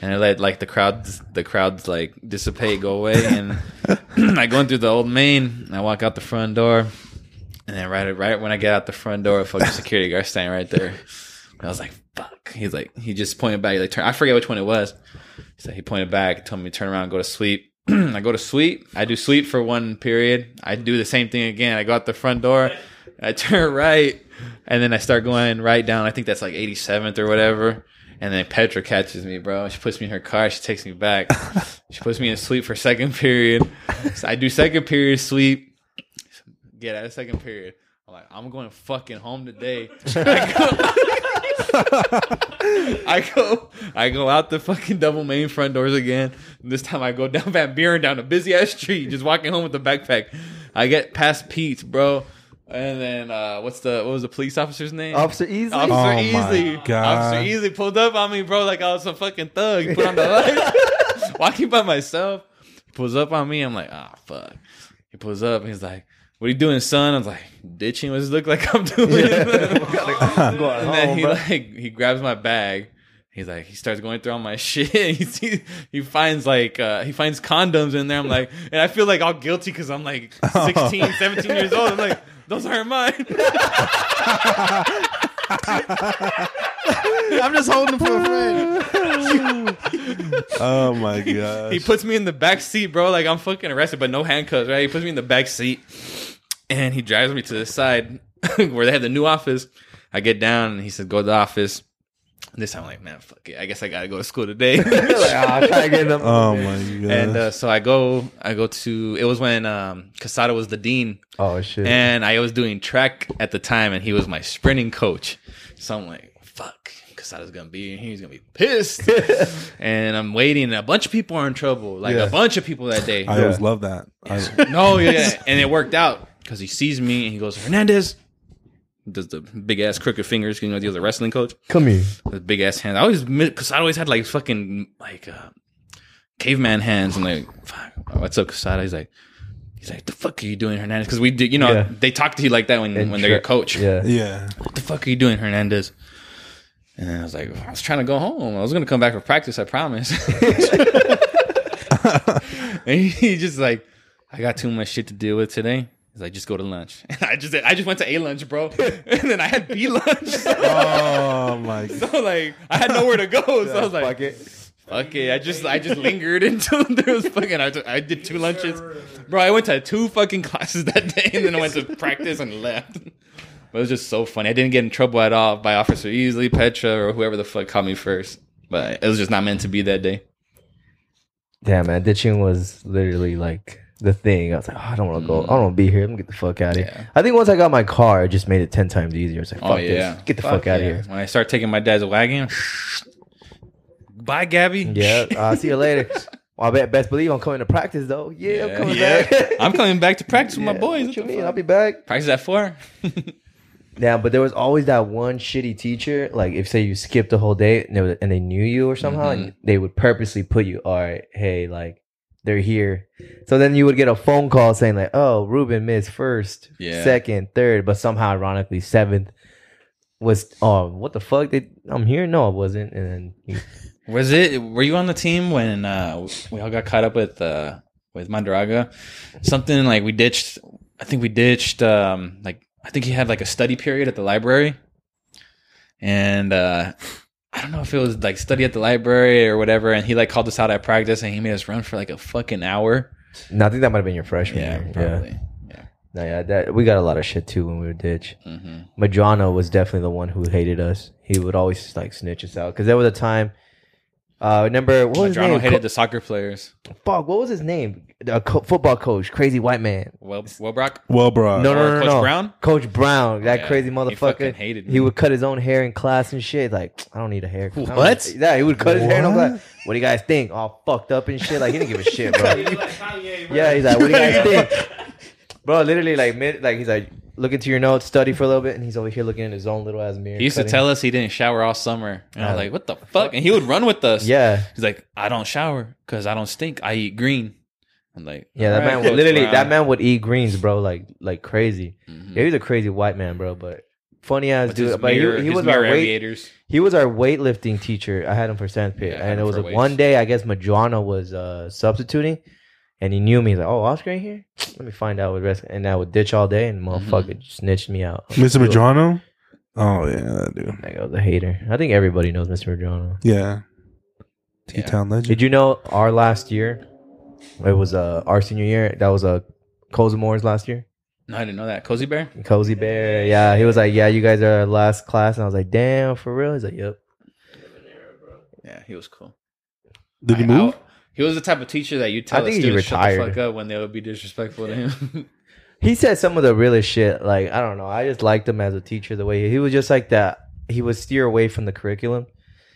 and I let like the crowds the crowds like dissipate, go away, and I go in through the old main, and I walk out the front door, and then right right when I get out the front door, a fucking security guard standing right there. And I was like, fuck. He's like, he just pointed back. He's like, turn. I forget which one it was. So he pointed back, told me to turn around, go to sleep. I go to sleep. I do sleep for one period. I do the same thing again. I go out the front door. I turn right, and then I start going right down. I think that's like 87th or whatever. And then Petra catches me, bro. She puts me in her car. She takes me back. she puts me in sleep for second period. So I do second period sleep get out of second period. I'm like, I'm going fucking home today. I go, I go out the fucking double main front doors again. This time I go down Van Buren down a busy ass street, just walking home with a backpack. I get past Pete's, bro. And then uh, what's the what was the police officer's name? Officer Easy. Officer Oh my Easy. God. Officer Easy pulled up on me, bro, like I was some fucking thug. Put on the lights. Walking by myself. He pulls up on me. I'm like, ah, fuck. He pulls up and he's like, what are you doing, son? I was like, ditching. What does it look like I'm doing? I'm going and then home, he bro. like he grabs my bag. He's like he starts going through all my shit. he sees, he finds like uh, he finds condoms in there. I'm like, and I feel like all guilty because I'm like 16, 17 years old. I'm like, those aren't mine. I'm just holding for a friend. Oh my god. he puts me in the back seat, bro. Like I'm fucking arrested, but no handcuffs, right? He puts me in the back seat, and he drives me to the side where they have the new office. I get down, and he says, "Go to the office." This time, I'm like, man, fuck it. I guess I gotta go to school today. like, "Ah, I'll try again. oh my god. and uh, so I go, I go to. It was when um, Casada was the dean, oh shit. and I was doing track at the time, and he was my sprinting coach. So I'm like, fuck, Casada's gonna be in here. He's gonna be pissed. and I'm waiting, and a bunch of people are in trouble. Like Yeah. a bunch of people that day. I always love that. I, No, yeah, yeah. and it worked out because he sees me and he goes, Hernandez. Does the big ass crooked fingers? You know, the other wrestling coach, Come here. the big ass hands. I always because I always had like fucking like uh, caveman hands. I'm like, fuck, what's up, Casada? He's like. He's like, the fuck are you doing, Hernandez? Because we did, you know, Yeah. they talk to you like that when, when they're your coach. Yeah. yeah. What the fuck are you doing, Hernandez? And then I was like, I was trying to go home. I was gonna come back for practice. I promise. and he just like, I got too much shit to deal with today. He's like, just go to lunch. And I just, I just went to a lunch, bro. And then I had B lunch. So, Oh my god. like, I had nowhere to go. So I was like, Fuck it. fuck it. I just, I just lingered until there was fucking. I, took- I did two lunches, bro. I went to two fucking classes that day, and then I went to practice and left. But it was just so funny. I didn't get in trouble at all by Officer Easley, Petra, or whoever the fuck caught me first. But it was just not meant to be that day. Damn, man, ditching was literally like the thing. I was like, oh, I don't want to go. I don't want to be here. Let me get the fuck out of Mm. Yeah. here. I think once I got my car, it just made it ten times easier. It's like, fuck Oh yeah, this. Get the fuck, out yeah. of here. When I start taking my dad's wagon, bye, Gabby. Yeah. I'll see you later. Well, I bet, best believe I'm coming to practice though. Yeah, I'm coming Yeah. back. I'm coming back to practice with Yeah, my boys. What What you the mean? fuck? I'll be back. Practice at four. Yeah, but there was always that one shitty teacher. Like, if say you skipped the whole day and they, was, and they knew you or somehow, Mm-hmm. and they would purposely put you, all right, hey, like they're here. So then you would get a phone call saying like, oh, Ruben missed first, Yeah. second, third, but somehow ironically seventh was oh what the fuck did I'm here? No, I wasn't. And then you- Was it? Were you on the team when uh, we all got caught up with uh, with Mandraga? Something like we ditched. I think we ditched. Um, like I think he had like a study period at the library, and uh, I don't know if it was like study at the library or whatever. And he like called us out at practice, and he made us run for like a fucking hour. no, I think that might have been your freshman. Yeah, year. probably. No, yeah, that we got a lot of shit too when we were ditch. hmm Madrano was definitely the one who hated us. He would always just, like snitch us out because there was a time. Uh, remember what was his Madrano name? hated the soccer players. Co- fuck, what was his name? A co- football coach, crazy white man. Well, Welbrock. Well, bro. No, no, no, or Uh, Coach no. Brown? Coach Brown, that Yeah, crazy he motherfucker. He, fucking hated me. would cut his own hair in class and shit. Like, I don't need a haircut. I don't What? need- Yeah, he would cut his hair in What? class. What do you guys think? All fucked up and shit. Like, he didn't give a shit, bro. You're like Kanye, bro. Yeah, he's like, what do you guys think? Bro, literally, like, mid, like he's like, look into your notes, study for a little bit, and he's over here looking in his own little ass mirror. He used to cutting- tell us he didn't shower all summer, and I was Yeah. like, "What the fuck?" And he would run with us. Yeah. He's like, I don't shower because I don't stink. I eat green. I'm like, Yeah, that "All right, man Coach would, literally Brown." that man would eat greens, bro, like like crazy. Mhm. Yeah, he was a crazy white man, bro, but funny ass With his dude. But mirror- he, he his was our mirror weight aviators. he was our weightlifting teacher. I had him for seventh period, Yeah, I had and it him was for like weights. one day I guess Madrano was uh, substituting, and he knew me. He's like, "Oh, Oscar ain't here. Let me find out what rest." And I would ditch all day, and Mm-hmm. motherfucker snitched me out. Mr. Madrano? Oh yeah, that dude. Like, I was a hater. I think everybody knows Mr. Madrano. Yeah. T Town legend. Did you know our last year? It was uh, our senior year. That was a uh, Cozemore's last year. No, I didn't know that. Cozy Bear. Cozy Bear. Yeah, he was like, "Yeah, you guys are our last class," and I was like, "Damn, for real?" He's like, "Yep." Yeah, he was cool. Did he I- move? I- he was the type of teacher that you tell I think a he student shut the retired. fuck up when they would be disrespectful to him. He said some of the realest shit. Like, I don't know. I just liked him as a teacher. The way he, he was just like that. He would steer away from the curriculum,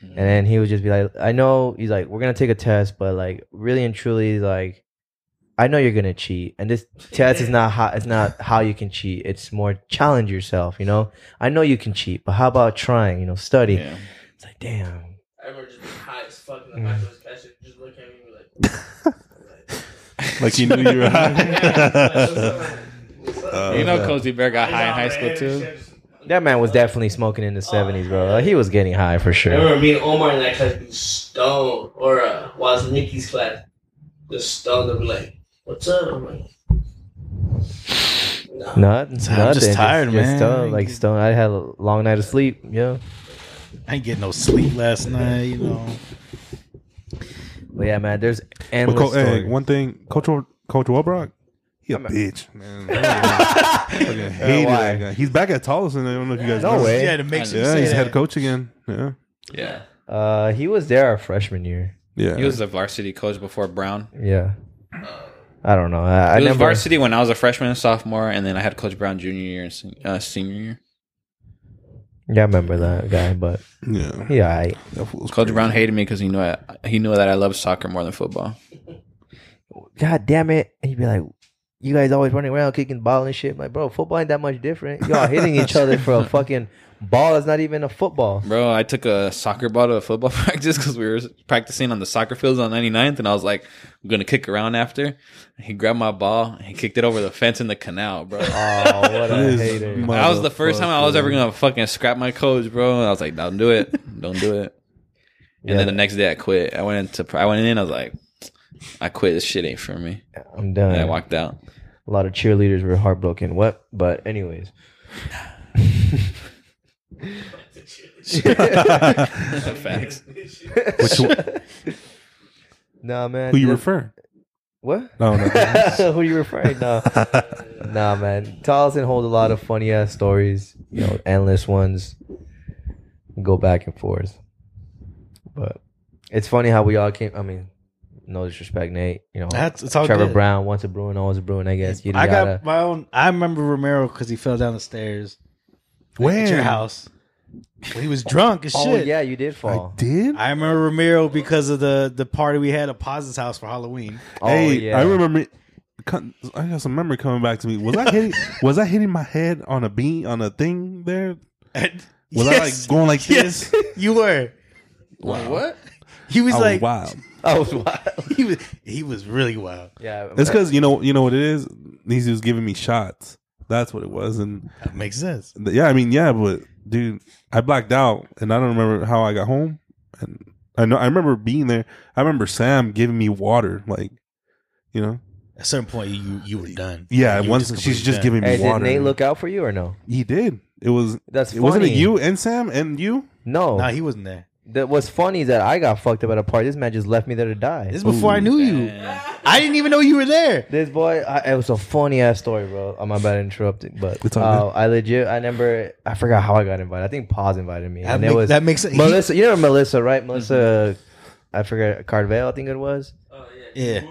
and then he would just be like, "I know." He's like, "We're gonna take a test, but like, really and truly, like." I know you're gonna cheat, and this test is not how it's not how you can cheat. It's more challenge yourself. You know, I know you can cheat, but how about trying? You know, study. Yeah. It's like, damn, I remember just being high as fuck in the back of his cashier, just looking at me and be like, Like you knew you were high. Yeah, what's up? Uh, You know, Yeah. Cozy Bear got high in high school too. that man was definitely smoking in the '70s, bro. Like, he was getting high for I sure. remember me and Omar in that class being stoned, or uh, was Nikki's class, just stoned and be like, "What's up?" I'm like, "Nah." Not, nothing. just tired, man. stoned, like stoned. I had a long night of sleep. Yeah, I ain't getting no sleep last night, you know. but yeah, man. There's But endless co- hey, stories. one thing, Coach Wa- Coach Walbrock, he a bitch, man. I fucking hated why? that guy. He's back at Tolleson. I don't know if you guys. No know. way. Yeah, to make sure Yeah, you he's say head that. coach again. Yeah, Yeah. Uh, he was there our freshman year. yeah. He was the varsity coach before Brown. Yeah. I don't know. I, I He was never. varsity when I was a freshman and sophomore, and then I had Coach Brown junior year and sen- uh, senior year. Yeah, I remember that guy, but yeah. yeah, I, That fool's Coach crazy. Brown hated me because he knew I, he knew that I loved soccer more than football. God damn it! And you'd be like, you guys always running around kicking the ball and shit. I'm like, bro, football ain't that much different. Y'all hitting each other for a fucking ball that's not even a football. Bro, I took a soccer ball to a football practice because we were practicing on the soccer fields on 99th, and I was like, I'm going to kick around after. He grabbed my ball and he kicked it over the fence in the canal, bro. Oh, what a This hater! That was the first time I was ever going to fucking scrap my coach, bro. And I was like, don't do it. Don't do it. And Yeah. then the next day I quit. I went into, I went in, I was like, I quit. This shit ain't for me. I'm done. And I walked out. a lot of cheerleaders were heartbroken. What? But anyways, Facts. nah, man. Who you the- refer? What? No, no. Who you referring? No, nah, man. Tolleson holds a lot of funny ass stories. You know, endless ones. Go back and forth, but it's funny how we all came. I mean, no disrespect, Nate. You know, That's it's all Trevor good. Brown once a Bruin, always a Bruin. I guess yada, I yada. got my own. I remember Romero because he fell down the stairs When at your house. Well, he was drunk as shit. Oh yeah, you did I fall. did. I remember Romero because of the the party we had at Paz's house for Halloween. Oh hey, yeah, I remember. it- I got some memory coming back to me. Was I hitting? was I hitting my head on a bean on a thing there? And- Was I like going like this? you were. Wow. What? He was I was like wild. I was wild. he was he was really wild. Yeah, It's because you know you know what it is. These was giving me shots. That's what it was. And That makes sense. th- yeah, I mean yeah, but dude, I blacked out, and I don't remember how I got home. And I know I remember being there. I remember Sam giving me water, like you know. At a certain point, you you were done. Yeah, You were once she's completely just done. giving me Hey, did water. Nate look out for you or no? he did. It was. That's It wasn't it funny. you and Sam and you. No, No, he wasn't there. that what's funny is that I got fucked up at a party. This man just left me there to die. This is before I knew you. I didn't even know you were there. This boy, I, it was a funny ass story, bro. I'm about to interrupt it, but It's all uh, I legit, I remember, I forgot how I got invited. I think Paws invited me, That, and make, it was that makes sense. Melissa. You know Melissa, right? Melissa, I forgot Cardvale, I think it was. Oh, yeah. Yeah.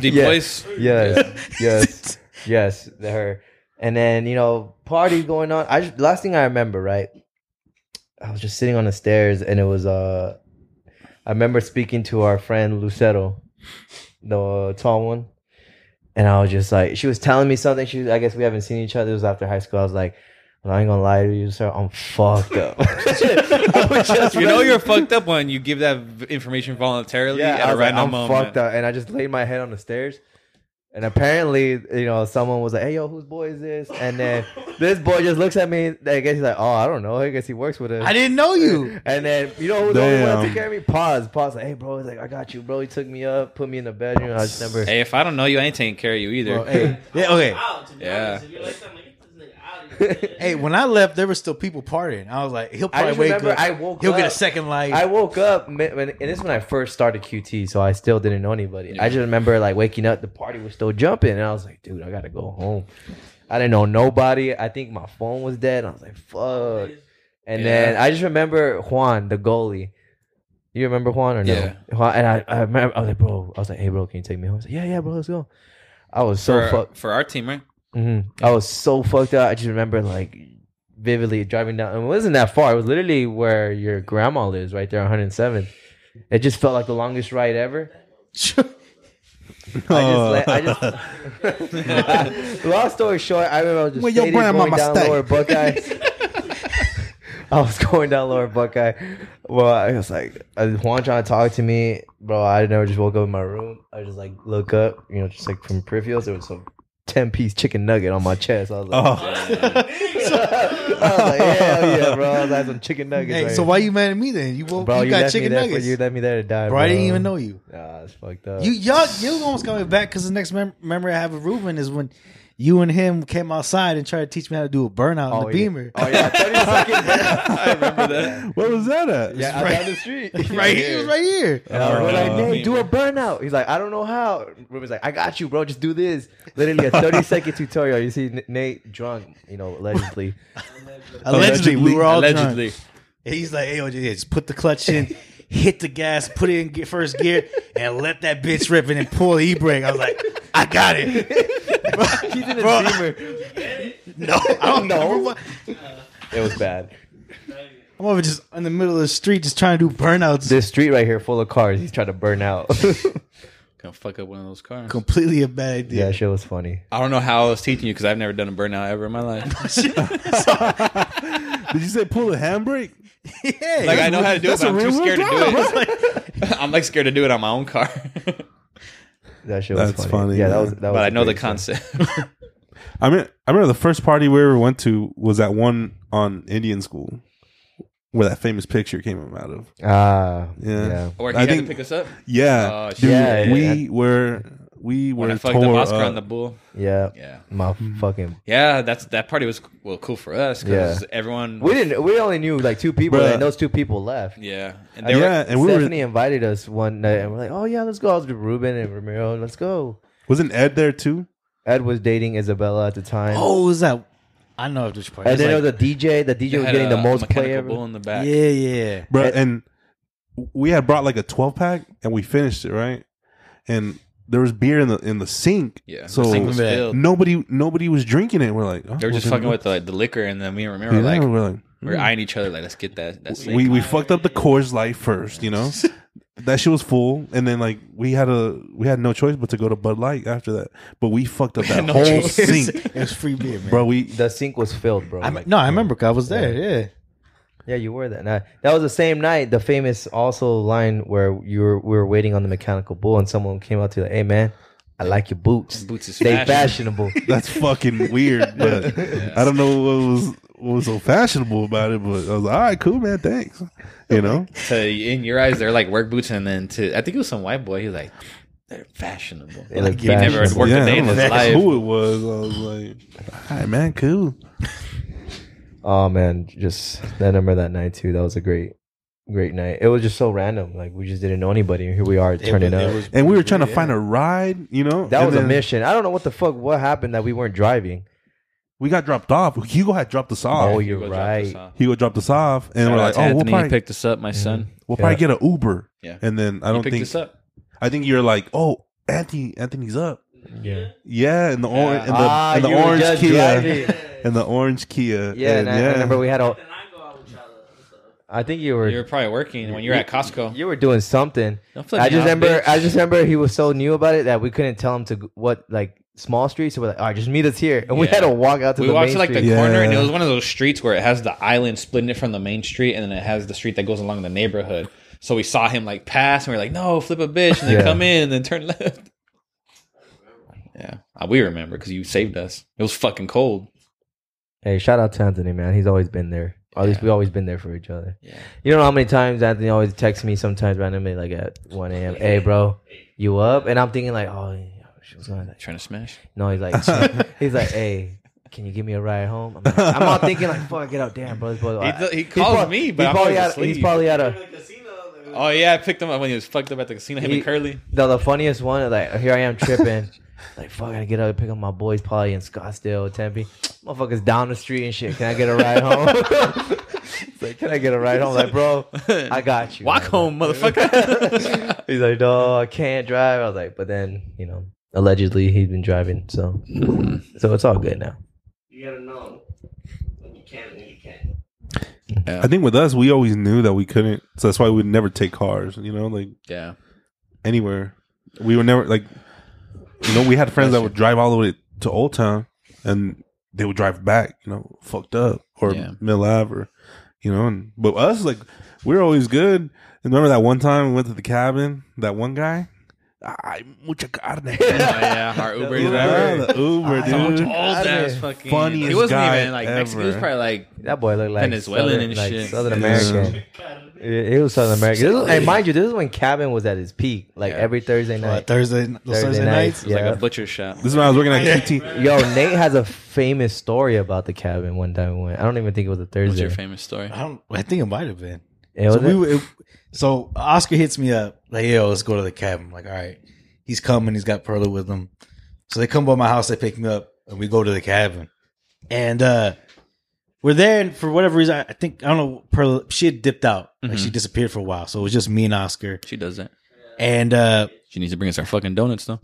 The Yeah. boys. Yes, yes, yes, her. And then you know, party going on. I just, last thing I remember, right? I was just sitting on the stairs, and it was. uh I remember speaking to our friend Lucero, the uh, tall one, and I was just like, she was telling me something. She, was, I guess we haven't seen each other. It was after high school. I was like. I ain't gonna lie to you, sir. I'm fucked up. I was just You know you're fucked up when you give that v- information voluntarily yeah, at I a was like, random I'm moment. fucked up, and I just laid my head on the stairs. And apparently, you know, someone was like, "Hey, yo, whose boy is this?" And then this boy just looks at me. I guess he's like, "Oh, I don't know. I guess he works with us." I didn't know you. And then you know who the only one that Damn. took care of me? Pause. Pause. Like, hey, bro. He's like, "I got you, bro." He took me up, put me in the bedroom. I just never. Hey, if I don't know you, I ain't taking care of you either. Well, hey, yeah, okay. Out, to be Yeah. honest. If you're like that, I'm like, get this nigga out of here. man. Hey, when I left, there were still people partying. I was like, he'll I probably just wake remember up. I woke he'll up. get a second life. I woke up, mi- when- and this is when I first started QT, so I still didn't know anybody. I just remember like waking up, the party was still jumping, and I was like, dude, I gotta go home. I didn't know nobody. I think my phone was dead. I was like, fuck. And then I just remember Juan, the goalie. You remember Juan or no? Yeah. Juan, and I, I remember I was like, bro, I was like, hey, bro, can you take me home? He's like, yeah, yeah, bro, let's go. I was so for, fucked. for our team, right? hmm I was so fucked up. I just remember like vividly driving down. and It wasn't that far. It was literally where your grandma lives, right there on 107th. It just felt like the longest ride ever. I just, la- I just. Long story short, I remember I was just When Oh. your faded, going grandmama down stay. lower Buckeye. I was going down lower Buckeye. Well, I was like, I was- Juan trying to talk to me, bro. I never just woke up in my room. I just like look up, you know, just like from peripherals, there was some ten piece chicken nugget on my chest. I was like, Oh. I was like hell yeah, bro. I was like some chicken nuggets. Hey, right so here. why you mad at me then? You woke, bro, you, you, got left chicken me there nuggets. For, you left me there to die, bro, I didn't even know you. Nah, it's fucked up. You y'all, you almost coming back because the next mem- memory I have of Ruben is when you and him came outside and tried to teach me how to do a burnout on Oh, the yeah. Beamer. Oh yeah, thirty second. I remember that. What was that at? Yeah, out down the street. right here, it was right here. And I was Uh, like, man, do a burnout. He's like, I don't know how. Ruben's like, I got you, bro. Just do this. Literally a 30 second tutorial. You see N- Nate drunk, you know, allegedly. Allegedly, we were all Allegedly. drunk. And He's like, hey, yo, just put the clutch in, hit the gas, put it in ge- first gear, and let that bitch rip, and then pull the e brake. I was like, I got it. He's in his Bro. beamer. No, I don't know. It was bad. I'm over just in the middle of the street, just trying to do burnouts, This street right here full of cars. He's trying to burn out. Gonna fuck up one of those cars. completely a bad yeah, idea. shit was funny. I don't know how I was teaching you because I've never done a burnout ever in my life. Did you say pull the handbrake? Yeah, Like I know how to do it, That's a but I'm too real-world scared to do drive. it. I'm like scared to do it on my own car, That shit was That's funny. funny, Yeah, that man. was. That but was I know the great stuff. concept. I mean, I remember the first party we ever went to was that one on Indian School, where that famous picture came out of. Ah, Yeah. yeah. Or he I had think- to pick us up. Yeah, Oh, dude, shit. we Yeah. were we were When I fucked up tore uh, Oscar up. on the bull. yeah, Yeah, My fucking. yeah. That's that party was well cool for us because Yeah. everyone. We didn't. We only knew like two people, Bruh. and those two people left. yeah, and they Uh, yeah, were. and we Stephanie were invited us one night, and we're like, "Oh yeah, let's go." I was with Ruben and Ramiro. Let's go. wasn't Ed there too? Ed was dating Isabella at the time. Oh, was that? I know which part. and then It there was a DJ. The they DJ was had getting the a most mechanical play bull ever. in the like- back. yeah, yeah. bro. Ed- and we had brought like a twelve pack, and we finished it right. And there was beer in the in the sink. Yeah, so the sink was Remember that. filled. nobody nobody was drinking it. We're like, oh, They were just we're fucking gonna- with the, the liquor, and then me and Ramiro Yeah, were like we're like, we we're eyeing each other like let's get that that sink. we we fucked up the Coors Light first, you know. that shit was full, and then like we had a we had no choice but to go to Bud Light after that. But we fucked up that whole sink, It was free beer, man. bro. We The sink was filled, bro. I me- no, I remember. 'cause I was there. Yeah. yeah, you were that night. That was the same night. The famous also line where you were we were waiting on the mechanical bull, and someone came out to you like, "Hey man, I like your boots. Boots is they fashion." fashionable." that's fucking weird, but I don't know what was what was so fashionable about it. But I was like, all right, cool, man, thanks. You know, to in your eyes they're like work boots, and then to I think it was some white boy. He's like they're fashionable. They look Like, he never fashionable. worked yeah, a day in I his don't know life. who it was. I was like, all right, man, cool. Oh man, just I remember that night too. That was a great, great night. It was just so random. Like we just didn't know anybody, and here we are turning up. And we were trying to find a ride, you know. that and was a then mission. I don't know what the fuck what happened that we weren't driving. We got dropped off. Hugo had dropped us off. Oh, Oh, you're Hugo dropped us right. off. Hugo dropped us off, and Shout we're out like, to oh, we'll Anthony, he probably picked us up, my son. We'll Yeah. probably get an Uber. Yeah. And then I He don't picked think us up. I think you're like, oh, Anthony, Anthony's up. Yeah. Yeah, and the orange and the, Ah, and the you were orange just Kia driving. and the orange Kia. Yeah, and, I, I remember we had a. Then I go out with y'all. and stuff. I think you were You were probably working when you were at Costco. you were doing something. Don't flip I me just off, remember bitch. I just remember he was so new about it that we couldn't tell him to g- what like small streets. So we're like, all right, just meet us here, and we Yeah. had to walk out to we the walked main to like the street. Yeah. corner, and it was one of those streets where it has the island splitting it from the main street, and then it has the street that goes along the neighborhood. So we saw him like pass, and we are like, "No, flip a bitch," and then Yeah. come in, and then turn left. Yeah, Uh, we remember because you saved us. It was fucking cold. Hey, shout out to Anthony, man. He's always been there. Or at least we always been there for each other. Yeah. You don't know how many times Anthony always texts me sometimes randomly, like at 1 a.m. Hey, bro, you up? And I'm thinking like, oh, yeah, she was gonna. Trying to smash. No, he's like, he's like, hey, can you give me a ride home? I'm, like, I'm all thinking like, fuck, get out, damn, bro. This boy, I- he calls prob- me, but I'm probably always out, asleep. he's probably out of. Oh yeah, I picked him up when he was fucked up at the casino. Him He- and Curly. No, the funniest one, like here I am tripping. like, fuck, I gotta get up and pick up my boys probably in Scottsdale, Tempe. Motherfuckers down the street and shit. Can I get a ride home? It's like, can I get a ride home? Like, bro, I got you. Walk man. home, motherfucker. He's like, no, I can't drive. I was like, but then, you know, allegedly he's been driving, so so it's all good now. You gotta know when you can and when you can't. I think with us, we always knew that we couldn't, so that's why we would never take cars. You know, like yeah. anywhere. We were never like You know, we had friends that would drive all the way to Old Town, and they would drive back. You know, fucked up or Yeah. Mill Ave, or you know. And but us, like, we were always good. And remember that one time we went to the cabin? That one guy, I mucha carne. Oh, yeah, our Uber Yeah, driver. the Uber Old dude. ass fucking. Funniest he wasn't guy even like Mexican. He was ever. probably like That boy looked like Venezuelan Southern, and like shit. Southern Yeah. American. Yeah, He was Southern American. This is- and mind you, this is when Cabin was at his peak, like every Thursday Uh, night. Thursday, those Thursday, nights. yeah. a butcher shop. This is when I was working at QT. Yo, Nate has a famous story about the cabin one time we went. I don't even think it was a Thursday. What's your famous story? I don't. I think it might have been. It was so we it? were, it, so Oscar hits me up like, "Yo, let's go to the cabin." I'm like, all right, he's coming. He's got Perla with him. So they come by my house. They pick me up, and we go to the cabin. And uh we're there, and for whatever reason, I- I think I don't know. Perla, she had dipped out. Like Mm-hmm. she disappeared for a while. So it was just me and Oscar. She does that. And uh She needs to bring us our fucking donuts though.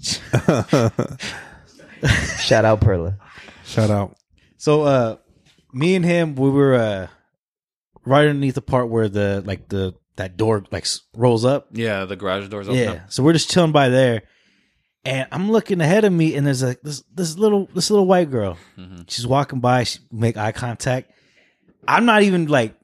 Shout out Perla. Shout out. So uh me and him we were uh right underneath the part where the like the that door like s- rolls up. yeah, the garage doors open. Yeah. Up. So we're just chilling by there. And I'm looking ahead of me and there's like this this little this little white girl. Mm-hmm. She's walking by, she make eye contact. I'm not even like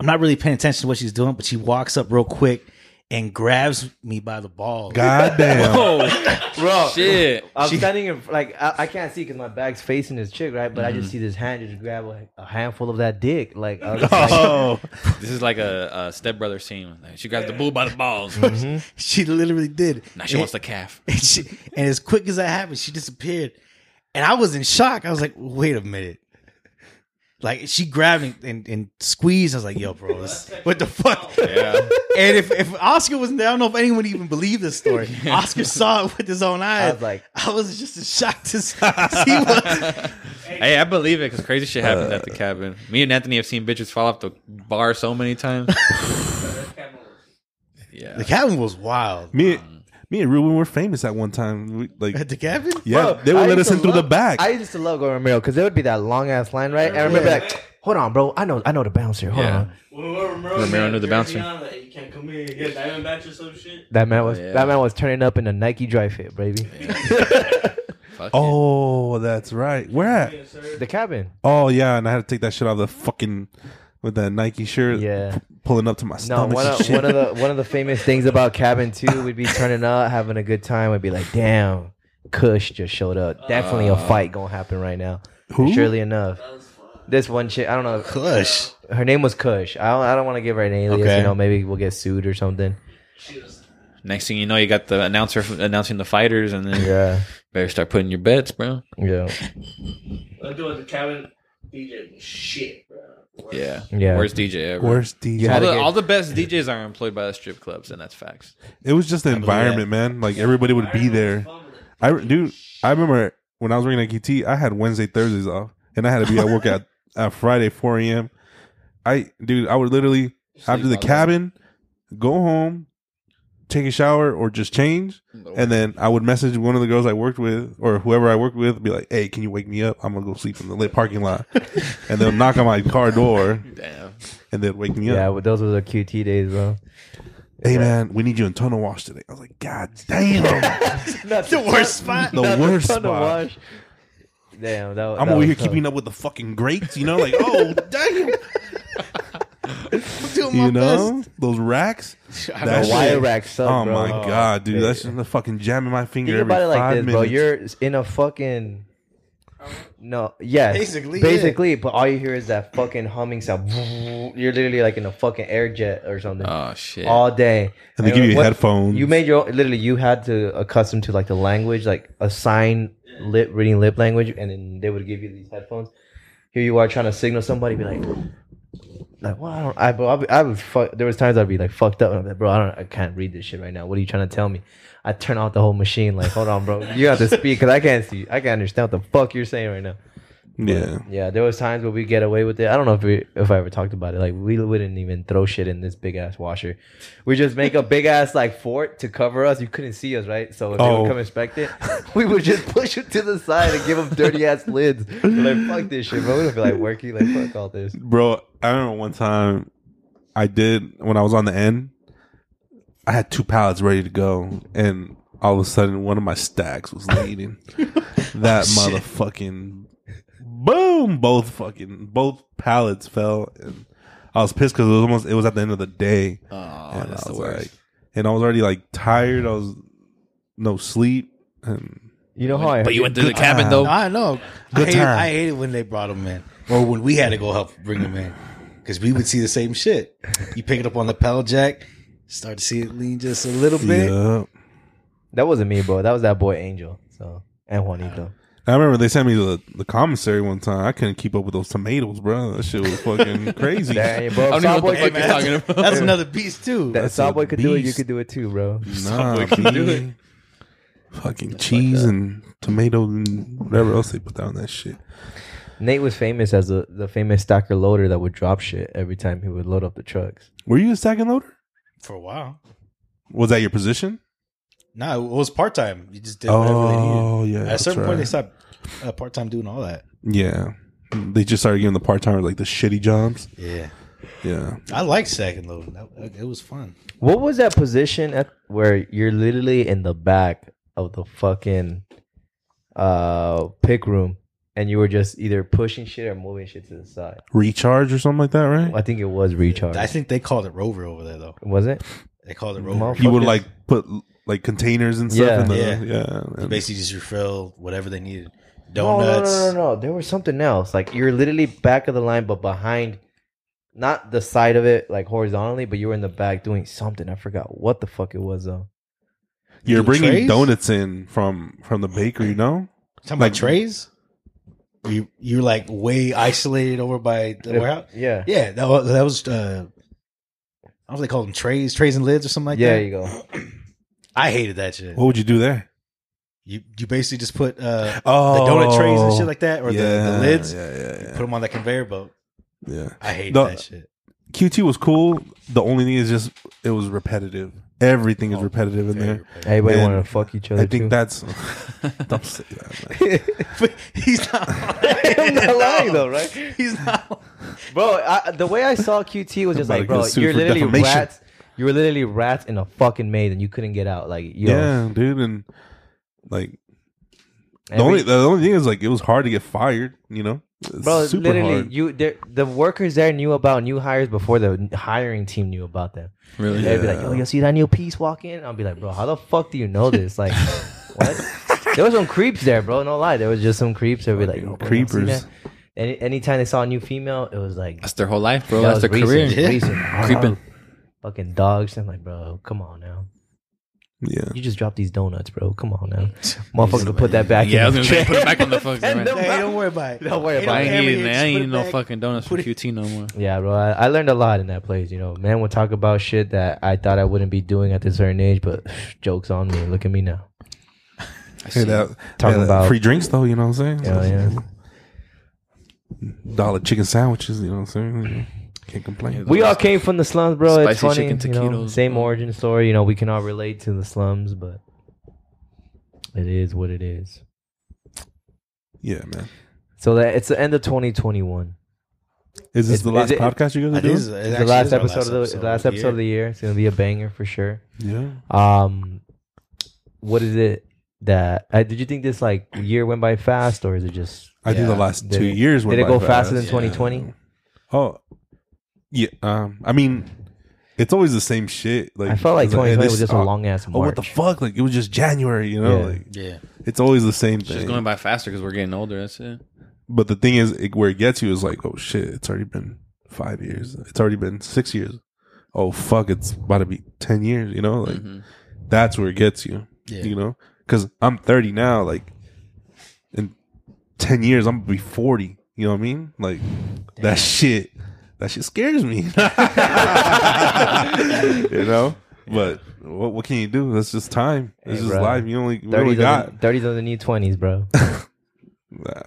I'm not really paying attention to what she's doing, but she walks up real quick and grabs me by the ball. God damn. Oh, Bro, Shit. I'm standing in like I, I can't see because my back's facing this chick, right? But I just see this hand just grab like, a handful of that dick. Like, I was just like, Oh, This is like a, a stepbrother scene. Like, she grabs the bull by the balls. She literally did. Now she wants the calf. And, she, and as quick as that happened, she disappeared. And I was in shock. I was like, wait a minute. Like she grabbed me and, and squeezed. I was like, yo, bro, this- what the fuck? Yeah. And if, if Oscar wasn't there, I don't know if anyone even believed this story. Oscar saw it with his own eyes. I was like- I was just in shock to see to see what. Hey, I believe it because crazy shit happens Uh, at the cabin. Me and Anthony have seen bitches fall off the bar so many times. The cabin was wild. me, me and Ruben were famous at one time. We, like, At the cabin? yeah, Bro, they would I let used us in to through the love- back. I used to love going to Romero because there would be that long ass line, right? And I remember Yeah. like, hold on, bro, I know, I know the bouncer. Hold Yeah. on, When we're Romero, Romero man, knew the Jersey bouncer. on, like, you can't come in. You get a diamond batch or some shit. that man was yeah. that man was turning up in a Nike dry fit, baby. Fuck it. oh, that's right. Where at? Yes, sir. the cabin, Oh yeah, and I had to take that shit out of the fucking with that Nike shirt. yeah. pulling up to my No, stomach. one and of, shit. one of the one of the famous things about cabin too, we'd be turning up, having a good time. I'd be like, damn, Kush just showed up. Definitely a fight gonna happen right now. And surely enough, That was fun. this one chick, I don't know, Push. her name was Kush. I don't, I don't want to give her an alias. Okay. You know, maybe we'll get sued or something. She was Next thing you know, you got the announcer f- announcing the fighters, and then Yeah, better start putting your bets, bro. yeah, I'm doing the cabin DJ was shit, bro. Worst. Yeah. Yeah. Worst DJ ever. worst DJ. You All had the, to get- all the best DJs are employed by the strip clubs, and that's facts. It was just the environment, man. Like everybody would be there. I dude, I remember when I was working at QT, I had Wednesday, Thursdays off, and I had to be at work at, at Friday, four a.m. I dude, I would literally after the cabin, go home, take a shower or just change, and then I would message one of the girls I worked with or whoever I worked with, be like, "Hey, can you wake me up? I'm gonna go sleep in the lit parking lot," and they'll knock on my car door, Damn. and they'd wake me up. yeah. but Those were the QT days, though. hey man, we need you in tunnel wash today. I was like, God damn, The worst spot. the worst spot. Damn, that, I'm that over was here tough. keeping up with the fucking greats, you know, like oh damn, you know those racks. That The wire rack sucked, Oh bro. my god, dude, that's just a fucking jam in my finger Think every about it like five this, bro. minutes. You're in a fucking. No, yes. Basically, yeah. Basically, but all you hear is that fucking humming sound. You're literally like in a fucking air jet or something. Oh shit. all day. and they Uh, give you what- headphones. You made your literally. You had to accustom to like the language, like a sign lip reading lip language, and then they would give you these headphones. Here you are trying to signal somebody, be like, like, well, I don't, I, bro, I, be- I would fuck. There was times I'd be like fucked up, and I'm like, bro, I don't, I can't read this shit right now. What are you trying to tell me? I turn off the whole machine. Like, hold on, bro, you have to speak because I can't see. I can't understand what the fuck you're saying right now. yeah, Yeah, there was times where we get away with it. I don't know if we, if I ever talked about it. Like we wouldn't even throw shit in this big ass washer. We just make a big ass like fort to cover us. You couldn't see us, right? So if they Oh. would come inspect it, we would just push it to the side and give them dirty ass lids. We're like fuck this shit, bro. We don't feel like working. Like fuck all this. bro. I remember one time I did when I was on the end. I had two pallets ready to go, and all of a sudden one of my stacks was leading. that Oh, motherfucking boom! Both fucking both pallets fell, and I was pissed because it was almost it was at the end of the day. Oh, and that's I the was worst. like, and I was already like tired. I was no sleep, and You know how I but you heard- went through the cabin though. I know. I Good hated, time. I hated when they brought him in, or when we had to go help bring him in, because we would see the same shit. You pick it up on the pallet jack, start to see it lean just a little bit. yeah. that wasn't me, bro. That was that boy Angel. So and Juanito. I remember they sent me to the, the commissary one time. I couldn't keep up with those tomatoes, bro. That shit was fucking crazy. Dang, bro. I If don't even know Sawboy what the fuck could, you're talking about. That's another piece too. that, if Sawboy a could do it. You beast. could do it too, bro. Nah, B. Fucking cheese and tomato and whatever else they put down that shit. Nate was famous as the the famous stacker loader that would drop shit every time he would load up the trucks. Were you a stack and loader? for a while. Was that your position? No, it was part time. You just did whatever they needed. Oh, yeah. At a that's certain point, right. they stopped uh, part time doing all that. Yeah. They just started giving the part timers like the shitty jobs. Yeah, Yeah. I liked second loading. That, it was fun. What was that position at where you're literally in the back of the fucking uh pick room and you were just either pushing shit or moving shit to the side? Recharge or something like that, right? I think it was recharge. I think they called it rover over there though. was it? They called it rover. you would Motherfuckers. like put like containers and stuff Yeah. in the Yeah. yeah. and- Basically, just refill whatever they needed. No, no, no, Donuts. no, no, no. There was something else. Like you're literally back of the line, but behind, not the side of it, like horizontally, but you were in the back doing something. I forgot what the fuck it was though. You're Do bringing trays? donuts in from from the bakery, no? Talking Like- about trays? You you're like way isolated over by the warehouse. Yeah. yeah. Yeah, that was, that was uh, I don't know if they called them trays, trays and lids or something like there that. you go. I hated that shit. What would you do there? You you basically just put uh, the Oh, donut trays and shit like that, or the, the lids, Yeah, yeah, put yeah. them on that conveyor belt. yeah. I hated No. that shit. QT was cool. The only thing is just it was repetitive. Everything Oh, is repetitive in Very there. repetitive. Everybody And wanted to fuck each other. I think too. that's. don't say that. Man. But he's not. lying. I'm not lying though, right? He's not. Bro, I, the way I saw QT was just About to like, bro, get sued you're for literally defamation. rats. You were literally rats in a fucking maze, and you couldn't get out. Like, yo, Yeah, dude, and like the every- only the only thing is like it was hard to get fired. You know, It's bro, super literally, hard. you there, the workers there knew about new hires before the hiring team knew about them. Really? They'd be like, yo, you see that new piece walk in? I'll be like, bro, how the fuck do you know this? Like, what? There was some creeps there, bro. No lie, there was just some creeps. They'd be like, yo, bro, y'all see creepers. that? Any anytime they saw a new female, it was like, That's their whole life, bro. that was That's their career. recent, recent. Creeping. Uh-huh. Fucking dogs. I'm like, bro, come on now. yeah, You just dropped these donuts, bro. Come on now. Motherfucker, could put that back Yeah, I in. was gonna say, put it back on the fucking. And the- right. Hey, don't worry about it. Don't worry about I it. ain't Hammer eating, it, I just ain't put eating it no back. fucking donuts from Put it- QT no more. Yeah, bro. I, I learned a lot in that place. You know, man would talk about shit that I thought I wouldn't be doing at this certain age, but jokes on me. Look at me now. hey, that, Talking yeah, about- free drinks though. You know what I'm saying? Yeah, yeah. Dollar chicken sandwiches. You know what I'm saying? Can't complain. We all came from the slums, bro. it's Spicy funny. chicken you know, taquitos, same bro. origin story. You know, we can all relate to the slums, but it is what it is. Yeah, man. So that it's the end of 2021. Is this Is- the last is it- podcast you guys It are is, doing? it It's actually the last is our episode, of the last episode of the year. It's gonna be a banger for sure. Yeah. Um, what is it that uh, did you think this like year went by fast, or is it just I think the Yeah. last Did two it- years went did it by go faster than fast. 2020? Oh, yeah. Um, I mean, it's always the same shit. Like I felt like it's hey, 2020 this- was just a oh, long ass Oh, March. what the fuck? Like it was just January, you know? Yeah. Like Yeah. it's always the same It's just thing. going by faster because we're getting older. That's it. but the thing is, it, where it gets you is like, oh shit, it's already been five years. It's already been six years. Oh fuck, it's about to be ten years. You know, like Mhm. that's where it gets you. Yeah. You know, because I'm 30 now. Like in 10 years, I'm gonna be 40. You know what I mean? Like that shit. That shit scares me. you know. But what what can you do? That's just time. It's Hey, just bro. life. You only we 30 only got. doesn't, 30 doesn't need 20s, bro. that.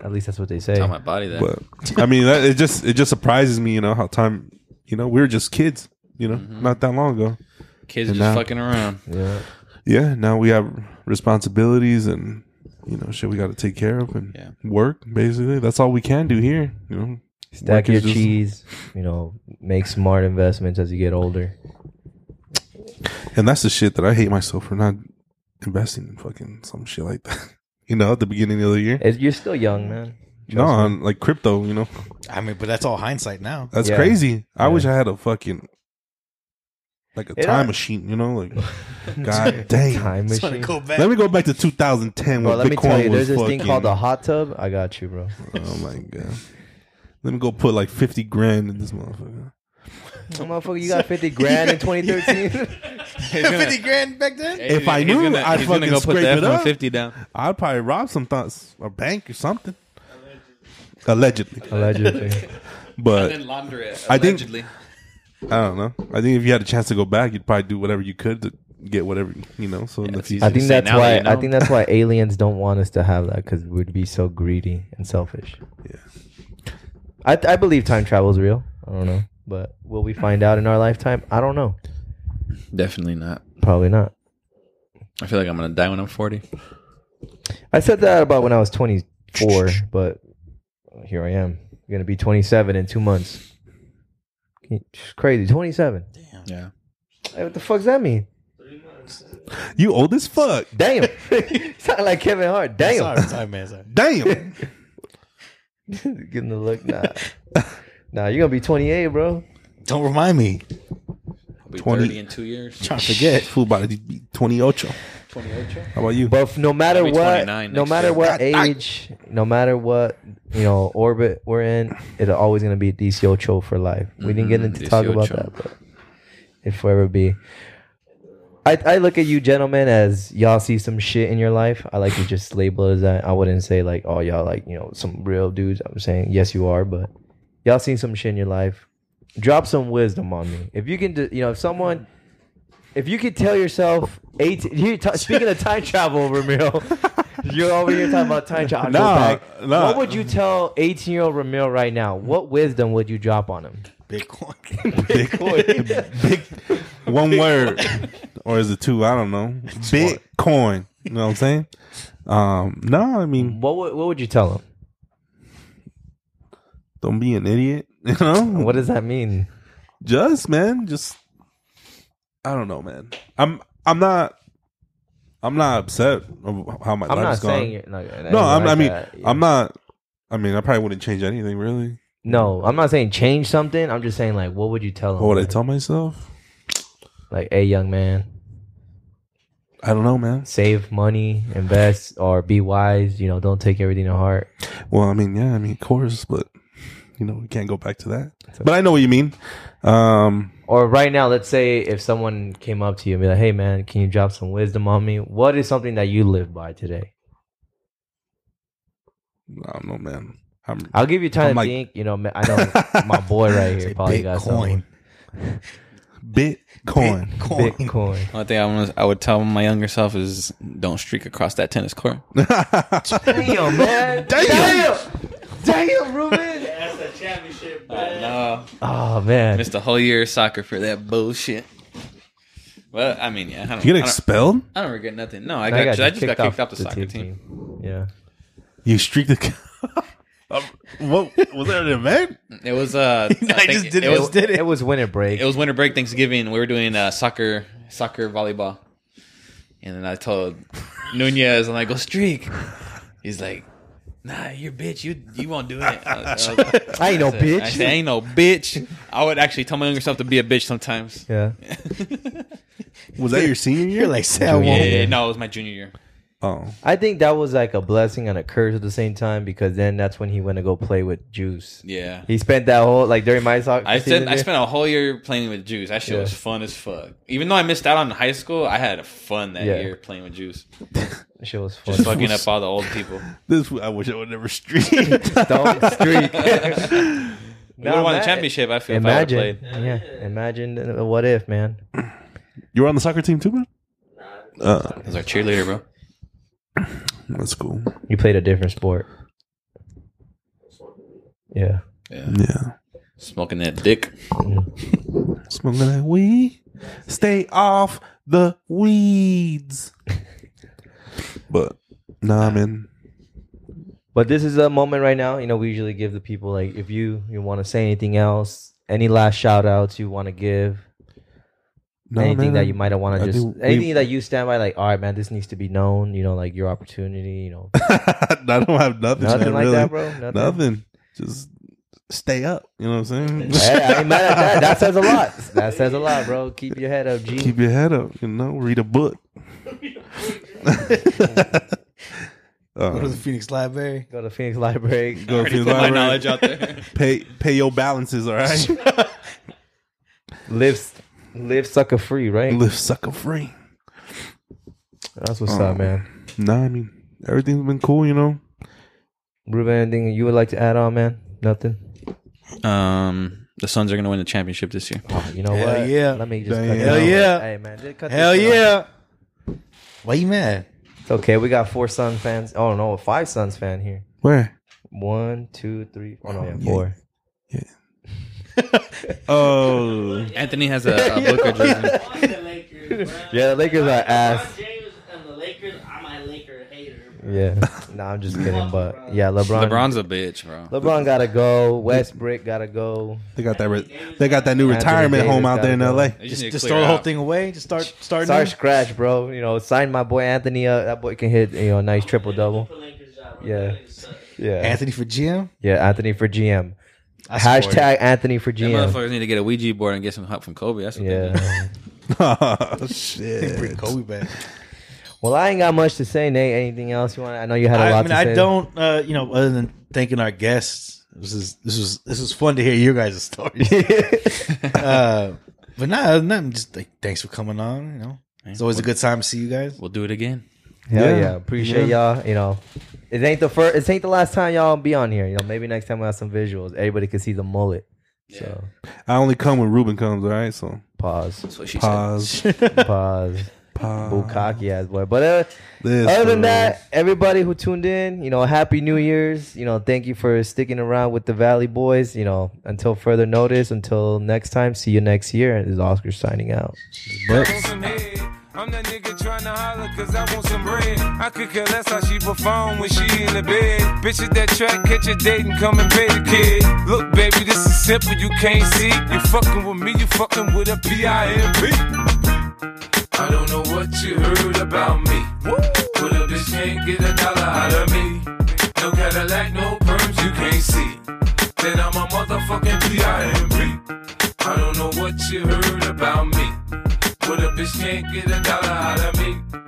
At least that's what they say. Tell my body that. But I mean, that, it just it just surprises me. You know how time. You know we were just kids. You know, not that long ago. Kids are And just now- fucking around. Yeah. yeah, now we have responsibilities and you know shit we got to take care of and Yeah. work basically. That's all we can do here. You know, Stack Work is your just- cheese. You know, make smart investments as you get older. and that's the shit that I hate myself for not investing in fucking some shit like that. You know, at the beginning of the year. It- You're still young, man. No, on like crypto, you know. I mean, but that's all hindsight now. That's Yeah. crazy. I Yeah. wish I had a fucking like a It- time machine, you know, like god dang. Time Trying to machine. go back. Let me go back to 2010 Bro, when let me tell Bitcoin you, was there's this fucking. thing called a hot tub. I got you, bro. oh my god! Let me go put like 50 grand in this motherfucker. Oh, motherfucker, you got 50 grand in 2013? Fifty grand back then. If I knew, I'd fucking scrape it up. fifty down. I'd probably rob some thoughts, a bank or something. Allegedly, Allegedly. but launder it. I think- I don't know. I think if you had a chance to go back, you'd probably do whatever you could to get whatever you know. So in the it's future, I easy. think say that's now why that you I know. think that's why aliens don't want us to have that because we'd be so greedy and selfish. Yeah. I I believe time travel is real. I don't know, but will we find out in our lifetime? I don't know. Definitely not. Probably not. I feel like I'm gonna die when I'm forty. I said that about when I was 24, but here I am. I'm gonna be 27 in two months. It's crazy. 27. Yeah. Hey, what the fuck's that mean? you old as fuck. Damn. Sound like Kevin Hart. Damn. Sorry, sorry, man. Sorry. Damn. Getting the look. Nah. nah, you're gonna be 28, bro. Don't remind me. I'll be 20. 30 in two years. Trying to forget. Fool about it. 28. How about you? But f- no matter I'll be what, 29 no next matter year. what age, no matter what you know orbit we're in, it'll always gonna be DC Ocho for life. We didn't get Mhm, into DC talk about Ocho. that, but it forever be. I, I look at you gentlemen as y'all see some shit in your life. I like to just label it as that. I wouldn't say like, oh y'all like, you know, some real dudes. I'm saying yes you are, but y'all seen some shit in your life. Drop some wisdom on me. If you can do, you know, if someone if you could tell yourself eight you t- speaking of time travel, Ramiro, you're over here talking about time travel. I'll go Nah, back. nah. What would you tell 18 year old Ramiro right now? What wisdom would you drop on him? Bitcoin. Big, one word, or is it two? I don't know. Bitcoin. You know what I'm saying? Um, no, I mean, What would, what would you tell him? don't be an idiot. You know, What does that mean? just man, just I don't know, man. I'm I'm not I'm not upset of how my I'm not life's gone. saying you're no. no, I'm, I mean, that, yeah. I'm not. I mean, I probably wouldn't change anything really. No, I'm not saying change something. I'm just saying like, what would you tell him? What would I like, tell myself? Like, hey, young man, I don't know, man. save money, invest, or be wise. You know, don't take everything to heart. Well, I mean, yeah, I mean, of course, but you know, we can't go back to that. But I know what you mean. Um, Or right now, let's say if someone came up to you and be like, "Hey, man, can you drop some wisdom on me? What is something that you live by today?" I don't know, man. I'm, I'll give you time I'm to like- think. You know, I know my boy right here probably got Bitcoin. some Bitcoin. Bitcoin. One thing I, wanna, I would tell my younger self is don't streak across that tennis court. Damn, man. Damn. Damn, Ruben. That's the championship, No, Oh man. missed a whole year of soccer for that bullshit. Well, I mean, yeah, I don't, You get I don't, expelled? I don't regret nothing. No, I, got, I just got kicked off the, soccer team. Yeah. You streak the. Um, what was that an event? It was uh, I, just think did it, it. was Did it? It was winter break. it was winter break Thanksgiving. We were doing uh, soccer, soccer volleyball, and then I told Nunez, I'm like, "Go streak." He's like, "Nah, you're a bitch. You you won't do it." I, was- I was- I ain't no I bitch. said, "Ain't no bitch." I would actually tell my younger self to be a bitch sometimes. yeah. Was that your senior year? You're like, say I Yeah, won't. no, it was my junior year. oh, I think that was like a blessing and a curse at the same time because then that's when he went to go play with Juice. Yeah. He spent that whole like during my soccer. I season spent I here- spent a whole year playing with Juice. That shit Yeah. was fun as fuck. Even though I missed out on high school, I had fun that Yeah. year playing with Juice, Shit was fun. just fucking up all the old people. this I wish I would never streak. Don't streak. We would have won the championship. I feel Imagine, if I would have played. yeah, imagine the what if, man. you were on the soccer team too, man. Uh, It was our cheerleader, bro. that's cool. You played a different sport. Yeah, Yeah, Smoking that dick. smoking that weed. Stay off the weeds. But nah, man. but this is a moment right now. You know, we usually give the people like if you you want to say anything else, any last shout outs you want to give. No, anything man. that you might have want I to just think we- anything that you stand by, like, all right, man, this needs to be known. You know, like your opportunity. You know, I don't have nothing. man, nothing like really. that, bro. Nothing. Nothing. Just stay up. You know what I'm saying? Hey, I ain't mad at that. That says a lot. That says a lot, bro. Keep your head up, G. Keep your head up. You know, read a book. Go to the Um, Phoenix Library. Go to Phoenix Library. go to the my library. knowledge out there. Pay pay your balances. All right. Live, live sucker free, right? Live sucker free. That's what's Um, up, man. Nah, I mean everything's been cool. You know. Ruben, anything you would like to add on, man? Nothing. Um, the Suns are going to win the championship this year. Oh, you know Hell what? yeah. Let me just Damn. cut it Hell out. yeah. Hey man, just cut Hell this out. yeah. uh, Why you mad? It's okay. We got four Suns fans. Oh no, five Suns fan here. Where? One, two, three. Oh no, four. Oh, Anthony has a, a Booker jersey. Fuck the Lakers, bro. Yeah, the Lakers are If I'm ass. James and the Lakers, I'm a Laker hater. bro. Yeah. no, I'm just kidding. But yeah, LeBron. LeBron's a bitch, bro. LeBron gotta go. Westbrook gotta go. they got that. Re- they got that new Anthony retirement Davis home out there in gotta go. L.A. They Just, need to just clear throw the whole out. thing away. Just start starting. Start scratch, bro. You know, sign my boy Anthony up. That boy can hit. You know, a nice triple double. The Lakers job, bro. Yeah. That nigga suck. Yeah. Anthony for Jim. Yeah. Anthony for GM. I support it. Hashtag Anthony for Them GM. motherfuckers need to get a Ouija board and get some help from Kobe. That's what they do. Yeah. oh They shit! bring Kobe back. Well, I ain't got much to say, Nate. Anything else you want? I know you had a lot I mean, to I say. don't. Uh, you know, other than thanking our guests, this is this was this was fun to hear your guys' stories. uh, but nah, other than that, I'm just like, thanks for coming on. You know, it's always a good time to see you guys. We'll do it again. Hell yeah. Yeah. Appreciate y'all. You know, it ain't the first. It ain't the last time y'all be on here. You know, maybe next time we have some visuals. Everybody can see the mullet. So I only come when Ruben comes. All right, so pause, That's what she pause. pause. Boo Pause. cocky ass boy. But uh, This other fool. than that, everybody who tuned in, you know, happy New Year's. You know, thank you for sticking around with the Valley Boys. You know, until further notice. Until next time. See you next year. This is Oscar signing out. want some head. I'm that nigga tryna holler cause I want some bread. I could care less how she perform when she in the bed. Bitches that track, catch a date and come and pay the kid. Look, baby, this is simple, you can't see. You fucking with me, you fucking with a P-I-M-P. I don't know what you heard about me. But a bitch can't get a dollar out of me. No Cadillac, no perms, you can't see. Then I'm a motherfucking P-I-M-P. I don't know what you heard about me. But a bitch can't get a dollar out of me.